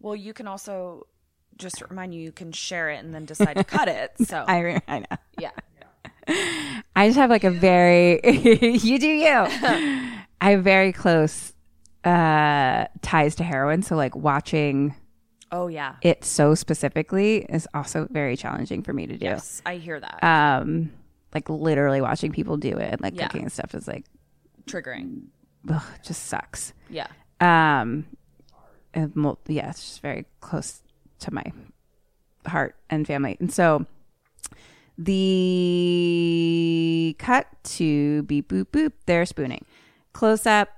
Speaker 3: Well, you can also just remind you you can share it and then decide to cut it. So
Speaker 4: I re- I know.
Speaker 3: yeah.
Speaker 4: I just have like a very you do you. I have very close uh ties to heroin, so like watching
Speaker 3: Oh yeah.
Speaker 4: it so specifically is also very challenging for me to do.
Speaker 3: Yes, I hear that.
Speaker 4: Um, like literally watching people do it and like
Speaker 3: Yeah.
Speaker 4: cooking and stuff is like
Speaker 3: Triggering.
Speaker 4: ugh, it just sucks.
Speaker 3: Yeah.
Speaker 4: Um, and mul- yeah, it's just very close to my heart and family. And so the cut to beep boop boop, they're spooning. Close up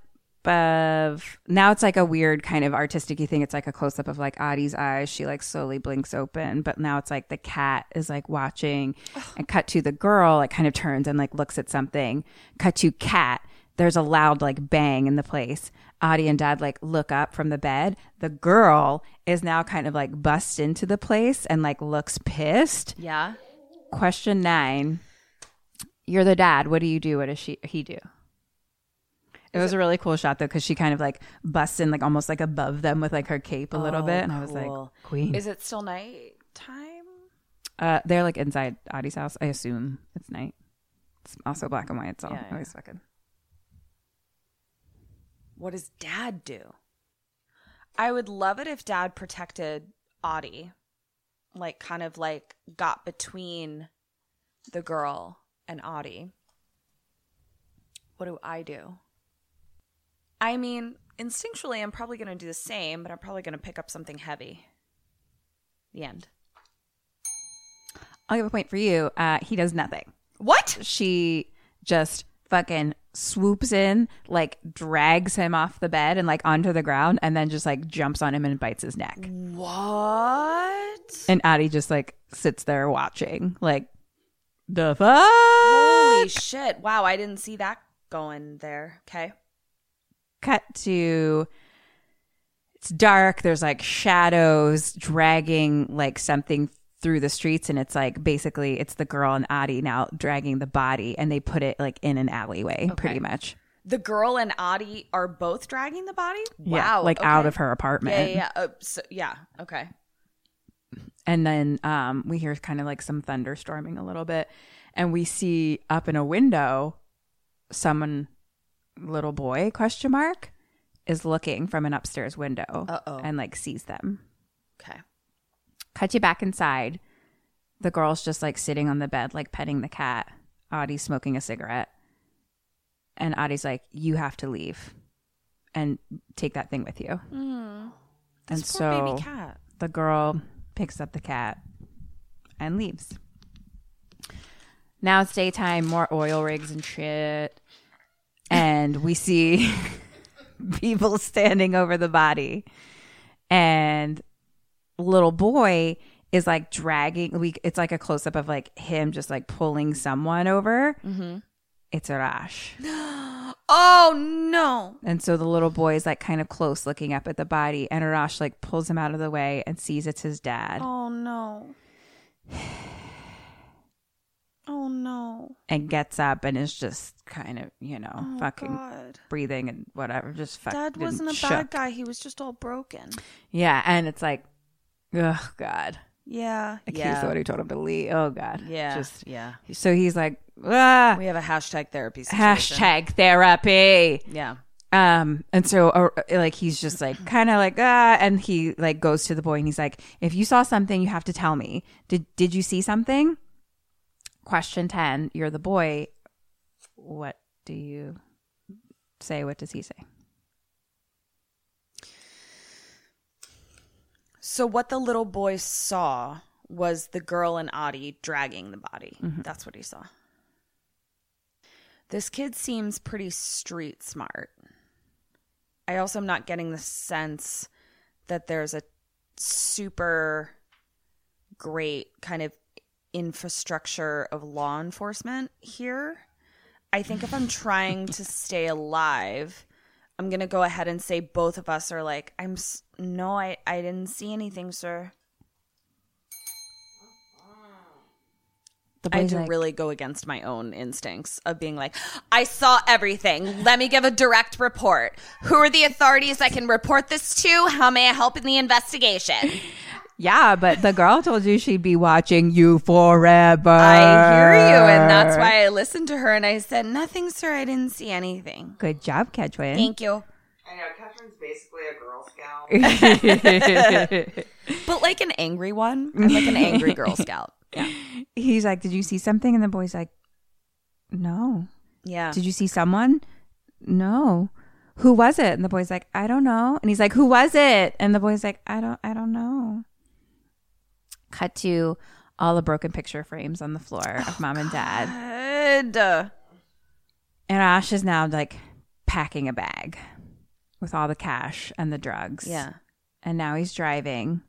Speaker 4: of now it's like a weird kind of artistic thing. It's like a close up of like Adi's eyes. She like slowly blinks open, but now it's like the cat is like watching and cut to the girl, like kind of turns and like looks at something. Cut to cat. There's a loud like bang in the place. Adi and dad like look up from the bed. The girl is now kind of like bust into the place and like looks pissed.
Speaker 3: Yeah.
Speaker 4: Question nine. You're the dad. What do you do? What does she he do? It was a really cool shot though, because she kind of like busts in like almost like above them with like her cape a little bit. And I was like,
Speaker 3: Oh, cool.
Speaker 4: Queen.
Speaker 3: Is it still nighttime?
Speaker 4: uh they're like inside Adi's house. I assume it's night. It's also black and white. It's all
Speaker 3: Yeah, yeah.
Speaker 4: always fucking
Speaker 3: What does dad do? I would love it if dad protected Audie, like kind of like got between the girl and Audie. What do I do? I mean, instinctually, I'm probably going to do the same, but I'm probably going to pick up something heavy. The end.
Speaker 4: I'll give a point for you. Uh he does nothing.
Speaker 3: What?
Speaker 4: she just fucking swoops in, like drags him off the bed and like onto the ground, and then just like jumps on him and bites his neck.
Speaker 3: What?
Speaker 4: And Addie just like sits there watching, like the fuck.
Speaker 3: Holy shit. Wow, I didn't see that going there. Okay.
Speaker 4: Cut to it's dark. There's like shadows dragging like something through the streets, and it's like basically it's the girl and Addie now dragging the body, and they put it like in an alleyway, pretty much.
Speaker 3: The girl and Audie are both dragging the body? Wow.
Speaker 4: Yeah, like out
Speaker 3: okay.
Speaker 4: of her apartment.
Speaker 3: Yeah, yeah, yeah. Oh, so, yeah. Okay.
Speaker 4: and then um, we hear kind of like some thunderstorming a little bit and we see up in a window someone little boy question mark is looking from an upstairs window
Speaker 3: Uh-oh.
Speaker 4: and like sees them
Speaker 3: Okay.
Speaker 4: cut you back inside the girl's just like sitting on the bed like petting the cat audie's smoking a cigarette and audie's like you have to leave and take that thing with you and
Speaker 3: Mm. This
Speaker 4: so
Speaker 3: poor baby cat.
Speaker 4: the girl picks up the cat and leaves. Now it's daytime, more oil rigs and shit. And we see people standing over the body. And little boy is like dragging we it's like a close up of like him just like pulling someone over. Mm-hmm. It's Arash.
Speaker 3: Oh, no.
Speaker 4: And so the little boy is like kind of close looking up at the body and Arash like pulls him out of the way and sees it's his dad.
Speaker 3: Oh, no. Oh, no.
Speaker 4: and gets up and is just kind of, you know, fucking
Speaker 3: Oh, God.
Speaker 4: breathing and whatever, just fucking
Speaker 3: Dad wasn't a
Speaker 4: shook.
Speaker 3: bad guy. He was just all broken.
Speaker 4: Yeah, and it's like, oh god,
Speaker 3: Yeah.
Speaker 4: accused of what he told him to leave. Oh god,
Speaker 3: Yeah.
Speaker 4: Just
Speaker 3: yeah.
Speaker 4: so he's like, ah,
Speaker 3: We have a hashtag therapy situation.
Speaker 4: hashtag therapy.
Speaker 3: Yeah.
Speaker 4: Um, and so uh, like he's just like kind of like ah, and he like goes to the boy and he's like, if you saw something, you have to tell me. Did did you see something? Question ten. You're the boy. What do you say? What does he say?
Speaker 3: So what the little boy saw was the girl and Audie dragging the body. That's what he saw. This kid seems pretty street smart. I also am not getting the sense that there's a super great kind of infrastructure of law enforcement here. I think if I'm trying to stay alive, I'm gonna go ahead and say both of us are like, I'm s- no, I I didn't see anything, sir.
Speaker 4: The
Speaker 3: I had to really go against my own instincts of being like, I saw everything. Let me give a direct report. Who are the authorities I can report this to? How may I help in the investigation?
Speaker 4: Yeah, but the girl told you she'd be watching you forever.
Speaker 3: I hear you, and that's why I listened to her and I said, Nothing, sir. I didn't see anything.
Speaker 4: Good job, Kedwin.
Speaker 3: Thank you.
Speaker 7: I know Catherine's basically a Girl Scout.
Speaker 3: but like an angry one. I'm like an angry Girl Scout. Yeah.
Speaker 4: He's like, Did you see something? And the boy's like, No.
Speaker 3: Yeah.
Speaker 4: Did you see someone? No. Who was it? And the boy's like, I don't know. And he's like, Who was it? And the boy's like, I don't I don't know. Cut to all the broken picture frames on the floor of mom and dad.
Speaker 3: Good.
Speaker 4: And Ash is now like packing a bag with all the cash and the drugs.
Speaker 3: Yeah.
Speaker 4: And now he's driving.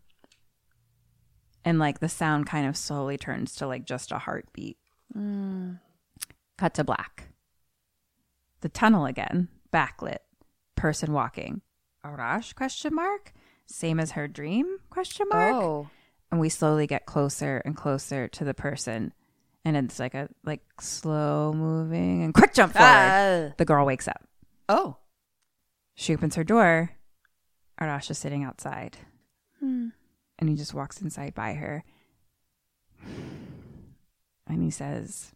Speaker 4: And like the sound kind of slowly turns to like just a heartbeat.
Speaker 3: Mm.
Speaker 4: Cut to black. The tunnel again, backlit. Person walking. Arash question mark? Same as her dream question mark?
Speaker 3: Oh.
Speaker 4: and we slowly get closer and closer to the person and it's like a like slow moving and quick jump forward
Speaker 3: Ah.
Speaker 4: the girl wakes up
Speaker 3: Oh.
Speaker 4: she opens her door arash is sitting outside
Speaker 3: Hmm.
Speaker 4: and he just walks inside by her and he says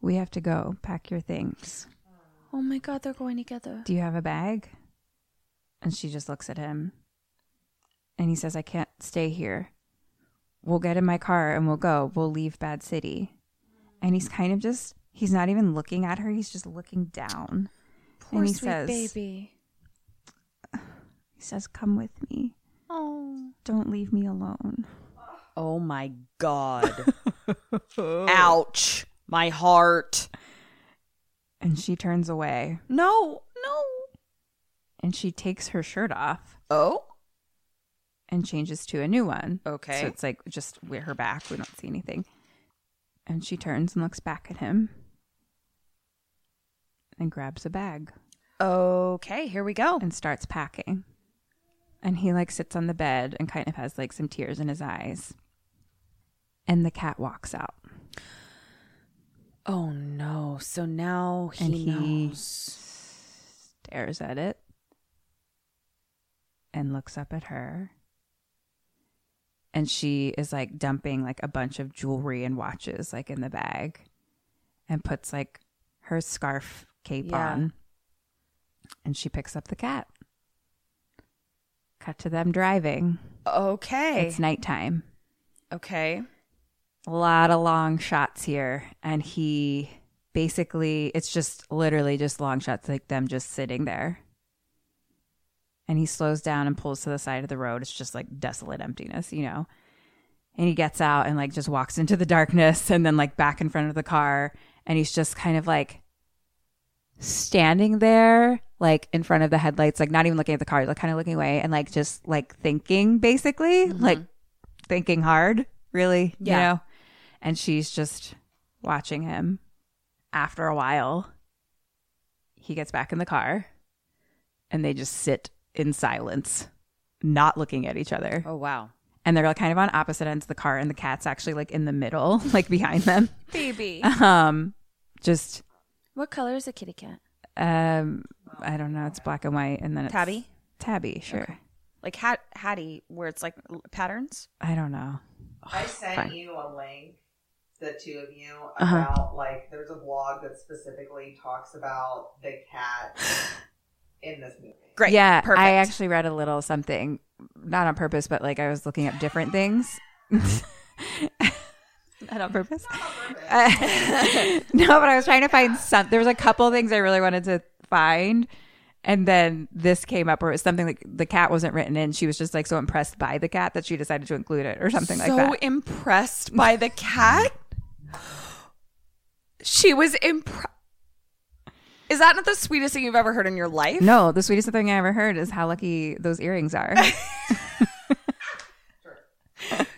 Speaker 4: we have to go pack your things
Speaker 3: Oh my God, they're going together.
Speaker 4: do you have a bag? And she just looks at him. And he says, I can't stay here. We'll get in my car and we'll go. We'll leave Bad City. And he's kind of just, he's not even looking at her. He's just looking down.
Speaker 3: Poor
Speaker 4: and he
Speaker 3: sweet
Speaker 4: says,
Speaker 3: baby.
Speaker 4: He says, Come with me.
Speaker 3: Oh.
Speaker 4: Don't leave me alone.
Speaker 3: Oh my God. Ouch. My heart.
Speaker 4: And she turns away
Speaker 3: No. No.
Speaker 4: and she takes her shirt off
Speaker 3: Oh.
Speaker 4: and changes to a new one.
Speaker 3: Okay.
Speaker 4: So it's like just wear her back. We don't see anything. And she turns and looks back at him and grabs a bag
Speaker 3: Okay. Here we go.
Speaker 4: and starts packing. And he like sits on the bed and kind of has like some tears in his eyes. And the cat walks out.
Speaker 3: Oh no. So now
Speaker 4: and he
Speaker 3: he knows.
Speaker 4: stares at it and looks up at her and she is like dumping like a bunch of jewelry and watches like in the bag and puts like her scarf cape
Speaker 3: Yeah.
Speaker 4: on and she picks up the cat cut to them driving
Speaker 3: Okay.
Speaker 4: it's nighttime
Speaker 3: Okay.
Speaker 4: a lot of long shots here and he basically it's just literally just long shots like them just sitting there and he slows down and pulls to the side of the road it's just like desolate emptiness you know and he gets out and like just walks into the darkness and then like back in front of the car and he's just kind of like standing there like in front of the headlights like not even looking at the car like kind of looking away and like just like thinking basically like thinking hard really
Speaker 3: Yeah.
Speaker 4: you know and she's just watching him after a while he gets back in the car and they just sit in silence not looking at each other
Speaker 3: Oh wow.
Speaker 4: and they're like kind of on opposite ends of the car and the cat's actually like in the middle like behind them
Speaker 3: Baby.
Speaker 4: um just
Speaker 3: what color is a kitty cat?
Speaker 4: um i don't know it's black and white and then it's
Speaker 3: Tabby?
Speaker 4: tabby sure
Speaker 3: Like hat Hattie, where it's like l- patterns.
Speaker 4: i don't know
Speaker 7: I sent
Speaker 4: Fine.
Speaker 7: you a link, the two of you,
Speaker 3: Uh-huh.
Speaker 7: about like there's a blog that specifically talks about the cat in this movie.
Speaker 3: Great.
Speaker 4: yeah
Speaker 3: Perfect.
Speaker 4: i actually read a little something not on purpose but like i was looking up different things
Speaker 3: Mm-hmm.
Speaker 4: not on purpose Uh, no but i was trying to find some there was a couple things i really wanted to find and then this came up or it was something like the cat wasn't written in she was just like so impressed by the cat that she decided to include it or something like
Speaker 3: so
Speaker 4: that
Speaker 3: impressed by the cat. she was impressed. Is that not the sweetest thing you've ever heard in your life?
Speaker 4: no the sweetest thing i ever heard is how lucky those earrings are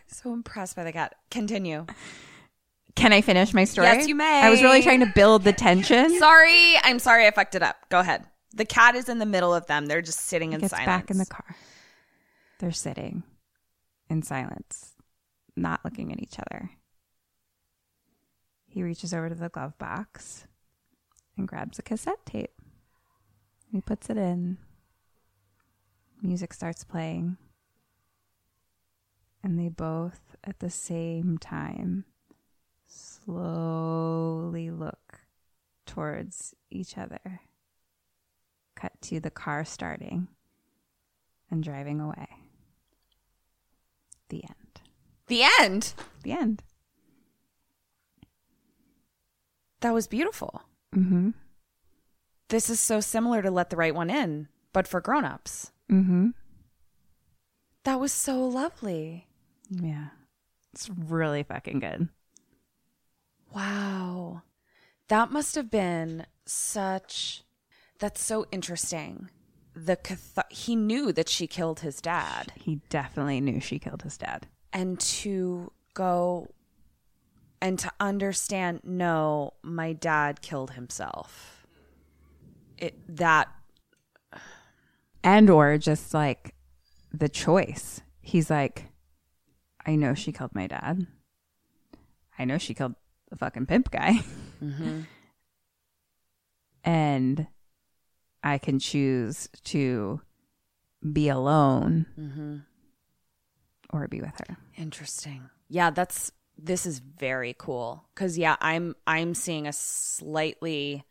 Speaker 3: So impressed by the cat. Continue.
Speaker 4: can i finish my story
Speaker 3: Yes, you may.
Speaker 4: i was really trying to build the tension
Speaker 3: Sorry, I'm sorry I fucked it up. Go ahead. The cat is in the middle of them. They're just sitting in
Speaker 4: gets
Speaker 3: silence.
Speaker 4: back in the car. They're sitting in silence, not looking at each other. He reaches over to the glove box and grabs a cassette tape. He puts it in. Music starts playing. And they both, at the same time, slowly look towards each other. Cut to the car starting and driving away. The end.
Speaker 3: The end.
Speaker 4: The end.
Speaker 3: That was beautiful.
Speaker 4: Mm-hmm.
Speaker 3: This is so similar to Let the Right One In, but for grown-ups.
Speaker 4: Mm-hmm.
Speaker 3: That was so lovely.
Speaker 4: Yeah. It's really fucking good.
Speaker 3: Wow. That must have been such that's so interesting. The cath- he knew that she killed his dad.
Speaker 4: He definitely knew she killed his dad.
Speaker 3: and to go and to understand no my dad killed himself it that
Speaker 4: And or just like the choice. He's like, I know she killed my dad. I know she killed the fucking pimp guy. Mm-hmm. And I can choose to be alone or be with her.
Speaker 3: interesting yeah that's this is very cool cuz yeah i'm i'm seeing a slightly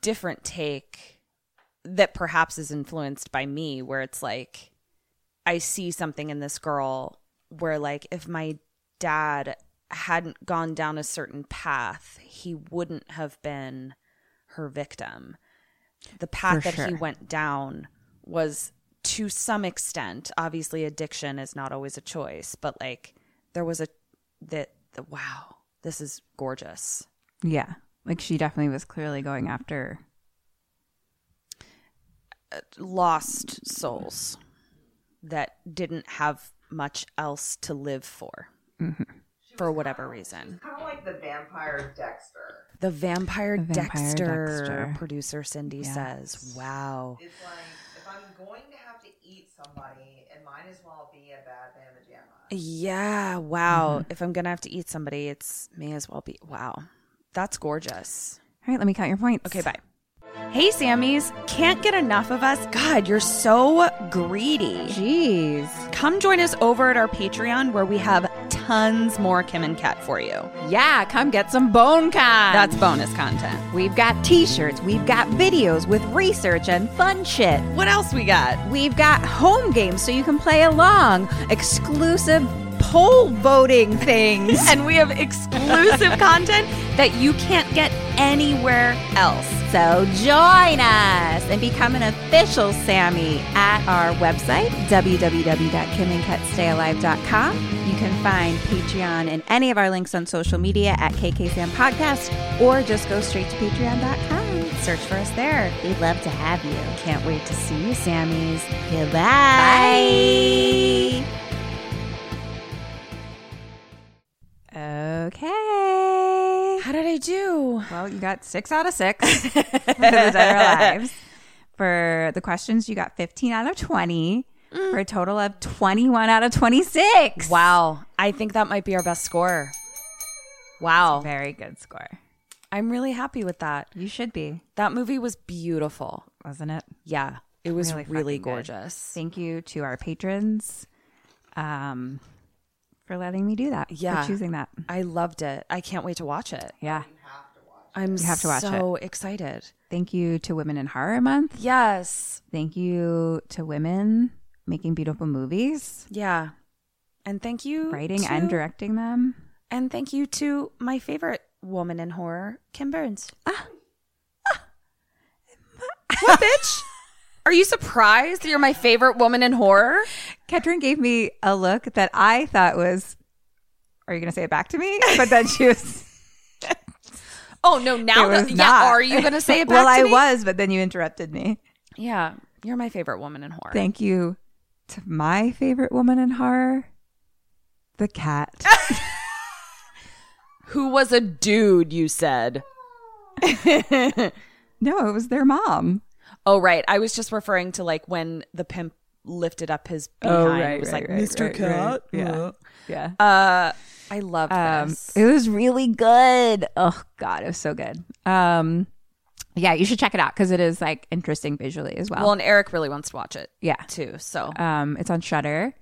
Speaker 3: different take that perhaps is influenced by me where it's like i see something in this girl where like if my dad hadn't gone down a certain path he wouldn't have been her victim the path that he
Speaker 4: sure.
Speaker 3: went down was to some extent obviously addiction is not always a choice but like there was a that the, wow this is gorgeous
Speaker 4: Yeah. Like she definitely was clearly going after
Speaker 3: lost souls that didn't have much else to live for for whatever reason.
Speaker 11: Kind of like the vampire Dexter.
Speaker 3: The vampire,
Speaker 4: The vampire
Speaker 3: Dexter,
Speaker 4: Dexter.
Speaker 3: producer Cindy says, "Wow,
Speaker 11: It's like if I'm going to have to eat somebody, it might as well be a bad man in pajamas.
Speaker 3: yeah, wow.
Speaker 4: Mm-hmm.
Speaker 3: If I'm gonna have to eat somebody, it's may as well be wow. That's gorgeous."
Speaker 4: All right, let me count your points.
Speaker 3: Okay, bye. Hey, Sammys, can't get enough of us? God, you're so greedy.
Speaker 4: Jeez.
Speaker 3: Come join us over at our Patreon where we have tons more Kim and Kat for you.
Speaker 12: Yeah, come get some bone con.
Speaker 3: That's bonus content.
Speaker 12: We've got t-shirts, we've got videos with research and fun shit.
Speaker 3: What else we got?
Speaker 12: We've got home games so you can play along, exclusive poll voting things.
Speaker 3: And we have exclusive content that you can't get anywhere else.
Speaker 12: So join us and become an official Sammy at our website, www.kimandcutstayalive.com. You can find Patreon and any of our links on social media at KKSam Podcast, or just go straight to patreon.com. Search for us there. We'd love to have you. Can't wait to see you, Sammys. Goodbye.
Speaker 4: Okay.
Speaker 3: How did I do?
Speaker 4: Well, you got six out of six for the dead or lives. For the questions, you got 15 out of 20 for a total of 21 out of 26.
Speaker 3: Wow. I think that might be our best score. Wow.
Speaker 4: Very good score.
Speaker 3: I'm really happy with that.
Speaker 4: You should be,
Speaker 3: That movie was beautiful.
Speaker 4: wasn't it?
Speaker 3: Yeah. It was
Speaker 4: Really
Speaker 3: really,
Speaker 4: fucking good.
Speaker 3: gorgeous.
Speaker 4: Thank you to our patrons um, for letting me do that.
Speaker 3: Yeah.
Speaker 4: For choosing that.
Speaker 3: I loved it. I can't wait to watch it.
Speaker 4: Yeah.
Speaker 3: I'm
Speaker 4: You have to watch
Speaker 3: so excited.
Speaker 4: Thank you to Women in Horror Month.
Speaker 3: Yes.
Speaker 4: Thank you to women making beautiful movies,
Speaker 3: Yeah. And thank you
Speaker 4: writing
Speaker 3: to-
Speaker 4: and directing them.
Speaker 3: And thank you to my favorite woman in horror, Kim Burns. Ah. what, bitch? Are you surprised that you're my favorite woman in horror?
Speaker 4: Ketrin gave me a look that I thought was, "Are you going to say it back to me?" But then she was,
Speaker 3: Oh no! Now
Speaker 4: it
Speaker 3: that
Speaker 4: was
Speaker 3: yeah,
Speaker 4: not.
Speaker 3: are you gonna say it
Speaker 4: well,
Speaker 3: back to
Speaker 4: I
Speaker 3: me?
Speaker 4: was, but then you interrupted me.
Speaker 3: Yeah, you're my favorite woman in horror.
Speaker 4: Thank you to my favorite woman in horror, the cat.
Speaker 3: Who was a dude? You said.
Speaker 4: no, it was their mom.
Speaker 3: Oh right, I was just referring to like when the pimp lifted up his behind. it was like Mr. Cat.
Speaker 4: Yeah, yeah.
Speaker 3: I love
Speaker 4: Um,
Speaker 3: this.
Speaker 4: it was really good. Oh God, it was so good. Um, yeah, you should check it out because it is like interesting visually as well.
Speaker 3: Well, and Eric really wants to watch it
Speaker 4: yeah,
Speaker 3: too. So
Speaker 4: Um, it's on Shutter.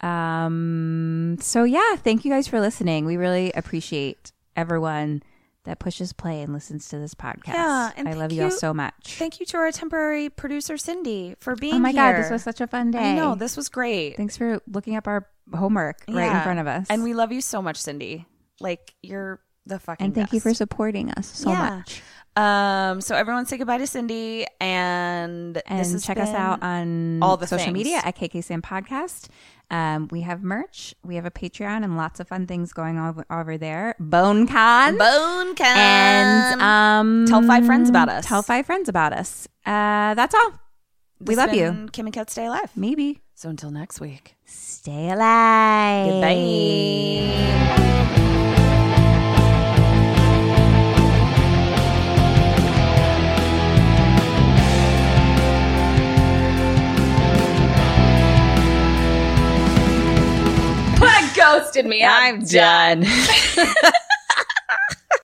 Speaker 4: Um, so yeah, thank you guys for listening. We really appreciate everyone that pushes play and listens to this podcast.
Speaker 3: Yeah, and
Speaker 4: I love
Speaker 3: thank
Speaker 4: you all
Speaker 3: you-
Speaker 4: so much.
Speaker 3: Thank you to our temporary producer Cindy for being
Speaker 4: oh my god, this
Speaker 3: here.
Speaker 4: was such a fun day.
Speaker 3: I know this was great.
Speaker 4: Thanks for looking up our homework right in
Speaker 3: Yeah.
Speaker 4: front of us.
Speaker 3: And we love you so much, Cindy. Like you're the fucking
Speaker 4: and thank you for
Speaker 3: best.
Speaker 4: supporting us so
Speaker 3: Yeah.
Speaker 4: much.
Speaker 3: Um, so everyone say goodbye to Cindy and this
Speaker 4: And
Speaker 3: has
Speaker 4: check us
Speaker 3: been-
Speaker 4: out on
Speaker 3: all the
Speaker 4: social
Speaker 3: things.
Speaker 4: media at KKSAM Podcast. Um, we have merch, we have a Patreon, and lots of fun things going on over there. BoneCon.
Speaker 3: Bone Con.
Speaker 4: and um,
Speaker 3: Tell five friends about us.
Speaker 4: Tell five friends about us. Uh, that's all. we
Speaker 3: This
Speaker 4: love
Speaker 3: has
Speaker 4: you.
Speaker 3: been Kim and Kat stay alive.
Speaker 4: Maybe
Speaker 3: So until next week.
Speaker 4: stay alive.
Speaker 3: Goodbye.
Speaker 10: Ghosted me.
Speaker 3: I'm done.